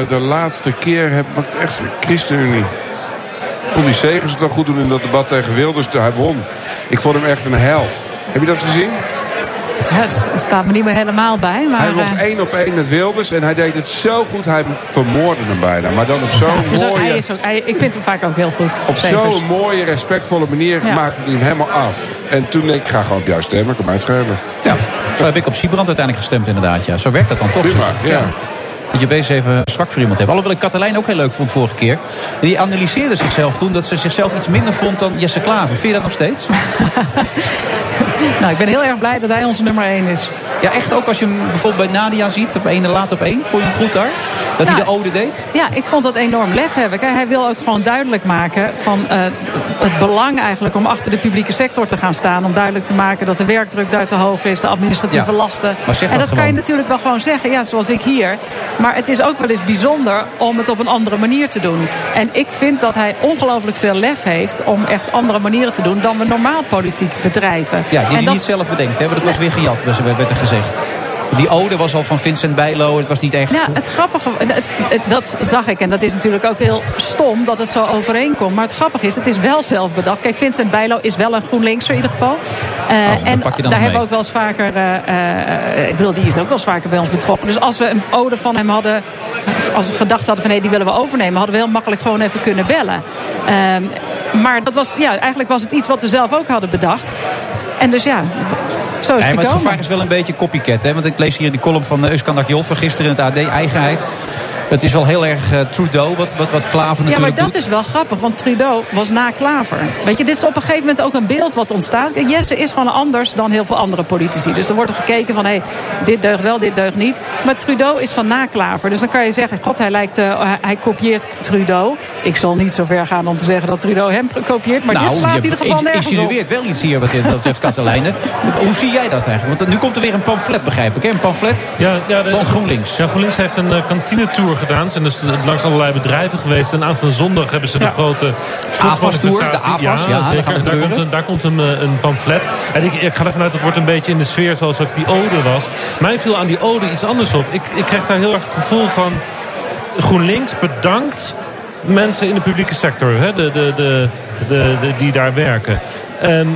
Speaker 7: de laatste keer heb ik echt ChristenUnie. Ik vond die Segers het wel goed doen in dat debat tegen Wilders. Hij won. Ik vond hem echt een held. Heb je dat gezien?
Speaker 10: Ja, het staat me niet meer helemaal bij. Maar,
Speaker 7: hij
Speaker 10: eh,
Speaker 7: mocht één op één met Wilders en hij deed het zo goed. Hij vermoordde hem bijna. Maar dan op
Speaker 10: ja,
Speaker 7: zo'n
Speaker 10: het is ook, hij
Speaker 7: mooie...
Speaker 10: is ook, hij- ik vind hem vaak ook heel goed.
Speaker 7: Op
Speaker 10: Zegers.
Speaker 7: zo'n mooie, respectvolle manier
Speaker 10: Ja.
Speaker 7: maakte hij hem helemaal af. En toen denk ik, ik ga gewoon op jou stemmen, ik kan mij het schelen.
Speaker 5: Ja, zo heb ik op Siebrand uiteindelijk gestemd inderdaad. Ja. Zo werkt dat dan toch?
Speaker 7: Prima,
Speaker 5: zeg.
Speaker 7: ja.
Speaker 5: Dat je bezig even zwak voor iemand hebt. Alhoewel ik Katelijn ook heel leuk vond vorige keer. Die analyseerde zichzelf toen dat ze zichzelf iets minder vond dan Jesse Klaver. Vind je dat nog steeds?
Speaker 10: Nou, ik ben heel erg blij dat hij onze nummer 1 is.
Speaker 5: Ja, echt ook als je hem bijvoorbeeld bij Nadia ziet, op één en laat op één. Vond je hem goed daar? Dat hij de ode deed?
Speaker 10: Ja, ik vond dat enorm lef hebben. Kijk, hij wil ook gewoon duidelijk maken van eh, het belang eigenlijk om achter de publieke sector te gaan staan. Om duidelijk te maken dat de werkdruk daar te hoog is, de administratieve
Speaker 5: Ja,
Speaker 10: lasten.
Speaker 5: maar zeg
Speaker 10: en dat kan
Speaker 5: dat gewoon.
Speaker 10: je natuurlijk wel gewoon zeggen, ja, zoals ik hier. Maar het is ook wel eens bijzonder om het op een andere manier te doen. En ik vind dat hij ongelooflijk veel lef heeft om echt andere manieren te doen dan we normaal politiek bedrijven.
Speaker 5: Ja, die
Speaker 10: en
Speaker 5: hij
Speaker 10: dat
Speaker 5: niet zelf bedenkt. Hè? Maar dat was weer gejat, werd er gezegd. Die ode was al van Vincent Bijlo. Het was niet echt...
Speaker 10: Nou, het grappige, het- het- dat zag ik. En dat is natuurlijk ook heel stom dat het zo overeenkomt. Maar het grappige is, het is wel zelf bedacht. Kijk, Vincent Bijlo is wel een GroenLinkser in ieder geval. Eh, en
Speaker 5: pak je Oh, dan
Speaker 10: daar
Speaker 5: nog
Speaker 10: hebben
Speaker 5: mee.
Speaker 10: we ook wel eens vaker... eh, eh, ik bedoel, die is ook wel eens vaker bij ons betrokken. Dus als we een ode van hem hadden... Als we gedacht hadden van, hé, die willen we overnemen... hadden we heel makkelijk gewoon even kunnen bellen. Ehm, maar dat was, ja, eigenlijk was het iets wat we zelf ook hadden bedacht. En dus ja, zo is
Speaker 5: Nee,
Speaker 10: het
Speaker 5: maar het
Speaker 10: gekomen.
Speaker 5: gevaar is wel een beetje copycat. Hè? Want ik lees hier in die column van eh, Euskandak Jol van gisteren in het AD, eigenheid. Het is wel heel erg eh, Trudeau, wat, wat, wat Klaver
Speaker 10: Ja, maar
Speaker 5: natuurlijk
Speaker 10: dat
Speaker 5: doet.
Speaker 10: is wel grappig, want Trudeau was na Klaver. Weet je, dit is op een gegeven moment ook een beeld wat ontstaat. Kijk, Jesse is gewoon anders dan heel veel andere politici. Dus er wordt gekeken van, hé, dit deugt wel, dit deugt niet. Maar Trudeau is van na Klaver. Dus dan kan je zeggen, god, hij, lijkt, eh, hij- hij kopieert Trudeau. Ik zal niet zo ver gaan om te zeggen dat Trudeau hem kopieert. Maar
Speaker 5: nou,
Speaker 10: dit slaat
Speaker 5: je
Speaker 10: in ieder geval
Speaker 5: ins-
Speaker 10: nergens op.
Speaker 5: insinueert wel iets hier wat dit betreft, Katelijne. Hoe zie jij dat eigenlijk? Want nu komt er weer een pamflet, begrijp ik. Hè? Een pamflet
Speaker 18: Ja, ja, de-
Speaker 5: van GroenLinks.
Speaker 18: Ja, GroenLinks heeft een eh, kantinetour gedaan. Ze zijn dus eh, langs allerlei bedrijven geweest. En aanstaande zondag hebben ze de grote
Speaker 5: AFAS-tour, de
Speaker 18: slotmanifestatie.
Speaker 5: AFAS, ja, dat gaat
Speaker 18: zeker. Daar
Speaker 5: gebeuren.
Speaker 18: komt, een, daar komt een, eh, een pamflet. En ik, ik ga ervan uit dat wordt een beetje in de sfeer zoals ook die ode was. Mij viel aan die ode iets anders op. Ik, ik kreeg daar heel erg het gevoel van... GroenLinks bedankt mensen in de publieke sector. Hè, de, de, de, de, de- die daar werken. Ehm,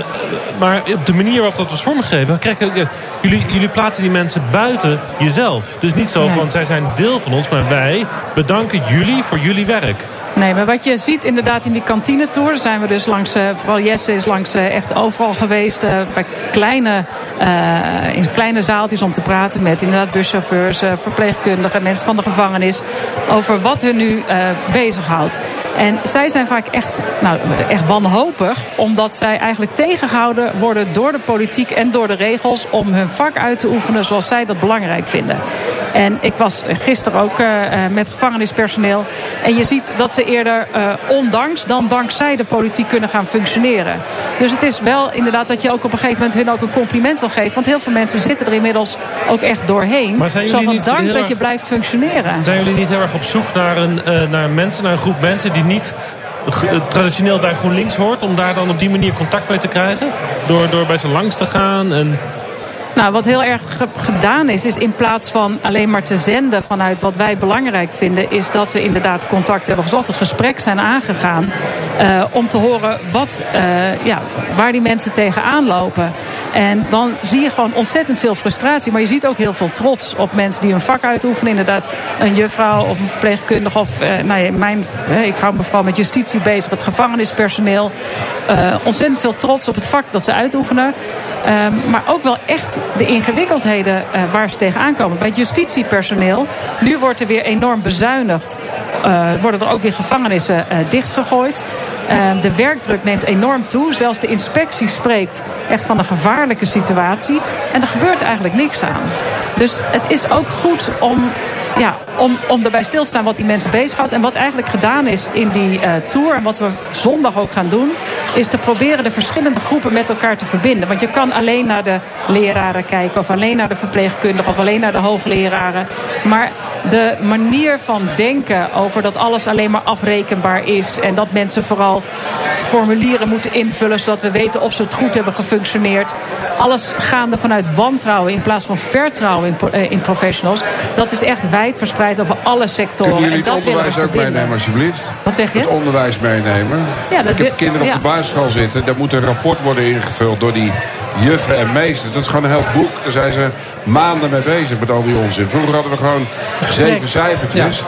Speaker 18: maar op de manier waarop dat was vormgegeven... Krijg ik, eh, jullie, jullie plaatsen die mensen buiten jezelf. Het is niet zo
Speaker 10: Nee.
Speaker 18: van zij zijn deel van ons... maar wij bedanken jullie voor jullie werk.
Speaker 10: Nee, maar wat je ziet inderdaad in die kantinetour... zijn we dus langs, eh, vooral Jesse is langs eh, echt overal geweest... eh, bij kleine, eh, in kleine zaaltjes om te praten met inderdaad buschauffeurs... eh, verpleegkundigen, mensen van de gevangenis... over wat hun nu eh, bezighoudt. En zij zijn vaak echt, nou, echt wanhopig... omdat zij eigenlijk tegengehouden worden door de politiek en door de regels... om hun vak uit te oefenen zoals zij dat belangrijk vinden. En ik was gisteren ook eh, eh, met gevangenispersoneel... En je ziet dat ze eerder eh, ondanks dan dankzij de politiek kunnen gaan functioneren. Dus het is wel inderdaad dat je ook op een gegeven moment hun ook een compliment wil geven. Want heel veel mensen zitten er inmiddels ook echt doorheen.
Speaker 18: Maar zijn
Speaker 10: Zo
Speaker 18: jullie
Speaker 10: van
Speaker 18: niet
Speaker 10: dank
Speaker 18: heel
Speaker 10: dat je
Speaker 18: erg-
Speaker 10: blijft functioneren.
Speaker 18: Zijn jullie niet heel erg op zoek naar een, eh, naar mensen, naar een groep mensen die niet g- eh, traditioneel bij GroenLinks hoort, om daar dan op die manier contact mee te krijgen? Door, door bij ze langs te gaan en...
Speaker 10: Nou, wat heel erg ge- gedaan is, is in plaats van alleen maar te zenden vanuit wat wij belangrijk vinden, is dat we inderdaad contact hebben gezocht, het gesprek zijn aangegaan eh, om te horen wat, eh, ja, waar die mensen tegenaan lopen. En dan zie je gewoon ontzettend veel frustratie, maar je ziet ook heel veel trots op mensen die hun vak uitoefenen. Inderdaad, een juffrouw of een verpleegkundige of, eh, nou ja, mijn, eh, ik hou me vooral met justitie bezig, het gevangenispersoneel. Eh, ontzettend veel trots op het vak dat ze uitoefenen. Ehm, maar ook wel echt de ingewikkeldheden eh, waar ze tegenaan komen. Bij het justitiepersoneel, nu wordt er weer enorm bezuinigd. Eh, worden er ook weer gevangenissen eh, dichtgegooid. Ehm, de werkdruk neemt enorm toe. Zelfs de inspectie spreekt echt van een gevaarlijke situatie. En er gebeurt eigenlijk niks aan. Dus het is ook goed om ja, om, om erbij stil te staan wat die mensen bezighoudt. En wat eigenlijk gedaan is in die eh, tour, en wat we zondag ook gaan doen, is te proberen de verschillende groepen met elkaar te verbinden. Want je kan alleen naar de leraren kijken, of alleen naar de verpleegkundigen, of alleen naar de hoogleraren. Maar de manier van denken over dat alles alleen maar afrekenbaar is en dat mensen vooral formulieren moeten invullen zodat we weten of ze het goed hebben gefunctioneerd. Alles gaande vanuit wantrouwen in plaats van vertrouwen in, pro- eh, in professionals. Dat is echt wijd verspreid over alle sectoren.
Speaker 7: Kunnen jullie
Speaker 10: en dat
Speaker 7: het onderwijs
Speaker 10: willen
Speaker 7: ook
Speaker 10: we verbinden.
Speaker 7: meenemen, alsjeblieft?
Speaker 10: Wat zeg je?
Speaker 7: Het onderwijs meenemen.
Speaker 10: Ja, dat
Speaker 7: ik
Speaker 10: wil-
Speaker 7: heb kinderen
Speaker 10: ja.
Speaker 7: op de basisschool zitten. Daar moet een rapport worden ingevuld door die juffen en meesters. Dat is gewoon een heel boek. Daar zijn ze maanden mee bezig met al die onzin. Vroeger hadden we gewoon zeven cijfertjes.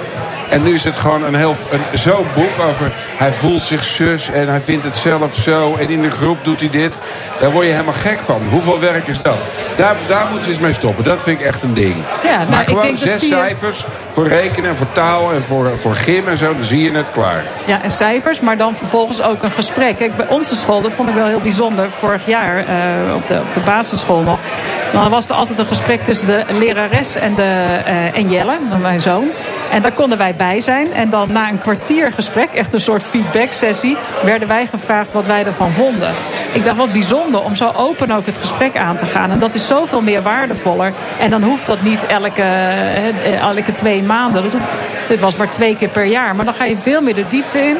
Speaker 7: En nu is het gewoon een heel, een, zo'n boek over... hij voelt zich zus en hij vindt het zelf zo... en in de groep doet hij dit. Daar word je helemaal gek van. Hoeveel werk is dat? Daar, daar moeten ze eens mee stoppen. Dat vind ik echt een ding.
Speaker 10: Ja, nou,
Speaker 7: maar
Speaker 10: ik
Speaker 7: gewoon
Speaker 10: denk dat
Speaker 7: zes
Speaker 10: zie je-
Speaker 7: cijfers voor rekenen en voor taal en voor, voor gym en zo. Dan zie je het klaar.
Speaker 10: Ja, en cijfers, maar dan vervolgens ook een gesprek. Kijk, bij onze school, dat vond ik wel heel bijzonder, vorig jaar eh, op, de, op de basisschool nog. Dan was er altijd een gesprek tussen de lerares en, de, eh, en Jelle, mijn zoon. En daar konden wij bij zijn. En dan na een kwartier gesprek, echt een soort feedback-sessie, werden wij gevraagd wat wij ervan vonden. Ik dacht, wat bijzonder om zo open ook het gesprek aan te gaan. En dat is zoveel meer waardevoller. En dan hoeft dat niet elke, eh, elke twee maanden. Dat hoeft, dit was maar twee keer per jaar. Maar dan ga je veel meer de diepte in.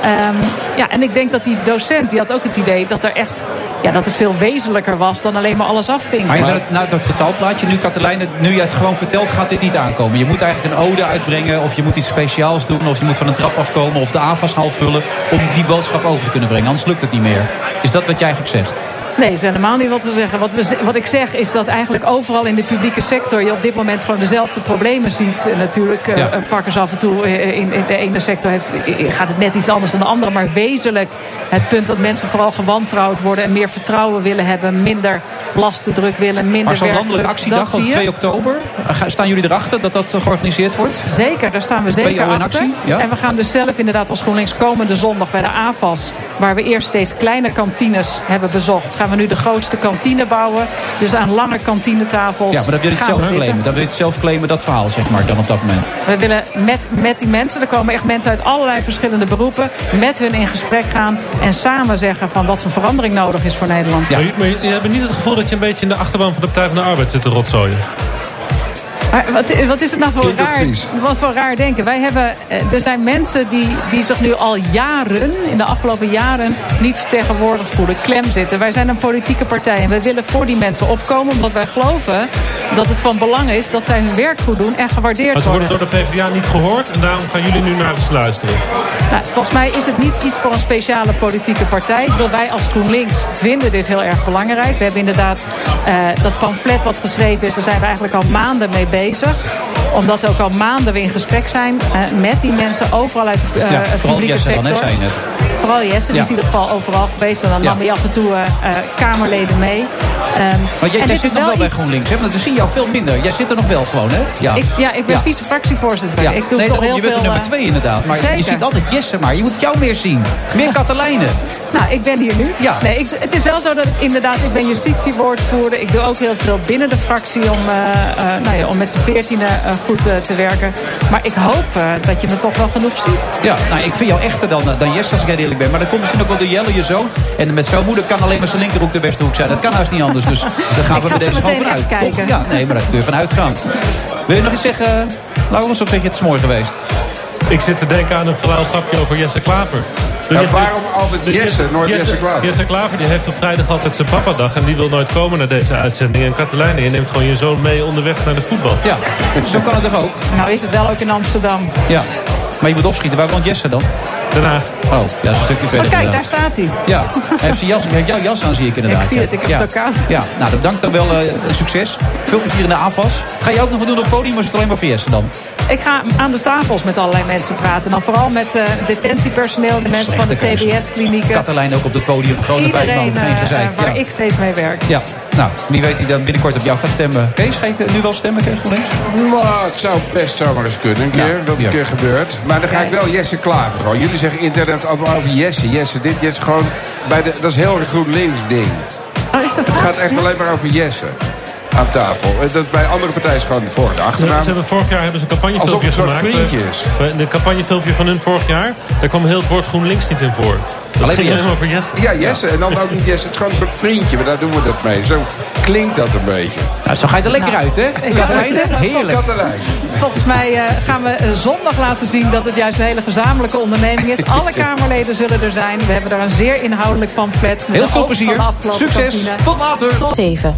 Speaker 10: Eh, Ehm, ja, en ik denk dat die docent die had ook het idee dat, er echt, ja, dat het veel wezenlijker was dan alleen maar alles afvinken.
Speaker 5: Maar nou, nou, dat totaalplaatje, nu Katelijn, het- nu je het gewoon vertelt, gaat dit niet aankomen. Je moet eigenlijk een ode uitbrengen, of je moet iets speciaals doen, of je moet van een trap afkomen, of de aanvas half vullen, om die boodschap over te kunnen brengen. Anders lukt het niet meer. Is dat wat jij eigenlijk zegt?
Speaker 10: Nee, dat is helemaal niet wat we zeggen. Wat, we, ze- wat ik zeg is dat eigenlijk overal in de publieke sector je op dit moment gewoon dezelfde problemen ziet. En natuurlijk, eh
Speaker 19: Ja.
Speaker 10: eh, pakkers af en toe eh, in, in de ene sector heeft, eh, gaat het net iets anders dan de andere. Maar wezenlijk het punt dat mensen vooral gewantrouwd worden en meer vertrouwen willen hebben, minder lastendruk willen, minder
Speaker 5: maar zo'n
Speaker 10: werkdruk,
Speaker 5: landelijk
Speaker 10: dat
Speaker 5: actiedag
Speaker 10: zie
Speaker 5: op
Speaker 10: je.
Speaker 5: 2 oktober, eh, ga- staan jullie erachter dat dat eh, georganiseerd wordt?
Speaker 10: Zeker, daar staan we zeker
Speaker 5: PO in
Speaker 10: achter.
Speaker 5: actie, ja.
Speaker 10: En we gaan dus zelf inderdaad als GroenLinks komende zondag bij de AFAS... waar we eerst steeds kleine kantines hebben bezocht... gaan we nu de grootste kantine bouwen. Dus aan lange kantinetafels
Speaker 5: Ja, maar dat wil je
Speaker 10: gaan
Speaker 5: het
Speaker 10: we
Speaker 5: zelf
Speaker 10: zitten.
Speaker 5: claimen. Dat wil je het zelf claimen, dat verhaal, zeg maar, dan op dat moment.
Speaker 10: We willen met, met die mensen, er komen echt mensen uit allerlei verschillende beroepen... met hun in gesprek gaan en samen zeggen van wat voor verandering nodig is voor Nederland.
Speaker 18: Maar, je, maar je- je hebt niet het gevoel dat je een beetje in de achterban van de Partij van de Arbeid zit te rotzooien.
Speaker 10: Maar wat, wat is het nou voor
Speaker 18: Klinkt ook
Speaker 10: raar,
Speaker 18: vies.
Speaker 10: wat voor raar denken? Wij hebben, eh, er zijn mensen die, die zich nu al jaren, in de afgelopen jaren, niet vertegenwoordigd voelen, klem zitten. Wij zijn een politieke partij en wij willen voor die mensen opkomen, omdat wij geloven dat het van belang is dat zij hun werk goed doen en
Speaker 18: Maar
Speaker 10: gewaardeerd
Speaker 18: ze worden
Speaker 10: worden.
Speaker 18: door de PvdA niet gehoord en daarom gaan jullie nu naar eens luisteren.
Speaker 10: Nou, volgens mij is het niet iets voor een speciale politieke partij. Ik bedoel, wij als GroenLinks vinden dit heel erg belangrijk. We hebben inderdaad eh, dat pamflet wat geschreven is, daar zijn we eigenlijk al maanden mee bezig. Omdat we ook al maanden we in gesprek zijn eh, met die mensen overal uit de eh,
Speaker 5: ja, vooral
Speaker 10: publieke
Speaker 5: Jesse
Speaker 10: sector.
Speaker 5: dan, hè, zei je net.
Speaker 10: Vooral Jesse, die
Speaker 5: Ja.
Speaker 10: is in ieder geval overal geweest. En dan
Speaker 5: Ja.
Speaker 10: nam hij af en toe eh, eh, Kamerleden mee. Ehm,
Speaker 5: Maar
Speaker 10: en
Speaker 5: jij, jij
Speaker 10: dit
Speaker 5: zit
Speaker 10: is
Speaker 5: nog wel bij
Speaker 10: iets-
Speaker 5: GroenLinks, hè? Want we zien jou veel minder. Jij zit er nog wel gewoon, hè?
Speaker 10: Ik, ja, ik ben vice-fractievoorzitter.
Speaker 5: Ja.
Speaker 10: Ik doe
Speaker 5: nee,
Speaker 10: toch
Speaker 5: daarom,
Speaker 10: heel
Speaker 5: je bent
Speaker 10: veel...
Speaker 5: er nummer
Speaker 10: eh,
Speaker 5: twee inderdaad. Maar je
Speaker 10: zeker.
Speaker 5: ziet altijd Jesse maar. Je moet jou meer zien. Meer Katelijnen.
Speaker 10: Nou, ik ben hier nu.
Speaker 5: Ja.
Speaker 10: Nee, ik, het is wel zo dat ik inderdaad, ik ben justitiewoordvoerder. Ik doe ook heel veel binnen de fractie om, eh, eh, nou ja, om met z'n veertienen goed eh, te werken. Maar ik hoop eh, dat je me toch wel genoeg ziet.
Speaker 5: Ja, nou, ik vind jou echter dan, dan Jesse als ik heel eerlijk ben. Maar dat komt misschien ook wel door Jelle, je zoon. En eh, met zo'n moeder kan alleen maar zijn linkerhoek de beste hoek zijn. Dat kan haast niet anders. Dus daar gaan
Speaker 10: Ik ga
Speaker 5: we met
Speaker 10: zo
Speaker 5: deze gewoon
Speaker 10: meteen
Speaker 5: vanuit.
Speaker 10: echt
Speaker 5: toch?
Speaker 10: kijken.
Speaker 5: Ja, nee, maar daar kun je vanuit gaan. Wil je nog iets zeggen, eh, Laurens? Of zeg je het is mooi geweest?
Speaker 18: Ik zit te denken aan een verhaal grapje over Jesse Klaver. De
Speaker 7: Ja, Nou, waarom altijd
Speaker 18: Dus de
Speaker 7: Jesse, nooit Jesse Klaver?
Speaker 18: Jesse Klaver die heeft op vrijdag altijd zijn papadag en die wil nooit komen naar deze uitzending. En Katelijne, je neemt gewoon je zoon mee onderweg naar de voetbal.
Speaker 5: Ja, zo kan het toch ook?
Speaker 10: Nou is het wel ook in Amsterdam.
Speaker 5: Ja. Maar je moet opschieten. Waar woont Jesse dan?
Speaker 18: Daarna.
Speaker 5: Oh, ja, dat is een stukje verder
Speaker 10: Maar kijk, daar
Speaker 5: inderdaad.
Speaker 10: staat hij.
Speaker 5: Ja, hij heeft, zijn jas, hij heeft jouw jas aan, zie ik inderdaad.
Speaker 10: Ik zie het, ik heb
Speaker 5: ja.
Speaker 10: het ook aan.
Speaker 5: Ja, nou, dan dank dan wel eh, succes. Veel plezier in de aanvas. Ga je ook nog wat doen op het podium, of is het alleen maar voor Jesse dan?
Speaker 10: Ik ga aan de tafels met allerlei mensen praten. En dan vooral met eh, detentiepersoneel, de mensen van de
Speaker 5: Slechte keuze.
Speaker 10: TBS-klinieken.
Speaker 5: Katelijn ook op het podium, gewoon erbij,
Speaker 10: eh, Iedereen
Speaker 5: man. Geen
Speaker 10: eh,
Speaker 5: gezeik.
Speaker 10: waar
Speaker 5: ja.
Speaker 10: ik steeds mee werk.
Speaker 5: ja, nou, wie weet die dan binnenkort op jou gaat stemmen. Kees, ga je nu wel stemmen, Kees GroenLinks?
Speaker 7: Maar Nou, het zou best zomaar eens kunnen, een keer, dat het een keer gebeurt. Maar dan ga ik wel Jesse Klaver gewoon. Jullie zeggen internet allemaal over Jesse, Jesse dit, Jesse gewoon. Bij de, dat is heel erg GroenLinks ding.
Speaker 10: Oh, is dat
Speaker 7: het gaat echt alleen maar over Jesse aan tafel. En Dat is bij andere partijen is gewoon de voor- en de
Speaker 18: Ze,
Speaker 7: achternaam.
Speaker 18: ze hebben vorig jaar hebben ze een campagnefilmpje
Speaker 7: Alsof het een
Speaker 18: gemaakt.
Speaker 7: soort vriendje is.
Speaker 18: eh, De campagnefilmpje van hun vorig jaar, daar kwam heel het woord GroenLinks niet in voor. Dat
Speaker 7: Alleen
Speaker 18: ging
Speaker 7: Jesse.
Speaker 18: helemaal over Jesse.
Speaker 7: Ja, Jesse. En dan ook niet Jesse. Het is gewoon een soort vriendje. Maar daar doen we dat mee. Zo klinkt dat een beetje.
Speaker 5: Nou, zo ga je er lekker uit, hè?
Speaker 10: ik had het zeggen.
Speaker 7: Heerlijk. Katelijn.
Speaker 10: Volgens mij eh, gaan we eh, zondag laten zien dat het juist een hele gezamenlijke onderneming is. Alle Kamerleden zullen er zijn. We hebben daar een zeer inhoudelijk pamflet. Met
Speaker 5: Heel
Speaker 10: de
Speaker 5: veel
Speaker 10: oog van
Speaker 5: plezier.
Speaker 10: de afgelopen
Speaker 5: Succes.
Speaker 10: kantine.
Speaker 5: Tot later.
Speaker 10: Tot
Speaker 14: 7.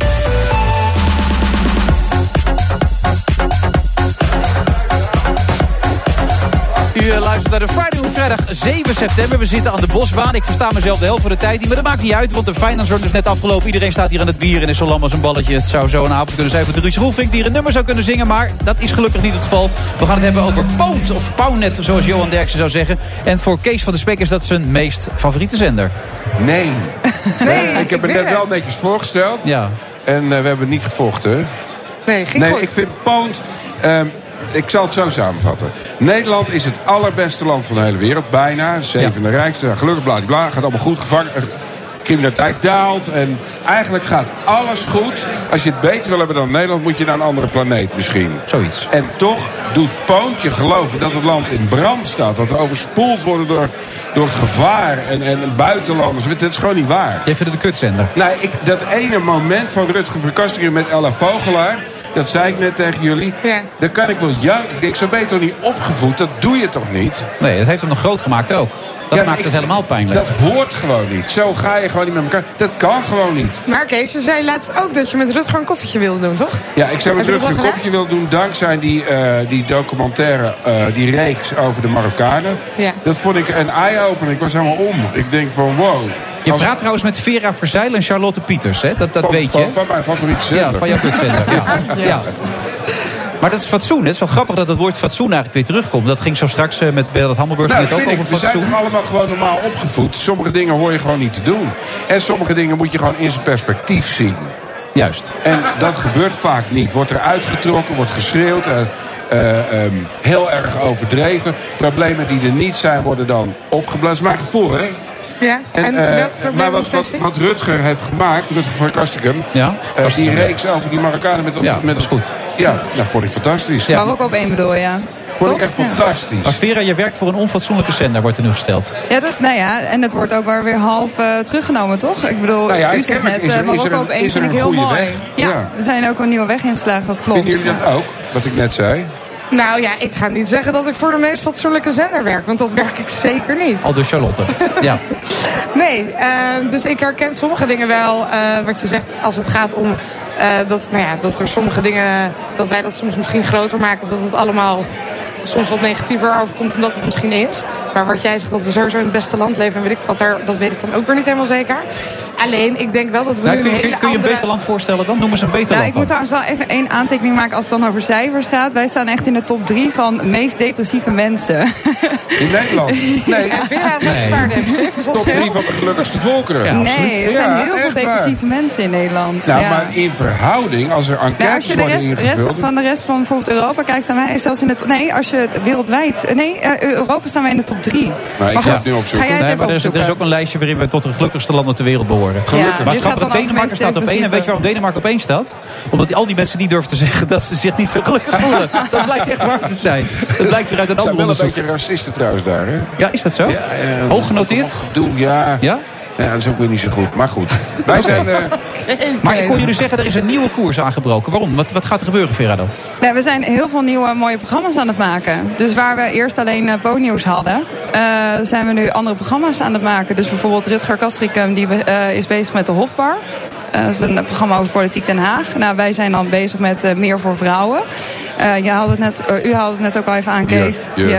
Speaker 5: U eh, luistert naar de Friday Move vrijdag 7 september. We zitten aan de bosbaan. Ik versta mezelf de helft van de tijd niet. Maar dat maakt niet uit, want de Finance Run is net afgelopen. Iedereen staat hier aan het bier en is zo lam als een balletje. Het zou zo een avond kunnen zijn voor Dries Roelvink... die er een nummer zou kunnen zingen, maar dat is gelukkig niet het geval. We gaan het hebben over Pound, of Poundnet, zoals Johan Derksen zou zeggen. En voor Kees van de Spek is dat zijn meest favoriete zender.
Speaker 7: Nee. ik heb het net wel netjes voorgesteld.
Speaker 5: Ja.
Speaker 7: En eh, we hebben niet gevochten.
Speaker 8: Nee, ging
Speaker 7: nee,
Speaker 8: goed.
Speaker 7: ik vind Pound... ehm, ik zal het zo samenvatten. Nederland is het allerbeste land van de hele wereld. Bijna. Zevende rijkste. Nou, Gelukkig bla bla. Gaat allemaal goed gevangen. eh, Criminaliteit daalt. En eigenlijk gaat alles goed. Als je het beter wil hebben dan Nederland... moet je naar een andere planeet misschien.
Speaker 5: Zoiets.
Speaker 7: En toch doet Pound je geloven dat het land in brand staat. Dat we overspoeld worden door, door gevaar en, en buitenlanders. Dat is gewoon niet waar.
Speaker 5: Jij vindt het een kutzender?
Speaker 7: Nou, ik, dat ene moment van Rutger Verkasteren met Ella Vogelaar... Dat zei ik net tegen jullie. Dan kan ik wel janken. Ik denk, zo ben je toch niet opgevoed? Dat doe je toch niet?
Speaker 5: Nee, dat heeft hem nog groot gemaakt ook. Dat maakt het helemaal pijnlijk.
Speaker 7: Dat hoort gewoon niet. Zo ga je gewoon niet met elkaar. Dat kan gewoon niet.
Speaker 19: Maar Kees, je zei laatst ook dat je met Rutger een koffietje wilde doen, toch?
Speaker 7: Ja, ik zou met
Speaker 19: Heb je
Speaker 7: Rutger
Speaker 19: dat
Speaker 7: een
Speaker 19: wel
Speaker 7: koffietje willen doen dankzij die, eh, die documentaire, eh, die reeks over de Marokkanen.
Speaker 19: Ja.
Speaker 7: Dat vond ik een eye-opener. Ik was helemaal om. Ik denk van wow.
Speaker 5: Je praat trouwens met Vera Verzijl en Charlotte Pieters, hè? Dat, dat
Speaker 7: Van-
Speaker 5: weet je.
Speaker 7: van-
Speaker 5: hè?
Speaker 7: van mijn favoriete zender.
Speaker 5: Ja, van jouw kutzender. Ja. ja. Maar dat is fatsoen. Het is wel grappig dat het woord fatsoen eigenlijk weer terugkomt. Dat ging zo straks eh, met Bernard Hammelburg
Speaker 7: Nou,
Speaker 5: net ook
Speaker 7: vind ik,
Speaker 5: over
Speaker 7: we zijn
Speaker 5: fatsoen.
Speaker 7: toch allemaal gewoon normaal opgevoed. Sommige dingen hoor je gewoon niet te doen. En sommige dingen moet je gewoon in zijn perspectief zien.
Speaker 5: Juist.
Speaker 7: En dat gebeurt vaak niet. Wordt er uitgetrokken, wordt geschreeuwd. eh, eh, ehm, heel erg overdreven. Problemen die er niet zijn, worden dan opgeblazen. Maar gevoel, hè?
Speaker 19: Ja.
Speaker 7: En,
Speaker 19: En,
Speaker 7: eh,
Speaker 19: welk probleem
Speaker 7: maar
Speaker 19: was
Speaker 7: wat, wat,
Speaker 19: specifiek?
Speaker 7: wat Rutger heeft gemaakt, Rutger van Kastikum...
Speaker 5: Ja,
Speaker 7: eh, die
Speaker 5: Kastikum, ja.
Speaker 7: reeks over die Marokkanen met dat...
Speaker 5: Ja,
Speaker 7: met dat is goed. Ja, dat vond ik fantastisch.
Speaker 19: Maar ook op één bedoel, ja.
Speaker 7: vond ik echt fantastisch.
Speaker 5: Maar Vera, je werkt voor een onfatsoenlijke zender, wordt er nu gesteld.
Speaker 19: Ja, dat, nou ja, en dat wordt ook maar weer half eh, teruggenomen, toch? Ik bedoel,
Speaker 5: Nou ja,
Speaker 19: u
Speaker 5: ik
Speaker 19: zegt
Speaker 5: ken het.
Speaker 19: net,
Speaker 5: Is
Speaker 19: eh,
Speaker 5: er- is er
Speaker 19: Marokko
Speaker 5: een-
Speaker 19: op één
Speaker 5: is er
Speaker 19: vind ik
Speaker 5: een
Speaker 19: heel
Speaker 5: goede
Speaker 19: mooi.
Speaker 5: weg?
Speaker 19: Ja,
Speaker 7: Ja.
Speaker 19: we zijn ook een nieuwe weg ingeslagen, dat klopt.
Speaker 7: Vinden jullie dat ook, wat ik net zei?
Speaker 19: Nou ja, ik ga niet zeggen dat ik voor de meest fatsoenlijke zender werk, want dat werk ik zeker niet.
Speaker 5: Al door Charlotte. Ja.
Speaker 19: Nee, eh, dus ik herken sommige dingen wel. eh, wat je zegt als het gaat om eh, dat, nou ja, dat er sommige dingen. dat wij dat soms misschien groter maken. of dat het allemaal soms wat negatiever overkomt dan dat het misschien is. Maar wat jij zegt, dat we sowieso in het beste land leven. en weet ik wat daar. dat weet ik dan ook weer niet helemaal zeker. Alleen, ik denk wel dat we
Speaker 5: Nou,
Speaker 19: nu
Speaker 5: kun,
Speaker 19: een
Speaker 5: je,
Speaker 19: hele
Speaker 5: kun je een
Speaker 19: andere...
Speaker 5: beter land voorstellen dan? Noem eens een beter
Speaker 19: Nou,
Speaker 5: land
Speaker 19: ik moet
Speaker 5: dan.
Speaker 19: trouwens wel even één aantekening maken als het dan over cijfers gaat. Wij staan echt in de top drie van meest depressieve mensen.
Speaker 7: In Nederland? Nee.
Speaker 19: Ja, Vera is ook zwaar depressief, dus dat
Speaker 7: Top
Speaker 19: scheelt.
Speaker 7: drie van de gelukkigste volkeren.
Speaker 19: nee, er zijn
Speaker 7: Ja,
Speaker 19: heel veel
Speaker 7: echt waar.
Speaker 19: depressieve mensen in Nederland.
Speaker 7: Nou,
Speaker 19: ja.
Speaker 7: maar in verhouding, als er
Speaker 19: Nou, als
Speaker 7: enquêtes
Speaker 19: je de
Speaker 7: worden
Speaker 19: rest, rest
Speaker 7: ingevuld...
Speaker 19: van de rest van bijvoorbeeld Europa kijkt, staan wij zelfs in de top... Nee, als je wereldwijd... Nee, eh, Europa staan wij in de top drie.
Speaker 5: Maar
Speaker 19: goed, Ga jij het
Speaker 5: Nee,
Speaker 19: even
Speaker 5: maar er, is,
Speaker 19: opzoeken?
Speaker 5: er is ook een lijstje waarin we tot de gelukkigste landen ter wereld behoren.
Speaker 19: Gelukkig.
Speaker 5: Maar
Speaker 19: dit
Speaker 5: het
Speaker 19: gaat dan
Speaker 5: grappige,
Speaker 19: over
Speaker 5: Denemarken
Speaker 19: mensen
Speaker 5: staat op
Speaker 19: in
Speaker 5: één. En weet je
Speaker 19: principe.
Speaker 5: waarom Denemarken op één staat? Omdat die- al die mensen niet durven te zeggen dat ze zich niet zo gelukkig voelen. Dat blijkt echt waar te zijn. Dat blijkt weer uit een
Speaker 7: Het zijn
Speaker 5: ander
Speaker 7: wel een
Speaker 5: onderzoek.
Speaker 7: beetje racisten trouwens daar, hè?
Speaker 5: Ja, is dat zo? Hoog genoteerd?
Speaker 7: Doe, ja. Ja? Ja, dat is ook weer niet zo goed. Maar goed, wij zijn... eh,
Speaker 5: Maar ik hoor jullie zeggen, er is een nieuwe koers aangebroken. Waarom? Wat, wat gaat er gebeuren, Vera dan?
Speaker 19: Nee, we zijn heel veel nieuwe mooie programma's aan het maken. Dus waar we eerst alleen eh Bo-nieuws hadden, eh, zijn we nu andere programma's aan het maken. Dus bijvoorbeeld Rutger Kastricum die be- eh, is bezig met de Hofbar. Eh, dat is een programma over politiek Den Haag. Nou, wij zijn dan bezig met eh, meer voor vrouwen. Eh, je haalde het net, eh, u haalde het net ook al even aan, Kees. Je,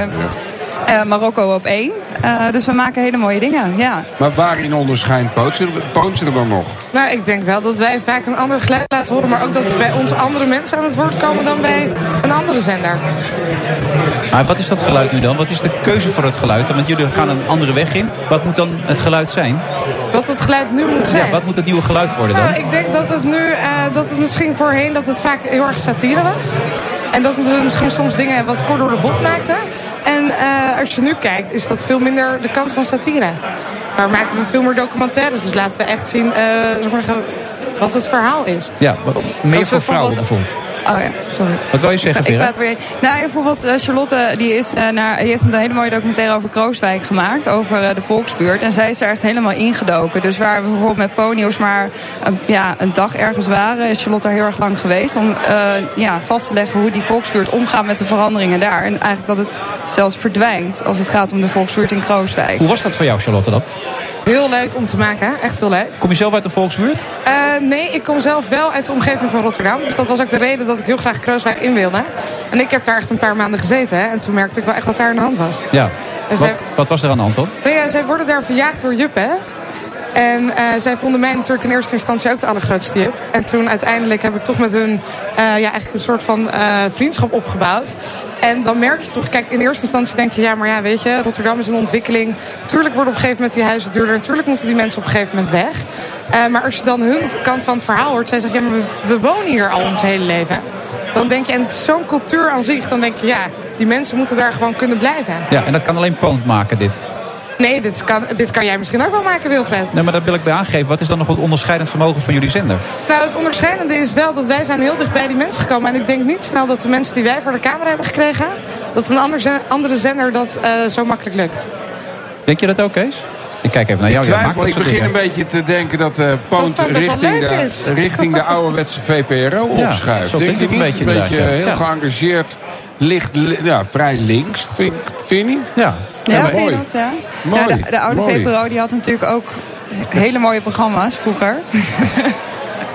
Speaker 19: eh, Marokko op één. Eh, dus we maken hele mooie dingen, ja.
Speaker 7: Maar waarin onderscheidt Pootsen- Pootsen dan nog?
Speaker 19: Nou, ik denk wel dat wij vaak een ander geluid laten horen. Maar ook dat bij ons andere mensen aan het woord komen dan bij een andere zender.
Speaker 5: Maar wat is dat geluid nu dan? Wat is de keuze voor het geluid? Want jullie gaan een andere weg in. Wat moet dan het geluid zijn?
Speaker 19: Wat het geluid nu moet zijn.
Speaker 5: Ja, wat moet het nieuwe geluid worden dan?
Speaker 19: Nou, ik denk dat het nu, eh, dat het misschien voorheen dat het vaak heel erg satire was. En dat we misschien soms dingen wat kort door de bocht maakten. En eh, als je nu kijkt, is dat veel minder de kant van satire. Maar maken we veel meer documentaires. Dus laten we echt zien eh, zeg maar, wat het verhaal is.
Speaker 5: Ja, wat- meer voor vrouwen bijvoorbeeld.
Speaker 19: Oh ja, sorry.
Speaker 5: Wat wil je zeggen,
Speaker 19: Ik
Speaker 5: Vera?
Speaker 19: praat er weer. Nou, ja, bijvoorbeeld eh, Charlotte die is, eh, naar, die heeft een hele mooie documentaire over Krooswijk gemaakt. Over eh, de volksbuurt. En zij is daar echt helemaal ingedoken. Dus waar we bijvoorbeeld met pony's maar een- ja, een dag ergens waren... is Charlotte daar heel erg lang geweest. Om eh, ja, vast te leggen hoe die volksbuurt omgaat met de veranderingen daar. En eigenlijk dat het zelfs verdwijnt als het gaat om de volksbuurt in Krooswijk.
Speaker 5: Hoe was dat voor jou, Charlotte, dan?
Speaker 19: Heel leuk om te maken, echt heel leuk.
Speaker 5: Kom je zelf uit de volksbuurt?
Speaker 19: Eh, nee, ik kom zelf wel uit de omgeving van Rotterdam. Dus dat was ook de reden dat ik heel graag Krooswijk in wilde. En ik heb daar echt een paar maanden gezeten. Hè, en toen merkte ik wel echt wat daar aan de hand was.
Speaker 5: Ja.
Speaker 19: En
Speaker 5: Wat,
Speaker 19: zij-
Speaker 5: wat was er aan de hand, dan?
Speaker 19: Nou ja, zij worden daar verjaagd door Juppen. hè. En eh, zij vonden mij natuurlijk in eerste instantie ook de allergrootste Jup. En toen uiteindelijk heb ik toch met hun eh, ja, eigenlijk een soort van eh, vriendschap opgebouwd. En dan merk je toch, kijk, in eerste instantie denk je... ja, maar ja, weet je, Rotterdam is een ontwikkeling. Tuurlijk worden op een gegeven moment die huizen duurder. En tuurlijk moeten die mensen op een gegeven moment weg. Eh, maar als je dan hun kant van het verhaal hoort... zij zeggen, ja, maar we, we wonen hier al ons hele leven. Dan denk je, en het is zo'n cultuur aan zich... dan denk je, ja, die mensen moeten daar gewoon kunnen blijven.
Speaker 5: Ja, en dat kan alleen Poont maken, dit.
Speaker 19: Nee, dit kan, dit kan jij misschien ook wel maken, Wilfred.
Speaker 5: Nee, maar daar wil ik bij aangeven. Wat is dan nog het onderscheidend vermogen van jullie zender?
Speaker 19: Nou, het onderscheidende is wel dat wij zijn heel dicht bij die mensen gekomen. En ik denk niet snel dat de mensen die wij voor de camera hebben gekregen... dat een ander zen- andere zender dat eh, zo makkelijk lukt.
Speaker 5: Denk je dat ook, Kees? Ik Ik kijk even naar
Speaker 7: ik
Speaker 5: jou. Jij Nou, maakt
Speaker 7: twijfel,
Speaker 5: dat
Speaker 7: ik
Speaker 5: soort
Speaker 7: begin
Speaker 5: dingen.
Speaker 7: een beetje te denken dat eh Poont
Speaker 5: dat best wel
Speaker 7: richting,
Speaker 5: leuk
Speaker 7: de,
Speaker 5: is.
Speaker 7: richting de ouderwetse VPRO
Speaker 5: Ja,
Speaker 7: opschuift.
Speaker 5: zo
Speaker 7: Denk
Speaker 5: klinkt
Speaker 7: je
Speaker 5: het een
Speaker 7: niet?
Speaker 5: beetje
Speaker 7: Een beetje
Speaker 5: inderdaad,
Speaker 7: eh,
Speaker 5: ja.
Speaker 7: heel
Speaker 5: Ja.
Speaker 7: geëngageerd, licht, li- ja, vrij links, vind, ik- vind je niet?
Speaker 5: Ja,
Speaker 7: maar
Speaker 21: Ja, vind je
Speaker 7: mooi.
Speaker 21: dat, ja?
Speaker 7: Mooi,
Speaker 21: Nou, de, de oude
Speaker 7: mooi.
Speaker 21: VPRO die had natuurlijk ook hele mooie programma's vroeger.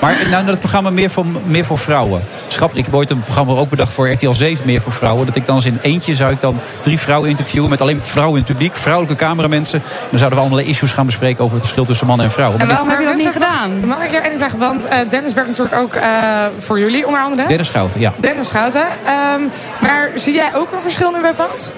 Speaker 5: Maar nou, dat programma meer voor, meer voor vrouwen. Schap, ik heb ooit een programma ook bedacht voor RTL 7 meer voor vrouwen. Dat ik dan eens in eentje zou ik dan drie vrouwen interviewen met alleen vrouwen in het publiek, vrouwelijke cameramensen. En dan zouden we allerlei issues gaan bespreken over het verschil tussen mannen en vrouwen. Maar
Speaker 19: heb je dat niet gedaan? Mag ik jou één vraag? Want eh, Dennis werkt natuurlijk ook eh, voor jullie, onder andere.
Speaker 5: dit- Dennis Schouten, ja.
Speaker 19: Dennis Schouten. Ehm, maar zie jij ook een verschil nu bij Pat?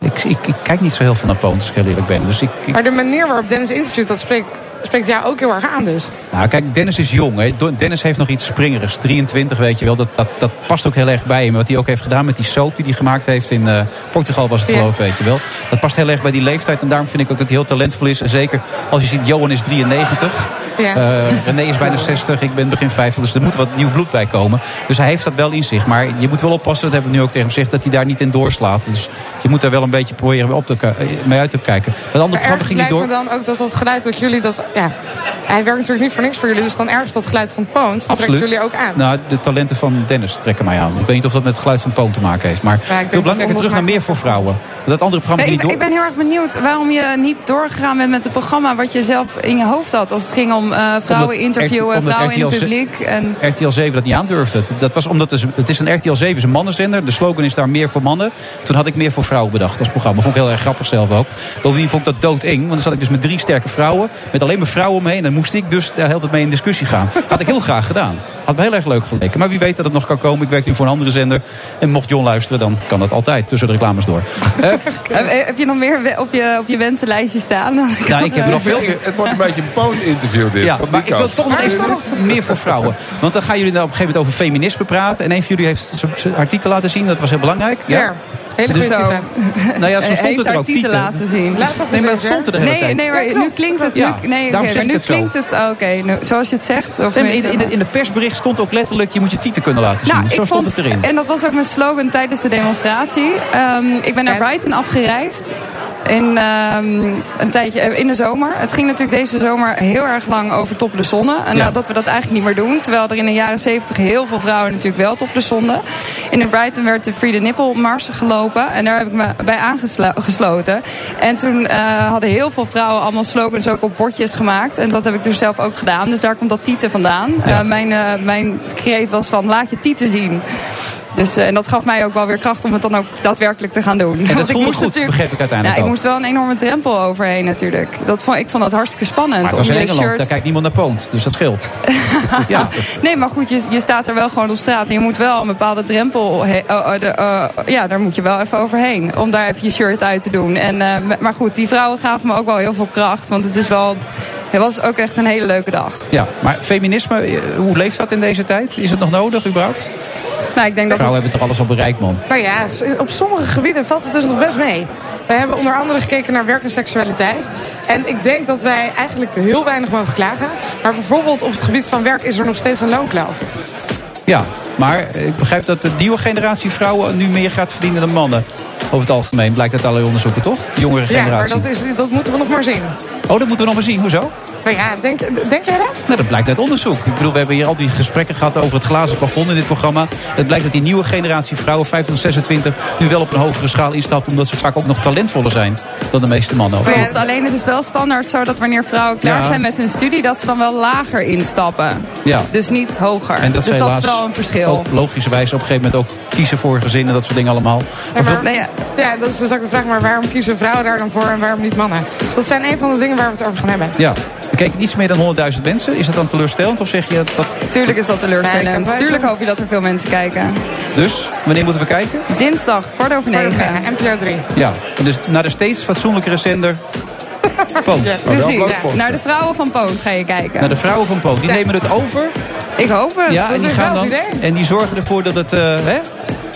Speaker 5: Ik, ik, ik kijk niet zo heel veel naar Poont, als ik heel eerlijk ben. Dus ik, ik-
Speaker 19: Maar de manier waarop Dennis interviewt, dat spreekt, spreekt jou ook heel erg aan dus.
Speaker 5: nou, kijk, Dennis is jong. Hè. Do- Dennis heeft nog iets springerigs. 23, weet je wel. Dat, dat, dat past ook heel erg bij hem. Wat hij ook heeft gedaan met die soap die hij gemaakt heeft in eh, Portugal was het geloof ik, weet je wel. Dat past heel erg bij die leeftijd. En daarom vind ik ook dat hij heel talentvol is. En zeker als je ziet, Johan is 93.
Speaker 19: Ja.
Speaker 5: Eh, René is bijna 60, ik ben begin 50, dus er moet wat nieuw bloed bij komen. Dus hij heeft dat wel in zich. Maar je moet wel oppassen, dat heb ik nu ook tegen hem gezegd, dat hij daar niet in doorslaat. Dus je moet daar wel een beetje proberen op te, ki- eh, mee uit te kijken. Dat andere
Speaker 19: Maar
Speaker 5: programma
Speaker 19: ergens
Speaker 5: ging niet
Speaker 19: lijkt
Speaker 5: door.
Speaker 19: me dan ook dat dat geluid dat jullie dat... Ja, hij werkt natuurlijk niet voor niks voor jullie. Dus dan ergens dat geluid van Poont, dat trekt
Speaker 5: Absoluut.
Speaker 19: jullie ook aan.
Speaker 5: Nou, de talenten van Dennis trekken mij aan. Ik weet niet of dat met het geluid van Poon te maken heeft. Maar
Speaker 21: denk
Speaker 5: veel
Speaker 21: dat
Speaker 5: belangrijker terug naar meer voor vrouwen. Dat andere programma
Speaker 21: Nee,
Speaker 5: ging
Speaker 21: ik,
Speaker 5: niet
Speaker 21: ik
Speaker 5: door.
Speaker 21: ben heel erg benieuwd waarom je niet doorgegaan bent met het programma wat je zelf in je hoofd had. Als het ging om eh, vrouwen
Speaker 5: Omdat RT
Speaker 21: interviewen,
Speaker 5: omdat
Speaker 21: vrouwen in het
Speaker 5: RTL
Speaker 21: publiek. En,
Speaker 5: RTL 7 dat niet aandurfde. Het- Dat was omdat het is- het is een RTL 7 is een mannenzender. De slogan is daar meer voor mannen. Toen had ik meer voor vrouwen bedacht als programma. Vond ik heel erg grappig zelf ook. Bovendien vond ik dat doodeng. Want dan zat ik dus met drie sterke vrouwen. Met alleen maar vrouwen omheen. En dan moest ik dus daar heel tijd mee in discussie gaan. Had ik heel graag gedaan. Had me heel erg leuk geleken. Maar wie weet dat het nog kan komen. Ik werk nu voor een andere zender. En mocht John luisteren, dan kan dat altijd. Tussen de reclames door.
Speaker 21: Eh, heb je nog meer we- op je, op je wensenlijstje staan? Dan kan,
Speaker 5: Nou, ik heb
Speaker 21: eh,
Speaker 5: nog veel...
Speaker 7: Het wordt een beetje een poot-interview dit.
Speaker 5: Ja,
Speaker 7: van die
Speaker 5: maar ik wil
Speaker 7: kant.
Speaker 5: toch nog even meer voor vrouwen. Want dan gaan jullie nou op een gegeven moment over feminisme praten. En een van jullie heeft z- z- haar titel laten zien. Dat was heel belangrijk.
Speaker 21: Ja, hele
Speaker 5: Dus-
Speaker 21: goede titel.
Speaker 5: Nou ja, zo
Speaker 21: Hij
Speaker 5: stond
Speaker 21: heeft
Speaker 5: het
Speaker 21: haar
Speaker 5: er ook.
Speaker 21: titel laten zien.
Speaker 5: Dus- nee, maar dat stond er de hele
Speaker 21: nee,
Speaker 5: tijd.
Speaker 21: Nee, maar nu klinkt het...
Speaker 5: Ja,
Speaker 21: nu, nee, oké,
Speaker 5: daarom zeg
Speaker 21: maar
Speaker 5: ik
Speaker 21: nu
Speaker 5: het zo.
Speaker 21: klinkt het... Oké, nou, zoals je het zegt. Of
Speaker 5: Nee, maar in, de-
Speaker 21: tenminste-
Speaker 5: in, de- in het persbericht stond ook letterlijk... je moet je titel kunnen laten zien.
Speaker 21: Nou,
Speaker 5: Dus
Speaker 21: ik
Speaker 5: zo stond
Speaker 21: vond-
Speaker 5: het erin.
Speaker 21: En dat was ook mijn slogan tijdens de demonstratie. Ehm, ik ben naar Brighton afgereisd. In, ehm, een tijdje, eh, in de zomer. Het ging natuurlijk deze zomer heel erg lang over top de zonde. En
Speaker 22: Ja.
Speaker 21: nou, dat we dat eigenlijk niet meer doen. Terwijl er in de jaren 70 heel veel vrouwen natuurlijk wel top de zonde. En in Brighton werd de Free the Nipple Mars gelopen. En daar heb ik me bij aangesloten. En toen eh, hadden heel veel vrouwen allemaal slogans ook op bordjes gemaakt. En dat heb ik dus zelf ook gedaan. Dus daar komt dat tieten vandaan. Eh, mijn, eh, mijn kreet was van laat je tieten zien. Dus, eh, en dat gaf mij ook wel weer kracht om het dan ook daadwerkelijk te gaan doen.
Speaker 5: dat
Speaker 21: Want
Speaker 5: voelde
Speaker 21: moest
Speaker 5: goed, begreep ik uiteindelijk
Speaker 21: Ja, ik
Speaker 5: ook.
Speaker 21: moest wel een enorme drempel overheen natuurlijk. Dat vond, ik vond dat hartstikke spannend.
Speaker 5: maar het was
Speaker 21: om
Speaker 5: in
Speaker 21: je
Speaker 5: Engeland,
Speaker 21: shirt-
Speaker 5: daar kijkt niemand naar Poont. Dus dat scheelt. ja.
Speaker 21: Nee, maar goed, je, je staat er wel gewoon op straat. En je moet wel een bepaalde drempel... he- eh, eh, de- eh, ja, daar moet je wel even overheen. Om daar even je shirt uit te doen. En, eh, m- maar goed, die vrouwen gaven me ook wel heel veel kracht. Want het is wel... Het was ook echt een hele leuke dag.
Speaker 5: ja, maar feminisme, eh, hoe leeft dat in deze tijd? Is het nog nodig überhaupt?
Speaker 21: Nou, ik denk dat...
Speaker 5: Vrouwen hebben toch alles al bereikt, man.
Speaker 19: Nou ja, s- op sommige gebieden valt het dus nog best mee. We hebben onder andere gekeken naar werk en seksualiteit. En ik denk dat wij eigenlijk heel weinig mogen klagen. Maar bijvoorbeeld op het gebied van werk is er nog steeds een loonkloof.
Speaker 5: Ja, maar ik begrijp dat de nieuwe generatie vrouwen nu meer gaat verdienen dan mannen. Over het algemeen blijkt uit allerlei onderzoeken, toch? De jongere
Speaker 19: Ja, maar
Speaker 5: generatie.
Speaker 19: dat, is, dat moeten we nog maar zien.
Speaker 5: Oh, dat moeten we nog maar zien. Hoezo?
Speaker 19: Nou ja, denk, denk jij dat?
Speaker 5: Nou, dat blijkt uit onderzoek. Ik bedoel, we hebben hier al die gesprekken gehad over het glazen plafond in dit programma. Het blijkt dat die nieuwe generatie vrouwen, 15 tot 26, nu wel op een hogere schaal instapt. Omdat ze vaak ook nog talentvoller zijn dan de meeste mannen.
Speaker 21: Maar ja, het- alleen het is wel standaard zo dat wanneer vrouwen klaar
Speaker 5: Ja.
Speaker 21: zijn met hun studie, dat ze dan wel lager instappen.
Speaker 5: Ja.
Speaker 21: Dus niet hoger.
Speaker 5: En dat ze
Speaker 21: dus dat is
Speaker 5: helaas
Speaker 21: wel een verschil.
Speaker 5: ook logischerwijs op een gegeven moment ook kiezen voor gezin en dat soort dingen allemaal.
Speaker 19: Ja, maar- ja, dat is dus ook de vraag. Maar waarom kiezen vrouwen daar dan voor en waarom niet mannen? Dus dat zijn een van de dingen waar we het over gaan hebben.
Speaker 5: Ja, we kijken iets meer dan 100.000 mensen. Is dat dan teleurstellend of zeg je dat...
Speaker 21: Tuurlijk is dat
Speaker 19: Nee, ik
Speaker 21: teleurstellend.
Speaker 19: heb-
Speaker 21: Tuurlijk hoop je dat er veel mensen kijken.
Speaker 5: Dus, wanneer moeten we kijken?
Speaker 21: Dinsdag, kwart over negen.
Speaker 19: NPO 3.
Speaker 5: Ja, en dus naar de steeds fatsoenlijkere zender. Poont.
Speaker 21: Precies. Naar de vrouwen van Poont ga je kijken.
Speaker 5: Naar de vrouwen van Poont. Die nemen het over.
Speaker 21: Ik hoop het.
Speaker 5: Ja, en die, gaan dan, en die zorgen ervoor dat het eh, hè,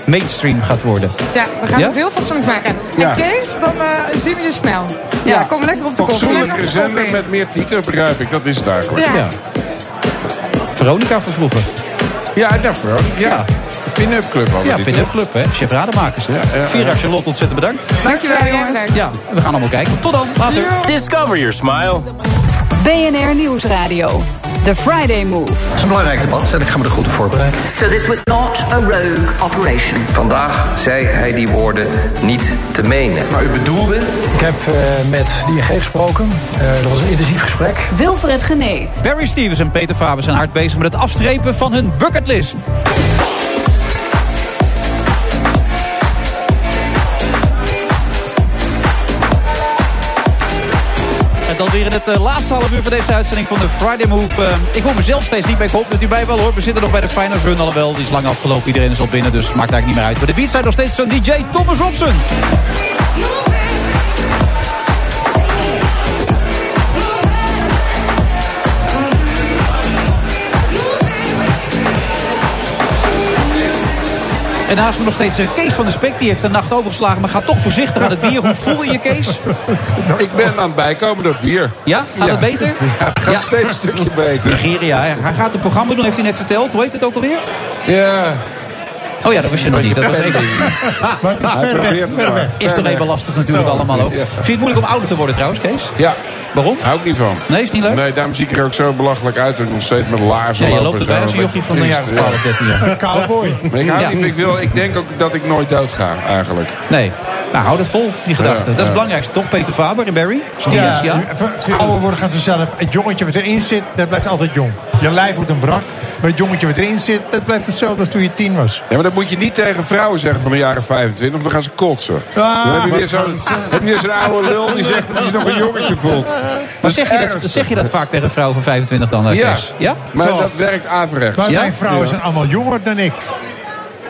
Speaker 5: mainstream gaat worden.
Speaker 19: Ja, we gaan
Speaker 5: Ja?
Speaker 19: het heel fatsoenlijk maken.
Speaker 5: Ja.
Speaker 19: En Kees, dan eh, zien we je snel. Ja,
Speaker 5: Ja.
Speaker 19: kom lekker op de kop. Kom lekker
Speaker 7: Fatsoenlijke
Speaker 19: op de koffie.
Speaker 7: zender met meer titel, begrijp ik. Dat is het eigenlijk.
Speaker 19: Ja.
Speaker 5: Veronica van vroeger.
Speaker 7: Ja, dat wel. Ja. pin-up club hadden
Speaker 5: Ja,
Speaker 7: die
Speaker 5: pin-up
Speaker 7: toch?
Speaker 5: club, hè. Chef Rademakers. hè.
Speaker 7: ja,
Speaker 5: Vira
Speaker 7: ja.
Speaker 5: Charlotte, ontzettend bedankt.
Speaker 19: Dankjewel, jongens.
Speaker 5: Ja, we gaan allemaal kijken. Tot dan, later.
Speaker 22: Discover your smile.
Speaker 1: BNR Nieuwsradio. The Friday Move.
Speaker 16: Het is een belangrijk debat en ik ga me er goed op voorbereiden.
Speaker 3: So this was not a rogue operation.
Speaker 16: Vandaag zei hij die woorden niet te menen. Maar u bedoelde?
Speaker 4: Ik heb eh, met de ING gesproken. Eh, dat was een intensief gesprek.
Speaker 1: Wilfred Genee.
Speaker 5: Barry Stevens en Peter Faber zijn hard bezig met het afstrepen van hun bucketlist. En dan weer in het eh, laatste half uur van deze uitzending van de Friday Move. Eh, ik hoor mezelf steeds niet, maar ik hoop dat u bij wel hoor. We zitten nog bij de final run alhoewel. Die is lang afgelopen. Iedereen is al binnen, dus maakt eigenlijk niet meer uit. Maar de beat zijn nog steeds van DJ Thomas Robson. En naast me nog steeds eh, Kees van de Spek. Die heeft de nacht overgeslagen, maar gaat toch voorzichtig aan het bier. Hoe voel je je, Kees?
Speaker 7: Ik ben aan het bijkomen door het bier.
Speaker 5: Ja? Gaat het beter?
Speaker 7: Ja, het gaat
Speaker 5: Ja.
Speaker 7: steeds een stukje beter.
Speaker 5: Nigeria, hè. hij gaat een programma doen, heeft hij net verteld. Hoe heet het ook alweer?
Speaker 7: Ja.
Speaker 5: Oh ja, dat wist je nog niet. Dat was even...
Speaker 7: Maar het is Hij ver weg, probeert het ver maar. weg.
Speaker 5: Is
Speaker 7: Ver
Speaker 5: toch
Speaker 7: weg.
Speaker 5: even lastig natuurlijk
Speaker 7: Zo.
Speaker 5: allemaal ook.
Speaker 7: Ja.
Speaker 5: Vind je het moeilijk om ouder te worden trouwens, Kees?
Speaker 7: Ja.
Speaker 5: Waarom?
Speaker 7: Hou ik niet van.
Speaker 5: Nee, is niet leuk?
Speaker 7: Nee, daarom zie ik er ook zo belachelijk uit. dat Ik nog steeds met
Speaker 5: Ja,
Speaker 7: laarzen
Speaker 5: je
Speaker 7: lopen.
Speaker 5: loopt erbij
Speaker 7: Zo,
Speaker 5: als een jochie van de
Speaker 7: triest,
Speaker 5: jaren
Speaker 7: ja.
Speaker 5: 12, 13 jaar. Een cowboy.
Speaker 7: Maar ik, hou
Speaker 5: Ja.
Speaker 7: niet, van- ik, wil, ik denk ook dat ik nooit dood ga, eigenlijk.
Speaker 5: Nee. Nou, hou dat vol, die gedachte.
Speaker 7: Ja,
Speaker 5: dat is
Speaker 7: ja.
Speaker 5: het belangrijkste, toch, Peter Faber en Barry? Stevens, ja.
Speaker 23: Ouder worden gaat vanzelf. Het jongetje wat erin zit, dat blijft altijd jong. Je lijf wordt een wrak. Maar het jongetje wat erin zit, dat blijft hetzelfde als toen je tien was.
Speaker 7: Ja, maar dat moet je niet tegen vrouwen zeggen van de jaren 25, want dan gaan ze kotsen.
Speaker 5: Ah,
Speaker 7: dan heb je
Speaker 23: wat
Speaker 7: weer zo'n heb je weer zo'n oude lul die zegt dat hij nog een jongetje voelt.
Speaker 5: Maar zeg je, dat, zeg je dat vaak tegen vrouwen van 25 dan, eh,
Speaker 7: Ja.
Speaker 5: Kees? Ja?
Speaker 7: Maar
Speaker 23: Toch.
Speaker 7: dat werkt averechts.
Speaker 23: Maar
Speaker 7: Ja?
Speaker 23: mijn vrouwen
Speaker 7: Ja.
Speaker 23: zijn allemaal jonger dan ik.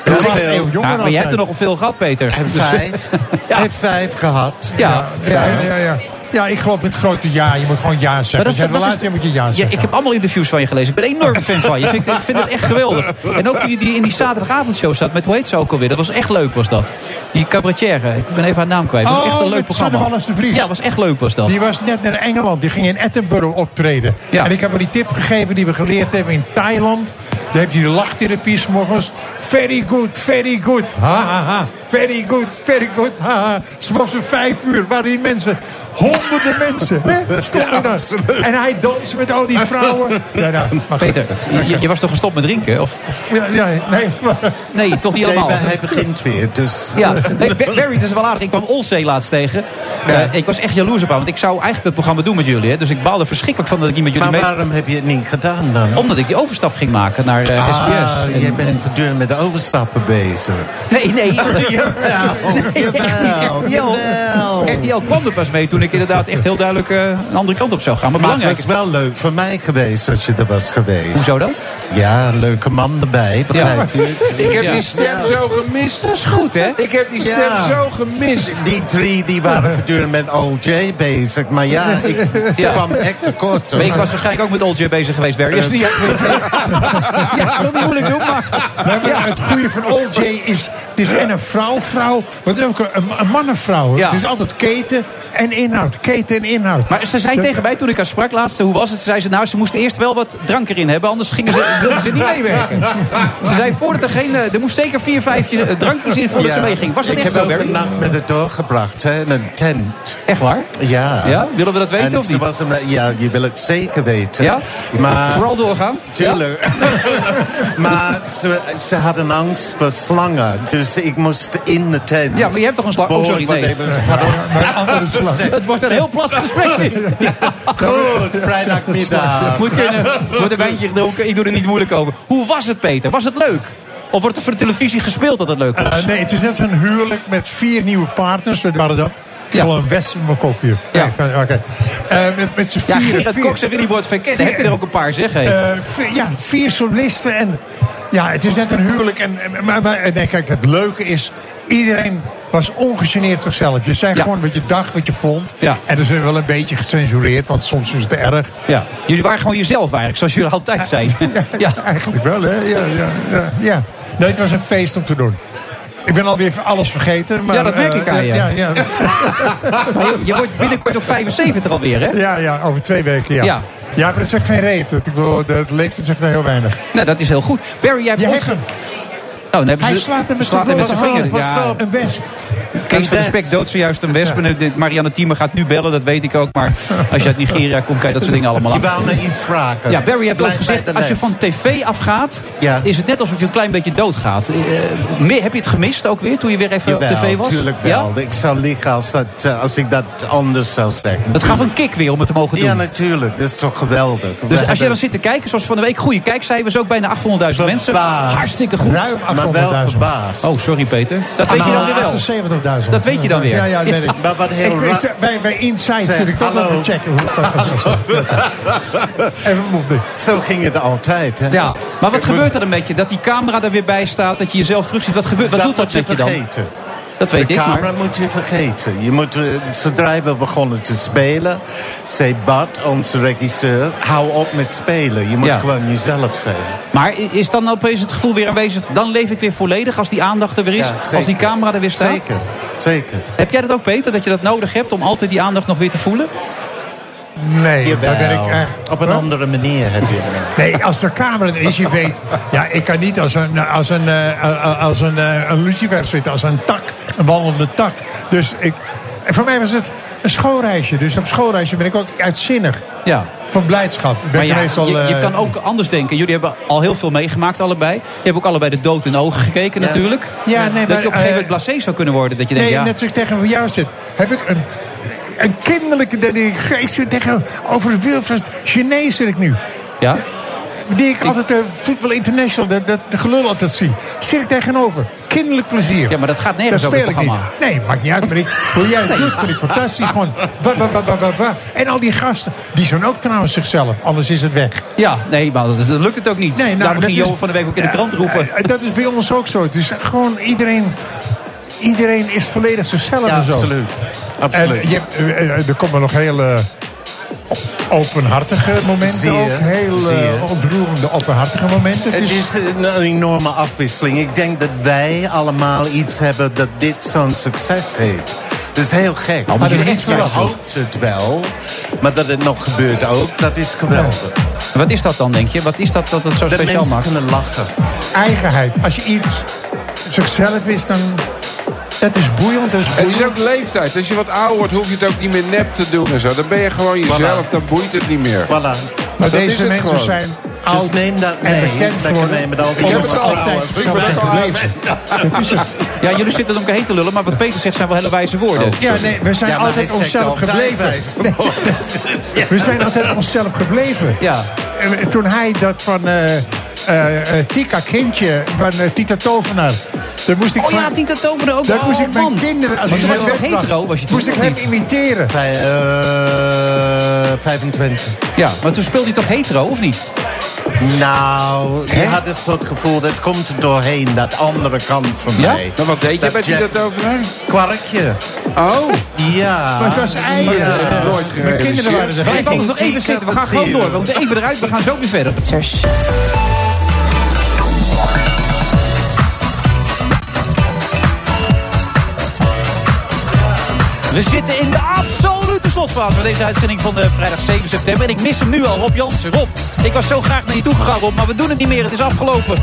Speaker 5: Ja,
Speaker 23: Ik was een eeuw jonger
Speaker 5: maar
Speaker 23: dan
Speaker 5: jij hebt er
Speaker 23: hij.
Speaker 5: nogal veel gehad, Peter.
Speaker 23: En
Speaker 5: Dus-
Speaker 23: vijf.
Speaker 5: ja.
Speaker 23: Heb vijf gehad.
Speaker 5: Ja.
Speaker 23: Ja, ja, ja, ja. Ja, ik geloof in het grote ja. Je moet gewoon ja zeggen.
Speaker 5: Maar dat
Speaker 23: Als
Speaker 5: is-
Speaker 23: je een
Speaker 5: dat is-
Speaker 23: relatie hebt, moet je ja
Speaker 5: Ja,
Speaker 23: zeggen.
Speaker 5: ik heb allemaal interviews van je gelezen. Ik ben een enorm fan van je. Dus ik, ik vind het echt geweldig. En ook toen je die in die zaterdagavondshow zat met hoe heet ze ook alweer. Dat was echt leuk, was dat. Die cabaretière. Ik ben even haar naam kwijt. Dat was
Speaker 23: Oh,
Speaker 5: echt een leuk
Speaker 23: met Sanne
Speaker 5: programma.
Speaker 23: Wallis de Vries.
Speaker 5: Ja, was echt leuk, was dat.
Speaker 23: Die was net naar Engeland. Die ging in Edinburgh optreden. En ik heb hem die tip gegeven die we geleerd hebben in Thailand. Daar heb je die lachtherapie 's morgens. Very good, very good. Ha, ha, ha. Very good, very good. Ha, ha. 's morgens om vijf uur waren die mensen... Honderden mensen hè, stonden daar. En hij danste met al die vrouwen. Ja, nou, maar goed.
Speaker 5: Peter, je, je was toch gestopt met drinken? Of, of-
Speaker 23: Ja, ja, nee, maar-
Speaker 5: nee, toch niet
Speaker 24: Nee,
Speaker 5: allemaal?
Speaker 24: maar hij begint weer, dus...
Speaker 5: Ja, nee, Ba- Barry, het is wel aardig. Ik kwam Olsee laatst tegen. Eh, ik was echt jaloers op haar, want ik zou eigenlijk het programma doen met jullie. Hè. Dus ik baalde verschrikkelijk van dat ik niet met jullie
Speaker 24: Maar
Speaker 5: mee...
Speaker 24: waarom heb je het niet gedaan dan?
Speaker 5: Omdat ik die overstap ging maken naar eh,
Speaker 24: Ah,
Speaker 5: SBS. En-
Speaker 24: jij bent voortdurend met de overstappen bezig.
Speaker 5: Nee, nee.
Speaker 24: Jawel,
Speaker 5: Nee,
Speaker 24: jawel, Ah, jawel.
Speaker 5: RTL, RTL kwam er pas mee toen ik inderdaad echt heel duidelijk eh, een andere kant op zou gaan. Maar,
Speaker 24: Maar het
Speaker 5: belangrijk
Speaker 24: was
Speaker 5: is...
Speaker 24: wel leuk voor mij geweest als je er was geweest.
Speaker 5: Hoezo dan?
Speaker 24: Ja, een leuke man erbij, begrijp je?
Speaker 7: Ik heb
Speaker 24: Ja.
Speaker 7: die stem zo gemist.
Speaker 5: Dat is goed, hè?
Speaker 7: Ik heb die stem
Speaker 24: Ja.
Speaker 7: zo gemist.
Speaker 24: Die drie die waren voortdurend met OJ bezig. Maar ja, ik
Speaker 5: Ja.
Speaker 24: kwam echt tekort.
Speaker 5: Maar ik was waarschijnlijk ook met Old Jay bezig geweest, Barry.
Speaker 24: Eh,
Speaker 5: Is die... ja, ik wil niet moeilijk doen, maar...
Speaker 23: Nee, maar Het goede van Old J is, het is en een vrouw-vrouw, maar ook een, een mannenvrouw. Het is altijd keten en inhoud, keten en inhoud.
Speaker 5: Maar ze zei tegen mij toen ik haar sprak laatste, hoe was het? Ze zei ze, nou, ze moesten eerst wel wat drank erin hebben, anders gingen ze, wilden ze niet meewerken. Ze zei, voordat er geen, eh, er moest zeker vier, vijf eh, drankjes in voordat ze meeging. Was dat
Speaker 24: ik
Speaker 5: echt
Speaker 24: heb
Speaker 5: zo,
Speaker 24: ook
Speaker 5: Barry?
Speaker 24: een nacht met het doorgebracht, hè, in een tent.
Speaker 5: Echt waar?
Speaker 24: Ja.
Speaker 5: Ja? Willen we dat weten
Speaker 24: En
Speaker 5: of
Speaker 24: ze
Speaker 5: niet?
Speaker 24: was een- ja, je wil het zeker weten.
Speaker 5: Ja?
Speaker 24: Maar,
Speaker 5: Vooral doorgaan?
Speaker 24: Tuurlijk. maar ze, ze had een angst voor slangen. Dus ik moest in de tent.
Speaker 5: Ja, maar je hebt toch een slag? Oh, sorry,
Speaker 24: Behoorlijk
Speaker 5: nee.
Speaker 24: wat even- pardon.
Speaker 5: Het wordt een heel plat gesprek. dit.
Speaker 24: Goed, vrijdagmiddag.
Speaker 5: Moet kunnen. Wordt een wijntje gedronken. Ik doe er niet moeilijk over. Hoe was het, Peter? Was het leuk? Of wordt er voor de televisie gespeeld dat het leuk was?
Speaker 23: Eh, nee, het is net zo'n huwelijk met vier nieuwe partners. Dat waren dan. Ik wil een west in mijn kop hier. Ja. Oké. Eh, met met z'n
Speaker 5: Ja,
Speaker 23: vieren.
Speaker 5: Gerard
Speaker 23: vier-
Speaker 5: Cox en Willy Bord van Kennen. Heb je er ook een paar, zeg? hé?
Speaker 23: Eh, vier- ja, vier solisten en... Ja, het is net een huwelijk. En, en- maar, maar- nee, kijk, het leuke is... Iedereen was ongegeneerd zichzelf. Je zei gewoon wat je dacht, wat je vond.
Speaker 5: Ja.
Speaker 23: En er zijn wel een beetje gecensureerd, want soms is het erg.
Speaker 5: Ja. Jullie waren gewoon jezelf eigenlijk, zoals jullie altijd zijn. Ja.
Speaker 23: Eigenlijk wel, hè? Ja, ja, ja, ja. Nee, het was een feest om te doen. Ik ben alweer alles vergeten. Maar,
Speaker 5: Ja, dat merk
Speaker 23: eh,
Speaker 5: ik aan je.
Speaker 23: Ja, ja,
Speaker 5: Maar je- Je wordt binnenkort nog 75 alweer, hè?
Speaker 23: ja, ja, over twee weken, ja.
Speaker 5: Ja.
Speaker 23: Ja, maar dat zegt geen reet. Het- Ik bedoel, de, de leeftijd zegt heel weinig.
Speaker 5: Nou, dat is heel goed. Barry, jij hebt
Speaker 23: Je hebt
Speaker 5: ooit ge-
Speaker 23: hem.
Speaker 5: dan hebben
Speaker 23: Hij
Speaker 5: ze-
Speaker 23: slaat hem met
Speaker 5: slaat
Speaker 23: zijn
Speaker 5: hem met zijn
Speaker 23: vinger.
Speaker 5: vinger.
Speaker 23: Pas
Speaker 5: Ja.
Speaker 23: op, Een wesp.
Speaker 5: Kees van de Spek doodt zojuist een wesp. En de- Marianne Thieme gaat nu bellen, dat weet ik ook. Maar als je uit Nigeria komt, kan je dat soort dingen allemaal
Speaker 24: Die wou
Speaker 5: aan.
Speaker 24: me iets vragen.
Speaker 5: Ja, Barry heeft
Speaker 24: Blijf
Speaker 5: ooit
Speaker 24: bij de
Speaker 5: gezegd, als je
Speaker 24: les.
Speaker 5: van tv afgaat, is het net alsof je een klein beetje doodgaat. Eh, meer- heb je het gemist ook weer, toen je weer even op
Speaker 24: Jawel,
Speaker 5: tv was?
Speaker 24: tuurlijk
Speaker 5: Ja?
Speaker 24: wel. Ik zou liegen als, dat, eh, als ik dat anders zou zeggen.
Speaker 5: Het gaf een kick weer om het te mogen doen.
Speaker 24: Ja, natuurlijk. Dat is toch geweldig. We
Speaker 5: Dus als je
Speaker 24: hebben-
Speaker 5: dan zit te kijken, zoals van de week, goede kijkcijfers, ook bijna 800.000 mensen.
Speaker 24: Verbaasd.
Speaker 5: Hartstikke goed.
Speaker 24: Ruim Maar wel 800.000. verbaasd.
Speaker 5: Oh, sorry Peter. Dat weet je dan weer wel.
Speaker 23: 78.000.
Speaker 5: Dat weet je dan weer.
Speaker 23: Nou, Ja, ja, dat weet ik.
Speaker 24: Maar wat heel
Speaker 23: Ik wist-
Speaker 24: raar-
Speaker 23: bij, bij Inside
Speaker 24: Zeg,
Speaker 23: zit ik toch wel
Speaker 24: hallo.
Speaker 23: te checken hoe dat gaat.
Speaker 24: Zo ging het altijd. Hè?
Speaker 5: Ja, maar wat
Speaker 24: Ik moest-
Speaker 5: gebeurt er een beetje? Dat die camera er weer bij staat, dat je jezelf terugziet. Wat, gebeurt, wat doet dat
Speaker 24: moet
Speaker 5: met je dan?
Speaker 24: vergeten.
Speaker 5: Dat weet
Speaker 24: de
Speaker 5: ik, maar-
Speaker 24: camera moet je vergeten. Je moet, eh, zodra we begonnen te spelen, zei Bart, onze regisseur... hou op met spelen. Je moet
Speaker 5: Ja.
Speaker 24: gewoon jezelf zijn.
Speaker 5: Maar i- is dan opeens het gevoel weer aanwezig, dan leef ik weer volledig als die aandacht er weer is,
Speaker 24: Ja, zeker.
Speaker 5: als die camera er weer staat?
Speaker 24: Zeker, zeker.
Speaker 5: Heb jij dat ook, Peter, dat je dat nodig hebt om altijd die aandacht nog weer te voelen?
Speaker 23: Nee,
Speaker 24: Jawel.
Speaker 23: daar ben ik echt...
Speaker 24: Op een andere manier heb je het.
Speaker 23: Nee, als de camera er is, je weet... Ja, ik kan niet als een, als een, eh, als een, eh, een lucifer zitten, als een tak. Een wandelende tak. Dus ik... en Voor mij was het een schoolreisje. Dus op schoolreisje ben ik ook uitzinnig.
Speaker 5: Ja.
Speaker 23: Van blijdschap. Ik ben
Speaker 5: Maar ja,
Speaker 23: meestal,
Speaker 5: je, je
Speaker 23: eh,
Speaker 5: kan ook anders denken. Jullie hebben al heel veel meegemaakt, allebei. Je hebt ook allebei de dood in de ogen gekeken, natuurlijk.
Speaker 23: Ja, nee,
Speaker 5: dat
Speaker 23: maar, eh,
Speaker 5: je op een gegeven moment blasé zou kunnen worden. Dat je denkt,
Speaker 23: nee,
Speaker 5: ja,
Speaker 23: net zoals ik tegen jou zit. Heb ik een, een kinderlijke... dat ik- Ik zit tegen over Wilfred Gené zit ik nu.
Speaker 5: ja.
Speaker 23: Die ik altijd de Football International, dat, dat de gelul altijd zie. Zit ik tegenover. Kinderlijk plezier.
Speaker 5: Ja, maar dat gaat nergens
Speaker 23: dat
Speaker 5: over
Speaker 23: speel
Speaker 5: het
Speaker 23: ik niet.
Speaker 5: programma.
Speaker 23: Nee, maakt niet uit. Maar ik, hoe jij het doet, vind ik fantastisch. Gewoon, ba, ba, ba, ba, ba, ba. En al die gasten, die zijn ook trouwens zichzelf. Anders is het weg.
Speaker 5: Ja, nee, maar dat, dat lukt het ook niet.
Speaker 23: Nee, nou,
Speaker 5: Daarom
Speaker 23: dat
Speaker 5: ging
Speaker 23: is-
Speaker 5: Johan van de Week ook in de krant roepen.
Speaker 23: Eh, Dat is bij ons ook zo. Dus gewoon iedereen, iedereen is volledig zichzelf
Speaker 24: Ja,
Speaker 23: en zo.
Speaker 24: absoluut. Absoluut.
Speaker 23: En je, hebt, eh, eh, er komen nog hele openhartige
Speaker 24: Zie
Speaker 23: momenten
Speaker 24: je,
Speaker 23: ook. Heel
Speaker 24: zie je.
Speaker 23: eh, ontroerende openhartige momenten.
Speaker 24: Het is een enorme afwisseling. Ik denk dat wij allemaal iets hebben dat dit zo'n succes heeft. Dat is heel gek.
Speaker 23: Nou, moet je
Speaker 24: Maar
Speaker 23: echt
Speaker 24: je
Speaker 23: verrassen.
Speaker 24: hoopt het wel, maar dat het nog gebeurt ook, dat is geweldig.
Speaker 5: Wat is dat dan, denk je? Wat is dat dat het zo
Speaker 24: dat
Speaker 5: speciaal
Speaker 24: mensen
Speaker 5: maakt?
Speaker 24: kunnen lachen.
Speaker 23: eigenheid. Als je iets zichzelf is, dan... Dat is boeiend, dat is
Speaker 7: Het
Speaker 23: boeiend.
Speaker 7: is ook leeftijd. Als je wat ouder wordt, hoef je het ook niet meer nep te doen en zo. Dan ben je gewoon jezelf, dan boeit het niet meer.
Speaker 23: Maar
Speaker 7: Dat is
Speaker 23: deze
Speaker 7: het
Speaker 23: mensen
Speaker 7: gewoon.
Speaker 23: zijn
Speaker 24: Dus
Speaker 23: oud
Speaker 24: neem dat
Speaker 23: en
Speaker 24: mee,
Speaker 23: bekend
Speaker 24: lekker mee met al die
Speaker 23: Ik heb
Speaker 24: jonge
Speaker 23: het altijd
Speaker 24: vrouwen.
Speaker 23: zo
Speaker 24: Ik ben
Speaker 23: lekker
Speaker 24: al
Speaker 23: leven. Dat is het.
Speaker 5: Ja, jullie zitten er omheen te lullen, maar wat Peter zegt zijn wel hele wijze woorden.
Speaker 23: Oh, Ja, nee, we zijn
Speaker 5: Ja, maar
Speaker 23: altijd
Speaker 5: hij zegt
Speaker 23: onszelf
Speaker 5: altijd
Speaker 23: gebleven.
Speaker 5: wijs.
Speaker 23: Nee, We zijn altijd onszelf gebleven.
Speaker 5: Ja.
Speaker 23: En eh, Toen hij dat van eh, eh, eh, Tika Kindje, van eh, Tita Tovenaar... Daar moest ik
Speaker 5: Oh ja,
Speaker 23: mijn-
Speaker 5: Tita Tovenaar ook.
Speaker 23: Daar
Speaker 5: Oh,
Speaker 23: moest ik mijn
Speaker 5: man.
Speaker 23: kinderen... Als
Speaker 5: Want
Speaker 23: ik
Speaker 5: toen was je
Speaker 23: zelf
Speaker 5: nog hetero, was je toen
Speaker 23: Moest ik
Speaker 5: nog
Speaker 23: hem
Speaker 5: niet?
Speaker 23: imiteren.
Speaker 24: Bij, eh, 25.
Speaker 5: Ja, maar toen speelde hij toch hetero, of niet?
Speaker 24: Nou, je had een soort gevoel, dat komt er doorheen, dat andere kant van
Speaker 7: Ja?
Speaker 24: mij.
Speaker 7: Maar wat deed je bij die
Speaker 24: Jack-
Speaker 7: dat over
Speaker 24: Kwarkje.
Speaker 7: Oh.
Speaker 24: Ja.
Speaker 23: Maar het was eieren.
Speaker 24: Ja.
Speaker 23: Dat heb ik nooit
Speaker 24: Mijn kinderen waren er
Speaker 5: Blijf ook nog even zitten. We gaan gewoon door. We moeten even eruit. We gaan zo weer verder. We zitten in de absolute slotfase van deze uitzending van de vrijdag 7 september. En ik mis hem nu al, Rob Jansen. Rob, ik was zo graag naar je toe gegaan, Rob, maar we doen het niet meer. Het is afgelopen.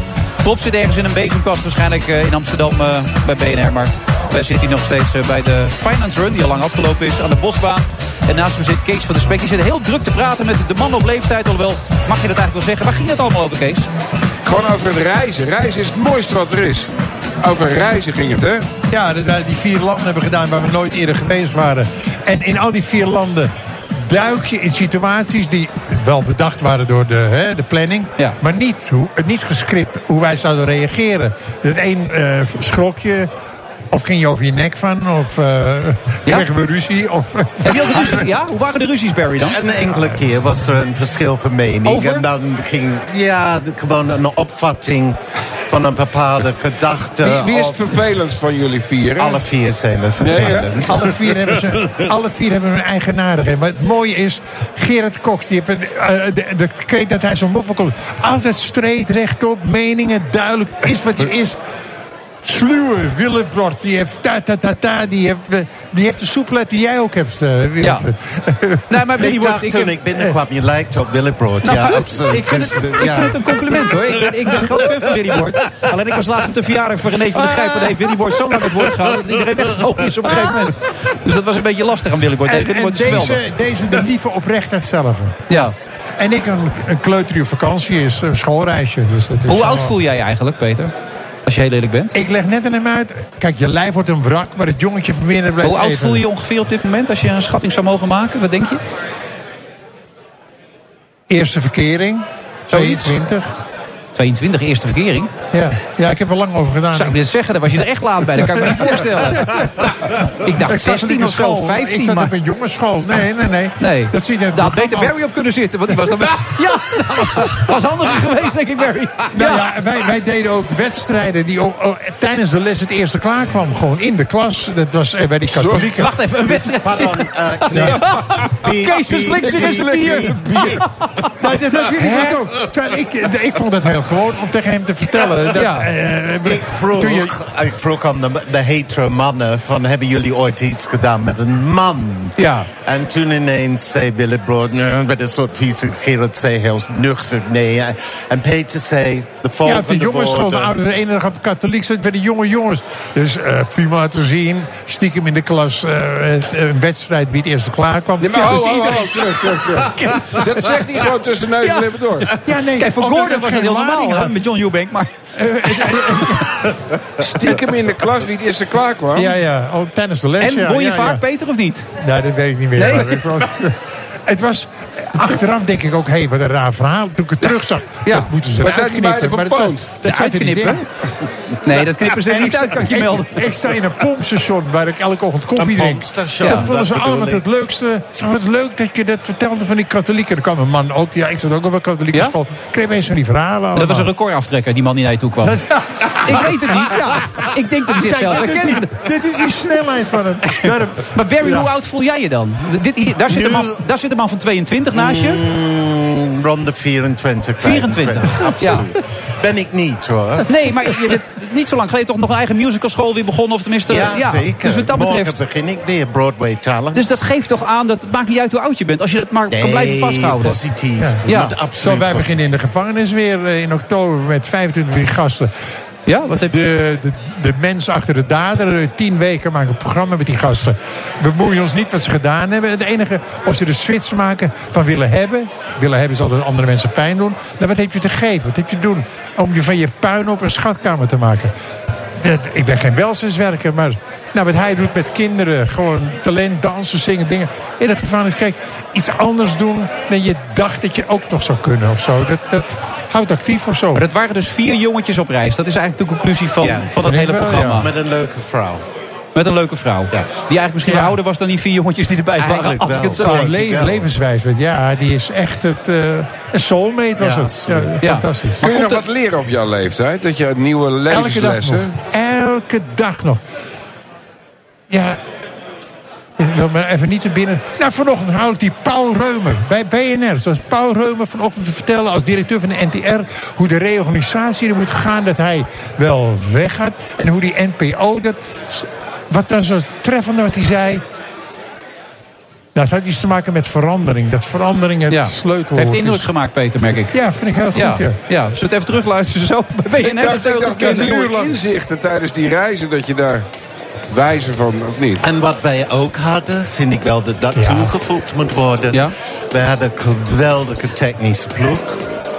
Speaker 5: Rob zit ergens in een bezemkast, waarschijnlijk eh, in Amsterdam eh, bij BNR. Maar wij zitten hier nog steeds eh, bij de Finance Run, die al lang afgelopen is, aan de Bosbaan. En naast me zit Kees van de Spek. Die zit heel druk te praten met de man op leeftijd. Alhoewel, mag je dat eigenlijk wel zeggen? Waar ging het allemaal over, Kees?
Speaker 7: Gewoon over het reizen. Reizen is het mooiste wat er is. Over reizen ging het, hè?
Speaker 23: Ja, dat wij die vier landen hebben gedaan waar we nooit eerder geweest waren. En in al die vier landen duik je in situaties die wel bedacht waren door de, hè, de planning. Maar niet, hoe, niet gescript hoe wij zouden reageren. Het een eh schrok je, of ging je over je nek van, of eh kregen we ruzie. Of,
Speaker 5: Heb je ook ruzie? Ja? Hoe waren de ruzies, Barry, dan?
Speaker 24: Een enkele keer was er een verschil van mening.
Speaker 5: Over?
Speaker 24: En dan ging ja, de- gewoon een opvatting van een bepaalde gedachte.
Speaker 7: Wie, wie is het
Speaker 24: of-
Speaker 7: vervelendst van jullie vier? hè?
Speaker 24: alle vier zijn we vervelend.
Speaker 23: alle, vier hebben ze, alle vier hebben hun eigen aardigheid. Maar het mooie is, Gerard Kok, die heeft een, eh, de, de kreet dat hij zo'n moppen komt. Altijd streed, rechtop, meningen, duidelijk, is wat hij is. sluwe Willebrord. Die heeft ta ta ta ta. Die heeft, eh, die heeft de soeplet die jij ook hebt, eh, Wilfred.
Speaker 5: Nee, maar
Speaker 23: Benny
Speaker 24: ik
Speaker 23: wordt-
Speaker 24: dacht
Speaker 23: ik-
Speaker 24: toen ik binnenkwam, je lijkt op Willebrood.
Speaker 5: Nou,
Speaker 24: ja,
Speaker 5: maar-
Speaker 24: absoluut.
Speaker 5: Ik vind, het,
Speaker 24: Dus,
Speaker 5: ik
Speaker 24: ja.
Speaker 5: vind het een compliment hoor. Ik ben, ik ben groot fan van Willy Bord. Alleen ik was laatst op de verjaardag van René van der Grijpen. Heeft Willy Bord zo lang het woord gehouden dat iedereen weggelopen is op een gegeven moment. Dus dat was een beetje lastig aan Willy Bord. Nee,
Speaker 23: En,
Speaker 5: Willy
Speaker 23: en
Speaker 5: Bord
Speaker 24: dus
Speaker 5: is
Speaker 23: deze,
Speaker 5: geweldig.
Speaker 23: deze de lieve oprecht hetzelfde.
Speaker 5: Ja.
Speaker 23: En ik een, een kleuter op vakantie is een schoolreisje. Dus dat is
Speaker 5: Hoe oud
Speaker 23: allemaal-
Speaker 5: voel jij je eigenlijk, Peter? Als je heel eerlijk bent.
Speaker 23: Ik leg net aan hem uit. Kijk, je lijf wordt een wrak, maar het jongetje van binnen blijft
Speaker 5: Hoe oud
Speaker 23: even.
Speaker 5: voel je je ongeveer op dit moment als je een schatting zou mogen maken? Wat denk je?
Speaker 23: Eerste verkering.
Speaker 5: Zoiets.
Speaker 23: 22.
Speaker 5: 22, eerste verkering.
Speaker 23: Ja. ja, ik heb er lang over gedaan.
Speaker 5: Zou ik dit zeggen, dan was je er echt laat bij. Dat kan ik me niet voorstellen. ik dacht
Speaker 23: zat
Speaker 5: 16
Speaker 23: op een
Speaker 5: of zo,
Speaker 23: school.
Speaker 5: 15.
Speaker 23: Ik zat
Speaker 5: maar...
Speaker 23: op een jongensschool. Nee, nee, nee.
Speaker 5: Nee.
Speaker 23: Dat ziet er
Speaker 5: Daar had beter Barry op kunnen zitten, want die was dan... Ja, dat was, was handiger geweest, denk ik, Barry.
Speaker 23: Nou ja, wij, wij deden ook wedstrijden die ook, oh, tijdens de les het eerste klaar kwam. Gewoon in de klas. Dat was eh, bij die katholieken.
Speaker 5: Wacht even, een wedstrijd.
Speaker 23: Pardon, eh, nee.
Speaker 5: Kees verslikt zich in zijn bier.
Speaker 23: Maar dat heb jullie
Speaker 5: Hè?
Speaker 23: dat ook. Terwijl ik, eh, ik vond het heel gewoon om tegen hem te vertellen. Dat,
Speaker 24: Ja.
Speaker 23: eh,
Speaker 24: Ik vroeg,
Speaker 23: toen je-
Speaker 24: ik vroeg aan de, de hetero mannen van... hebben jullie ooit iets gedaan met een man?
Speaker 23: Ja.
Speaker 24: En toen ineens zei Billy Broad... "Nee," met een soort vieze Gerard zei heel nuchter nee. En Peter zei de
Speaker 23: ja,
Speaker 24: volgende
Speaker 23: op de jongensschool, de
Speaker 24: woorden.
Speaker 23: ouders, de ene dag op katholiek zat bij de jonge jongens. Dus eh prima te zien, stiekem in de klas eh, eh, een wedstrijd wie het eerste klaar kwam.
Speaker 7: Nee, maar ho,
Speaker 23: dus
Speaker 7: ho, ho,
Speaker 23: iedereen-
Speaker 7: terug, terug, terug. Dat zegt hij gewoon tussen neus en lippen door.
Speaker 23: Ja, nee.
Speaker 5: Kijk, voor
Speaker 23: omdat
Speaker 5: Gordon was
Speaker 23: geen
Speaker 5: het heel
Speaker 23: lading
Speaker 5: normaal, hè,
Speaker 23: had.
Speaker 5: met John Eubank. Maar
Speaker 7: Stiekem in de klas wie het eerste klaar kwam.
Speaker 23: Ja, ja, al tijdens de les.
Speaker 7: En
Speaker 23: ja,
Speaker 7: won je
Speaker 23: ja,
Speaker 7: vaak,
Speaker 23: ja.
Speaker 5: Peter, of niet?
Speaker 23: Nee, dat weet ik niet meer.
Speaker 7: Nee.
Speaker 23: maar ik was- het was... Achteraf denk ik ook, hé, wat een raar verhaal. Toen ik het terugzag, dat moeten ze
Speaker 7: Maar
Speaker 23: eruit
Speaker 7: zijn die
Speaker 23: knippen.
Speaker 7: beiden
Speaker 23: Maar dat
Speaker 7: verpoond?
Speaker 23: zijn- dat zijn er niet
Speaker 7: Uitknippen?
Speaker 23: in.
Speaker 5: Nee, dat knippen ze er
Speaker 23: En
Speaker 5: niet
Speaker 23: ik sta-
Speaker 5: uit, kan ik je melden.
Speaker 23: Ik, ik sta in een pompstation waar ik elke ochtend koffie
Speaker 24: Een
Speaker 23: drink.
Speaker 24: pompstation,
Speaker 23: Dat vonden
Speaker 24: dat
Speaker 23: ze
Speaker 24: bedoel
Speaker 23: allemaal
Speaker 24: ik.
Speaker 23: het leukste. Ze vonden het leuk dat je dat vertelde van die katholieken. Er kwam een man ook, ja, ik zat ook op een katholieke school. Ik kreeg eens van die verhalen
Speaker 5: Oh, dat was een
Speaker 23: allemaal.
Speaker 5: recordaftrekker, die man die naar je toe kwam. Ik weet het niet, ja. Ik denk dat hij zichzelf
Speaker 23: Kijk, dit is
Speaker 5: herkende.
Speaker 23: die- Dit is die snelheid van hem. Daarom-
Speaker 5: Maar Barry,
Speaker 23: Ja.
Speaker 5: hoe oud voel jij je dan? Dit, hier, daar, zit een man, daar zit een man van 22 naast je.
Speaker 24: Mm, rond de 24.
Speaker 5: 24,
Speaker 24: absoluut. Ben ik niet hoor.
Speaker 5: Nee, maar je bent niet zo lang geleden toch nog een eigen musicalschool weer begonnen. Of tenminste,
Speaker 24: Ja, zeker.
Speaker 5: Dus wat dat betreft...
Speaker 24: Morgen begin ik weer, Broadway Talent.
Speaker 5: Dus dat geeft toch aan, dat maakt niet uit hoe oud je bent. Als je het maar
Speaker 24: Nee,
Speaker 5: kan blijven vasthouden.
Speaker 24: positief.
Speaker 5: Ja.
Speaker 24: Je moet absoluut
Speaker 23: Zo, wij beginnen in de gevangenis weer eh, in oktober met 25 gasten.
Speaker 5: Ja, wat heb
Speaker 23: de, de, de mens achter de dader, eh, tien weken maken een programma met die gasten. We bemoeien ons niet wat ze gedaan hebben. Het enige, of ze de switch maken van willen hebben. Willen hebben is altijd andere mensen pijn doen. Nou, wat heb je te geven? Wat heb je te doen? Om je van je puin op een schatkamer te maken. Dat, ik ben geen welzijnswerker, maar nou, wat hij doet met kinderen. Gewoon talent, dansen, zingen, dingen. In het gevangenis, kijk, iets anders doen dan je dacht dat je ook nog zou kunnen of zo. Dat, dat houdt actief of zo.
Speaker 5: Maar dat waren dus vier jongetjes op reis. Dat is eigenlijk de conclusie van, van dat
Speaker 24: Ik
Speaker 5: hele
Speaker 24: wel, ja.
Speaker 5: programma.
Speaker 24: Met een leuke vrouw.
Speaker 5: Met een leuke vrouw. Die eigenlijk misschien
Speaker 24: Ja.
Speaker 5: ouder was dan die vier jongetjes die erbij waren.
Speaker 24: Eigenlijk
Speaker 5: Als ik
Speaker 24: wel,
Speaker 5: het zo
Speaker 23: Qua
Speaker 5: zie.
Speaker 23: le- levenswijze, ja, die is echt het, eh, een soulmate was
Speaker 7: Ja,
Speaker 23: Oh, het. Ja, fantastisch.
Speaker 7: Kun je nog wat leren op jouw leeftijd? Dat je nieuwe
Speaker 23: elke dag nog.
Speaker 7: levenslessen...
Speaker 23: Elke dag nog. Ja, ik wil maar even niet te binnen. Nou, vanochtend houdt die Paul Reumer bij BNR. Zoals Paul Reumer vanochtend te vertellen als directeur van de NTR... hoe de reorganisatie er moet gaan, dat hij wel weggaat. En hoe die NPO dat... Wat dan zo treffend wat hij zei... Nou, het had iets te maken met verandering. Dat verandering het
Speaker 5: Ja.
Speaker 23: sleutel
Speaker 5: Het heeft indruk gemaakt, Peter, merk ik.
Speaker 23: Ja, vind ik heel goed,
Speaker 5: Ja,
Speaker 23: ja.
Speaker 5: ja. Zullen we het even terugluisteren zo bij BNR?
Speaker 7: Ik dacht
Speaker 5: zou
Speaker 7: ook
Speaker 5: ik
Speaker 7: dat
Speaker 5: ook
Speaker 7: je
Speaker 5: kunnen.
Speaker 7: nieuwe inzichten tijdens die reizen... dat je daar wijzer van, of niet?
Speaker 24: En wat wij ook hadden, vind ik wel dat dat toegevoegd moet worden. We hadden een geweldige technische ploeg.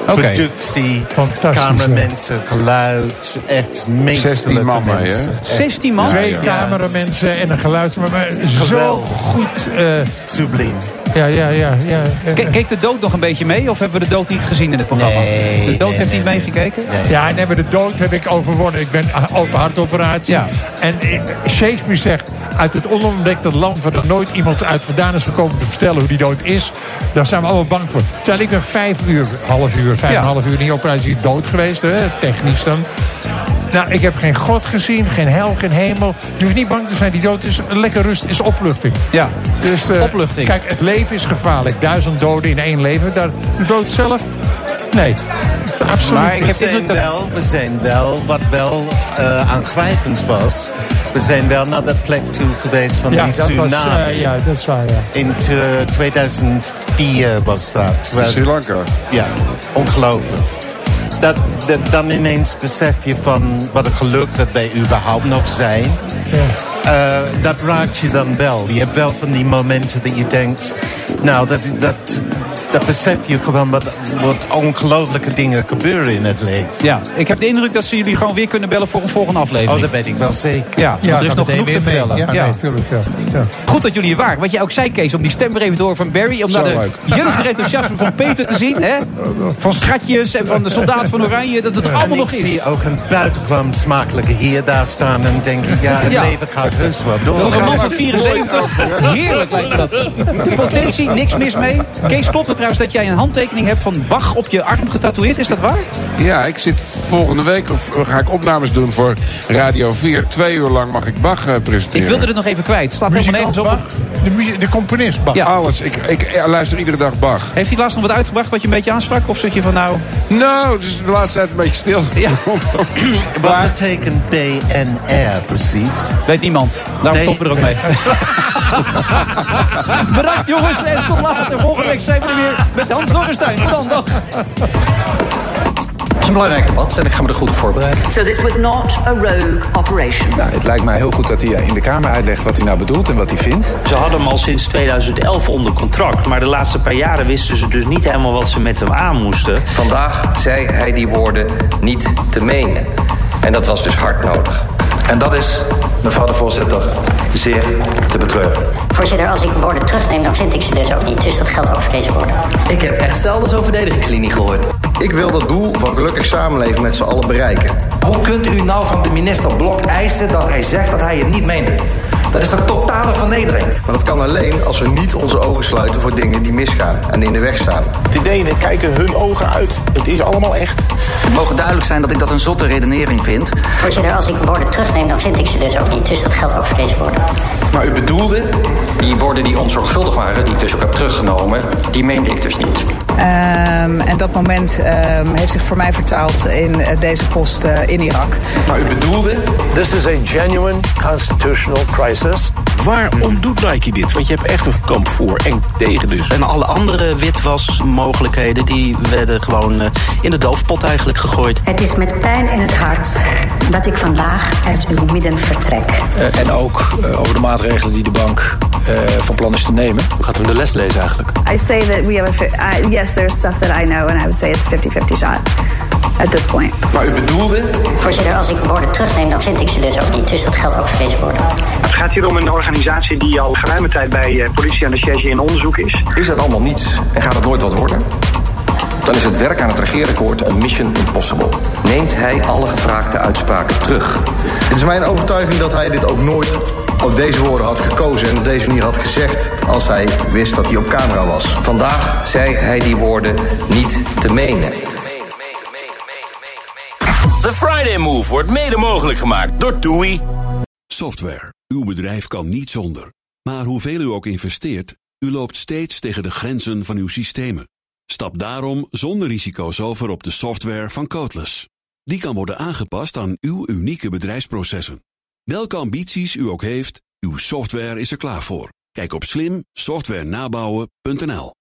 Speaker 5: Oké.
Speaker 24: Productie,
Speaker 23: Fantastisch,
Speaker 24: cameramensen, geluid, echt meesterlijke mensen. Echt.
Speaker 5: 16 man?
Speaker 23: Twee
Speaker 24: Ja, ja.
Speaker 23: cameramensen en een geluidsman. Maar zo
Speaker 24: Geweldig.
Speaker 23: goed. eh,
Speaker 24: Subliem.
Speaker 23: Ja, ja, ja. ja.
Speaker 5: Ke- Keek de dood nog een beetje mee? Of hebben we de dood niet gezien in het programma? de dood heeft niet meegekeken?
Speaker 23: Ja, nee, maar de dood heb ik overwonnen. Ik ben eh, open hartoperatie.
Speaker 5: Ja.
Speaker 23: En eh, Shakespeare zegt, uit het onontdekte land... waar er nooit iemand uit vandaan is gekomen te vertellen hoe die dood is... daar zijn we allemaal bang voor. Terwijl ik ben vijf uur, half uur, vijf en
Speaker 5: Ja.
Speaker 23: een half uur... in die operatie dood geweest, hè, technisch dan. Nou, ik heb geen God gezien, geen hel, geen hemel. Je hoeft niet bang te zijn, die dood is lekker rust, is opluchting.
Speaker 5: Ja,
Speaker 23: dus, eh,
Speaker 5: opluchting.
Speaker 23: Kijk, het leven is gevaarlijk. Duizend doden in één leven. Daar, de dood zelf? Nee. absoluut, absoluut.
Speaker 24: Maar we, zijn wel, we zijn wel, wat wel eh, aangrijpend was. We zijn wel naar dat plek toe geweest van
Speaker 23: ja,
Speaker 24: die
Speaker 23: dat was,
Speaker 24: tsunami.
Speaker 23: eh, ja, dat is waar, ja.
Speaker 24: In eh, 2004 was dat.
Speaker 7: In Sri Lanka.
Speaker 24: Ja, ongelooflijk. Dat, dat, dan ineens besef je van wat een geluk dat wij überhaupt nog zijn. Eh, dat raakt je dan wel. Je hebt wel van die momenten dat je denkt... Nou, dat, is- dat, dat besef je gewoon wat, wat ongelooflijke dingen gebeuren in het leven.
Speaker 5: Ja, ik heb de indruk dat ze jullie gewoon weer kunnen bellen voor een volgende aflevering.
Speaker 24: Oh, dat weet ik wel zeker.
Speaker 5: Ja, want er is nog genoeg te vertellen.
Speaker 23: Ja,
Speaker 5: Ja.
Speaker 23: nee, tuurlijk, ja. ja.
Speaker 5: Goed dat jullie hier waren. Wat jij ook zei, Kees, om die stem weer even te horen van Barry. Om
Speaker 23: Zo
Speaker 5: naar de
Speaker 23: leuk.
Speaker 5: jeugdige enthousiasme van Peter te zien. Hè? Van schatjes en van de soldaat van Oranje. Dat het er allemaal
Speaker 24: en
Speaker 5: nog
Speaker 24: ik
Speaker 5: is.
Speaker 24: zie ook een buitengewoon smakelijke hier daar staan en denk ik, ja, het
Speaker 5: Ja.
Speaker 24: leven gaat heus wel door.
Speaker 5: Voor een man van 74. Heerlijk lijkt me dat. Potentie, niks mis mee. Kees, klopt het trouwens dat jij een handtekening hebt van Bach op je arm getatoeëerd? Is dat waar?
Speaker 7: Ja, ik zit volgende week of eh, ga ik opnames doen voor Radio 4. Twee uur lang mag ik Bach eh, presenteren.
Speaker 5: Ik wilde het nog even kwijt. Slaat helemaal nergens op.
Speaker 23: De, mu- de componist Bach.
Speaker 7: Ja, alles. Ik, ik eh, luister iedere dag Bach.
Speaker 5: Heeft hij laatst nog wat uitgebracht wat je een beetje aansprak? Of zeg je van nou...
Speaker 7: Nou, dus de laatste tijd een beetje stil.
Speaker 5: Ja.
Speaker 24: Wat betekent BNR precies?
Speaker 5: Weet niemand. Daarom stoppen we er ook mee. Bedankt jongens en tot later. Volgende week zijn we er weer met Hans Dorrestein. Tot dan, dag.
Speaker 25: Het is een belangrijk debat en ik ga me er goed op voorbereiden.
Speaker 26: So this was not a rogue operation.
Speaker 27: Nou, het lijkt mij heel goed dat hij eh, in de Kamer uitlegt wat hij nou bedoelt en wat hij vindt.
Speaker 28: Ze hadden hem al sinds 2011 onder contract. Maar de laatste paar jaren wisten ze dus niet helemaal wat ze met hem aan moesten.
Speaker 29: Vandaag zei hij die woorden niet te menen. En dat was dus hard nodig. En dat is, mevrouw de voorzitter, zeer te betreuren.
Speaker 30: Voorzitter, als ik woorden terugneem, dan vind ik ze dus ook niet. Dus dat geldt ook voor deze woorden.
Speaker 2: Ik heb echt zelden zo'n verdedigingslinie gehoord.
Speaker 30: Ik wil dat doel van gelukkig samenleven met z'n allen bereiken.
Speaker 2: Hoe kunt u nou van de minister Blok eisen dat hij zegt dat hij het niet meende? Dat is toch totale vernedering?
Speaker 30: Maar dat kan alleen als we niet onze ogen sluiten voor dingen die misgaan en in de weg staan.
Speaker 2: De Denen kijken hun ogen uit. Het is allemaal echt.
Speaker 30: Het mogen duidelijk zijn dat ik dat een zotte redenering vind. Voorzitter, als ik woorden terugneem, dan vind ik ze dus ook niet. Dus dat geldt ook voor deze woorden.
Speaker 25: Maar u bedoelde, die woorden die onzorgvuldig waren, die ik dus ook heb teruggenomen, die meende ik dus niet.
Speaker 10: Ehm, en dat moment ehm, heeft zich voor mij vertaald in eh, deze post eh, in Irak.
Speaker 30: Maar u bedoelde?
Speaker 31: This is a genuine constitutional crisis.
Speaker 32: Waarom doet Nike dit? Want je hebt echt een kamp voor en tegen dus.
Speaker 2: En alle andere witwasmogelijkheden die werden gewoon eh, in de doofpot eigenlijk gegooid.
Speaker 33: Het is met pijn in het hart dat ik vandaag uit uw midden vertrek.
Speaker 2: Eh, en ook eh, over de maatregelen die de bank eh, van plan is te nemen. Hoe gaat hem de les lezen eigenlijk?
Speaker 34: I say that we have a. fi- I, yes, there's stuff that I know, and I would say it's 50 50 shot at this point.
Speaker 30: Maar u bedoelde? Voorzitter, als ik woorden terugneem, dan vind ik ze dus ook niet. Dus dat geldt ook voor deze woorden.
Speaker 2: Het gaat hier om een organisatie die al geruime tijd bij eh, politie en recherche in onderzoek is.
Speaker 30: Is dat allemaal niets en gaat het nooit wat worden? Dan is het werk aan het regeerakkoord een mission impossible. Neemt hij alle gevraagde uitspraken terug? Het is mijn overtuiging dat hij dit ook nooit op deze woorden had gekozen en op deze manier had gezegd als hij wist dat hij op camera was. Vandaag zei hij die woorden niet te menen.
Speaker 34: De Friday Move wordt mede mogelijk gemaakt door TUI. Software. Uw bedrijf kan niet zonder. Maar hoeveel u ook investeert, u loopt steeds tegen de grenzen van uw systemen. Stap daarom zonder risico's over op de software van Codeless. Die kan worden aangepast aan uw unieke bedrijfsprocessen. Welke ambities u ook heeft, uw software is er klaar voor. Kijk op slimsoftwarenabouwen.nl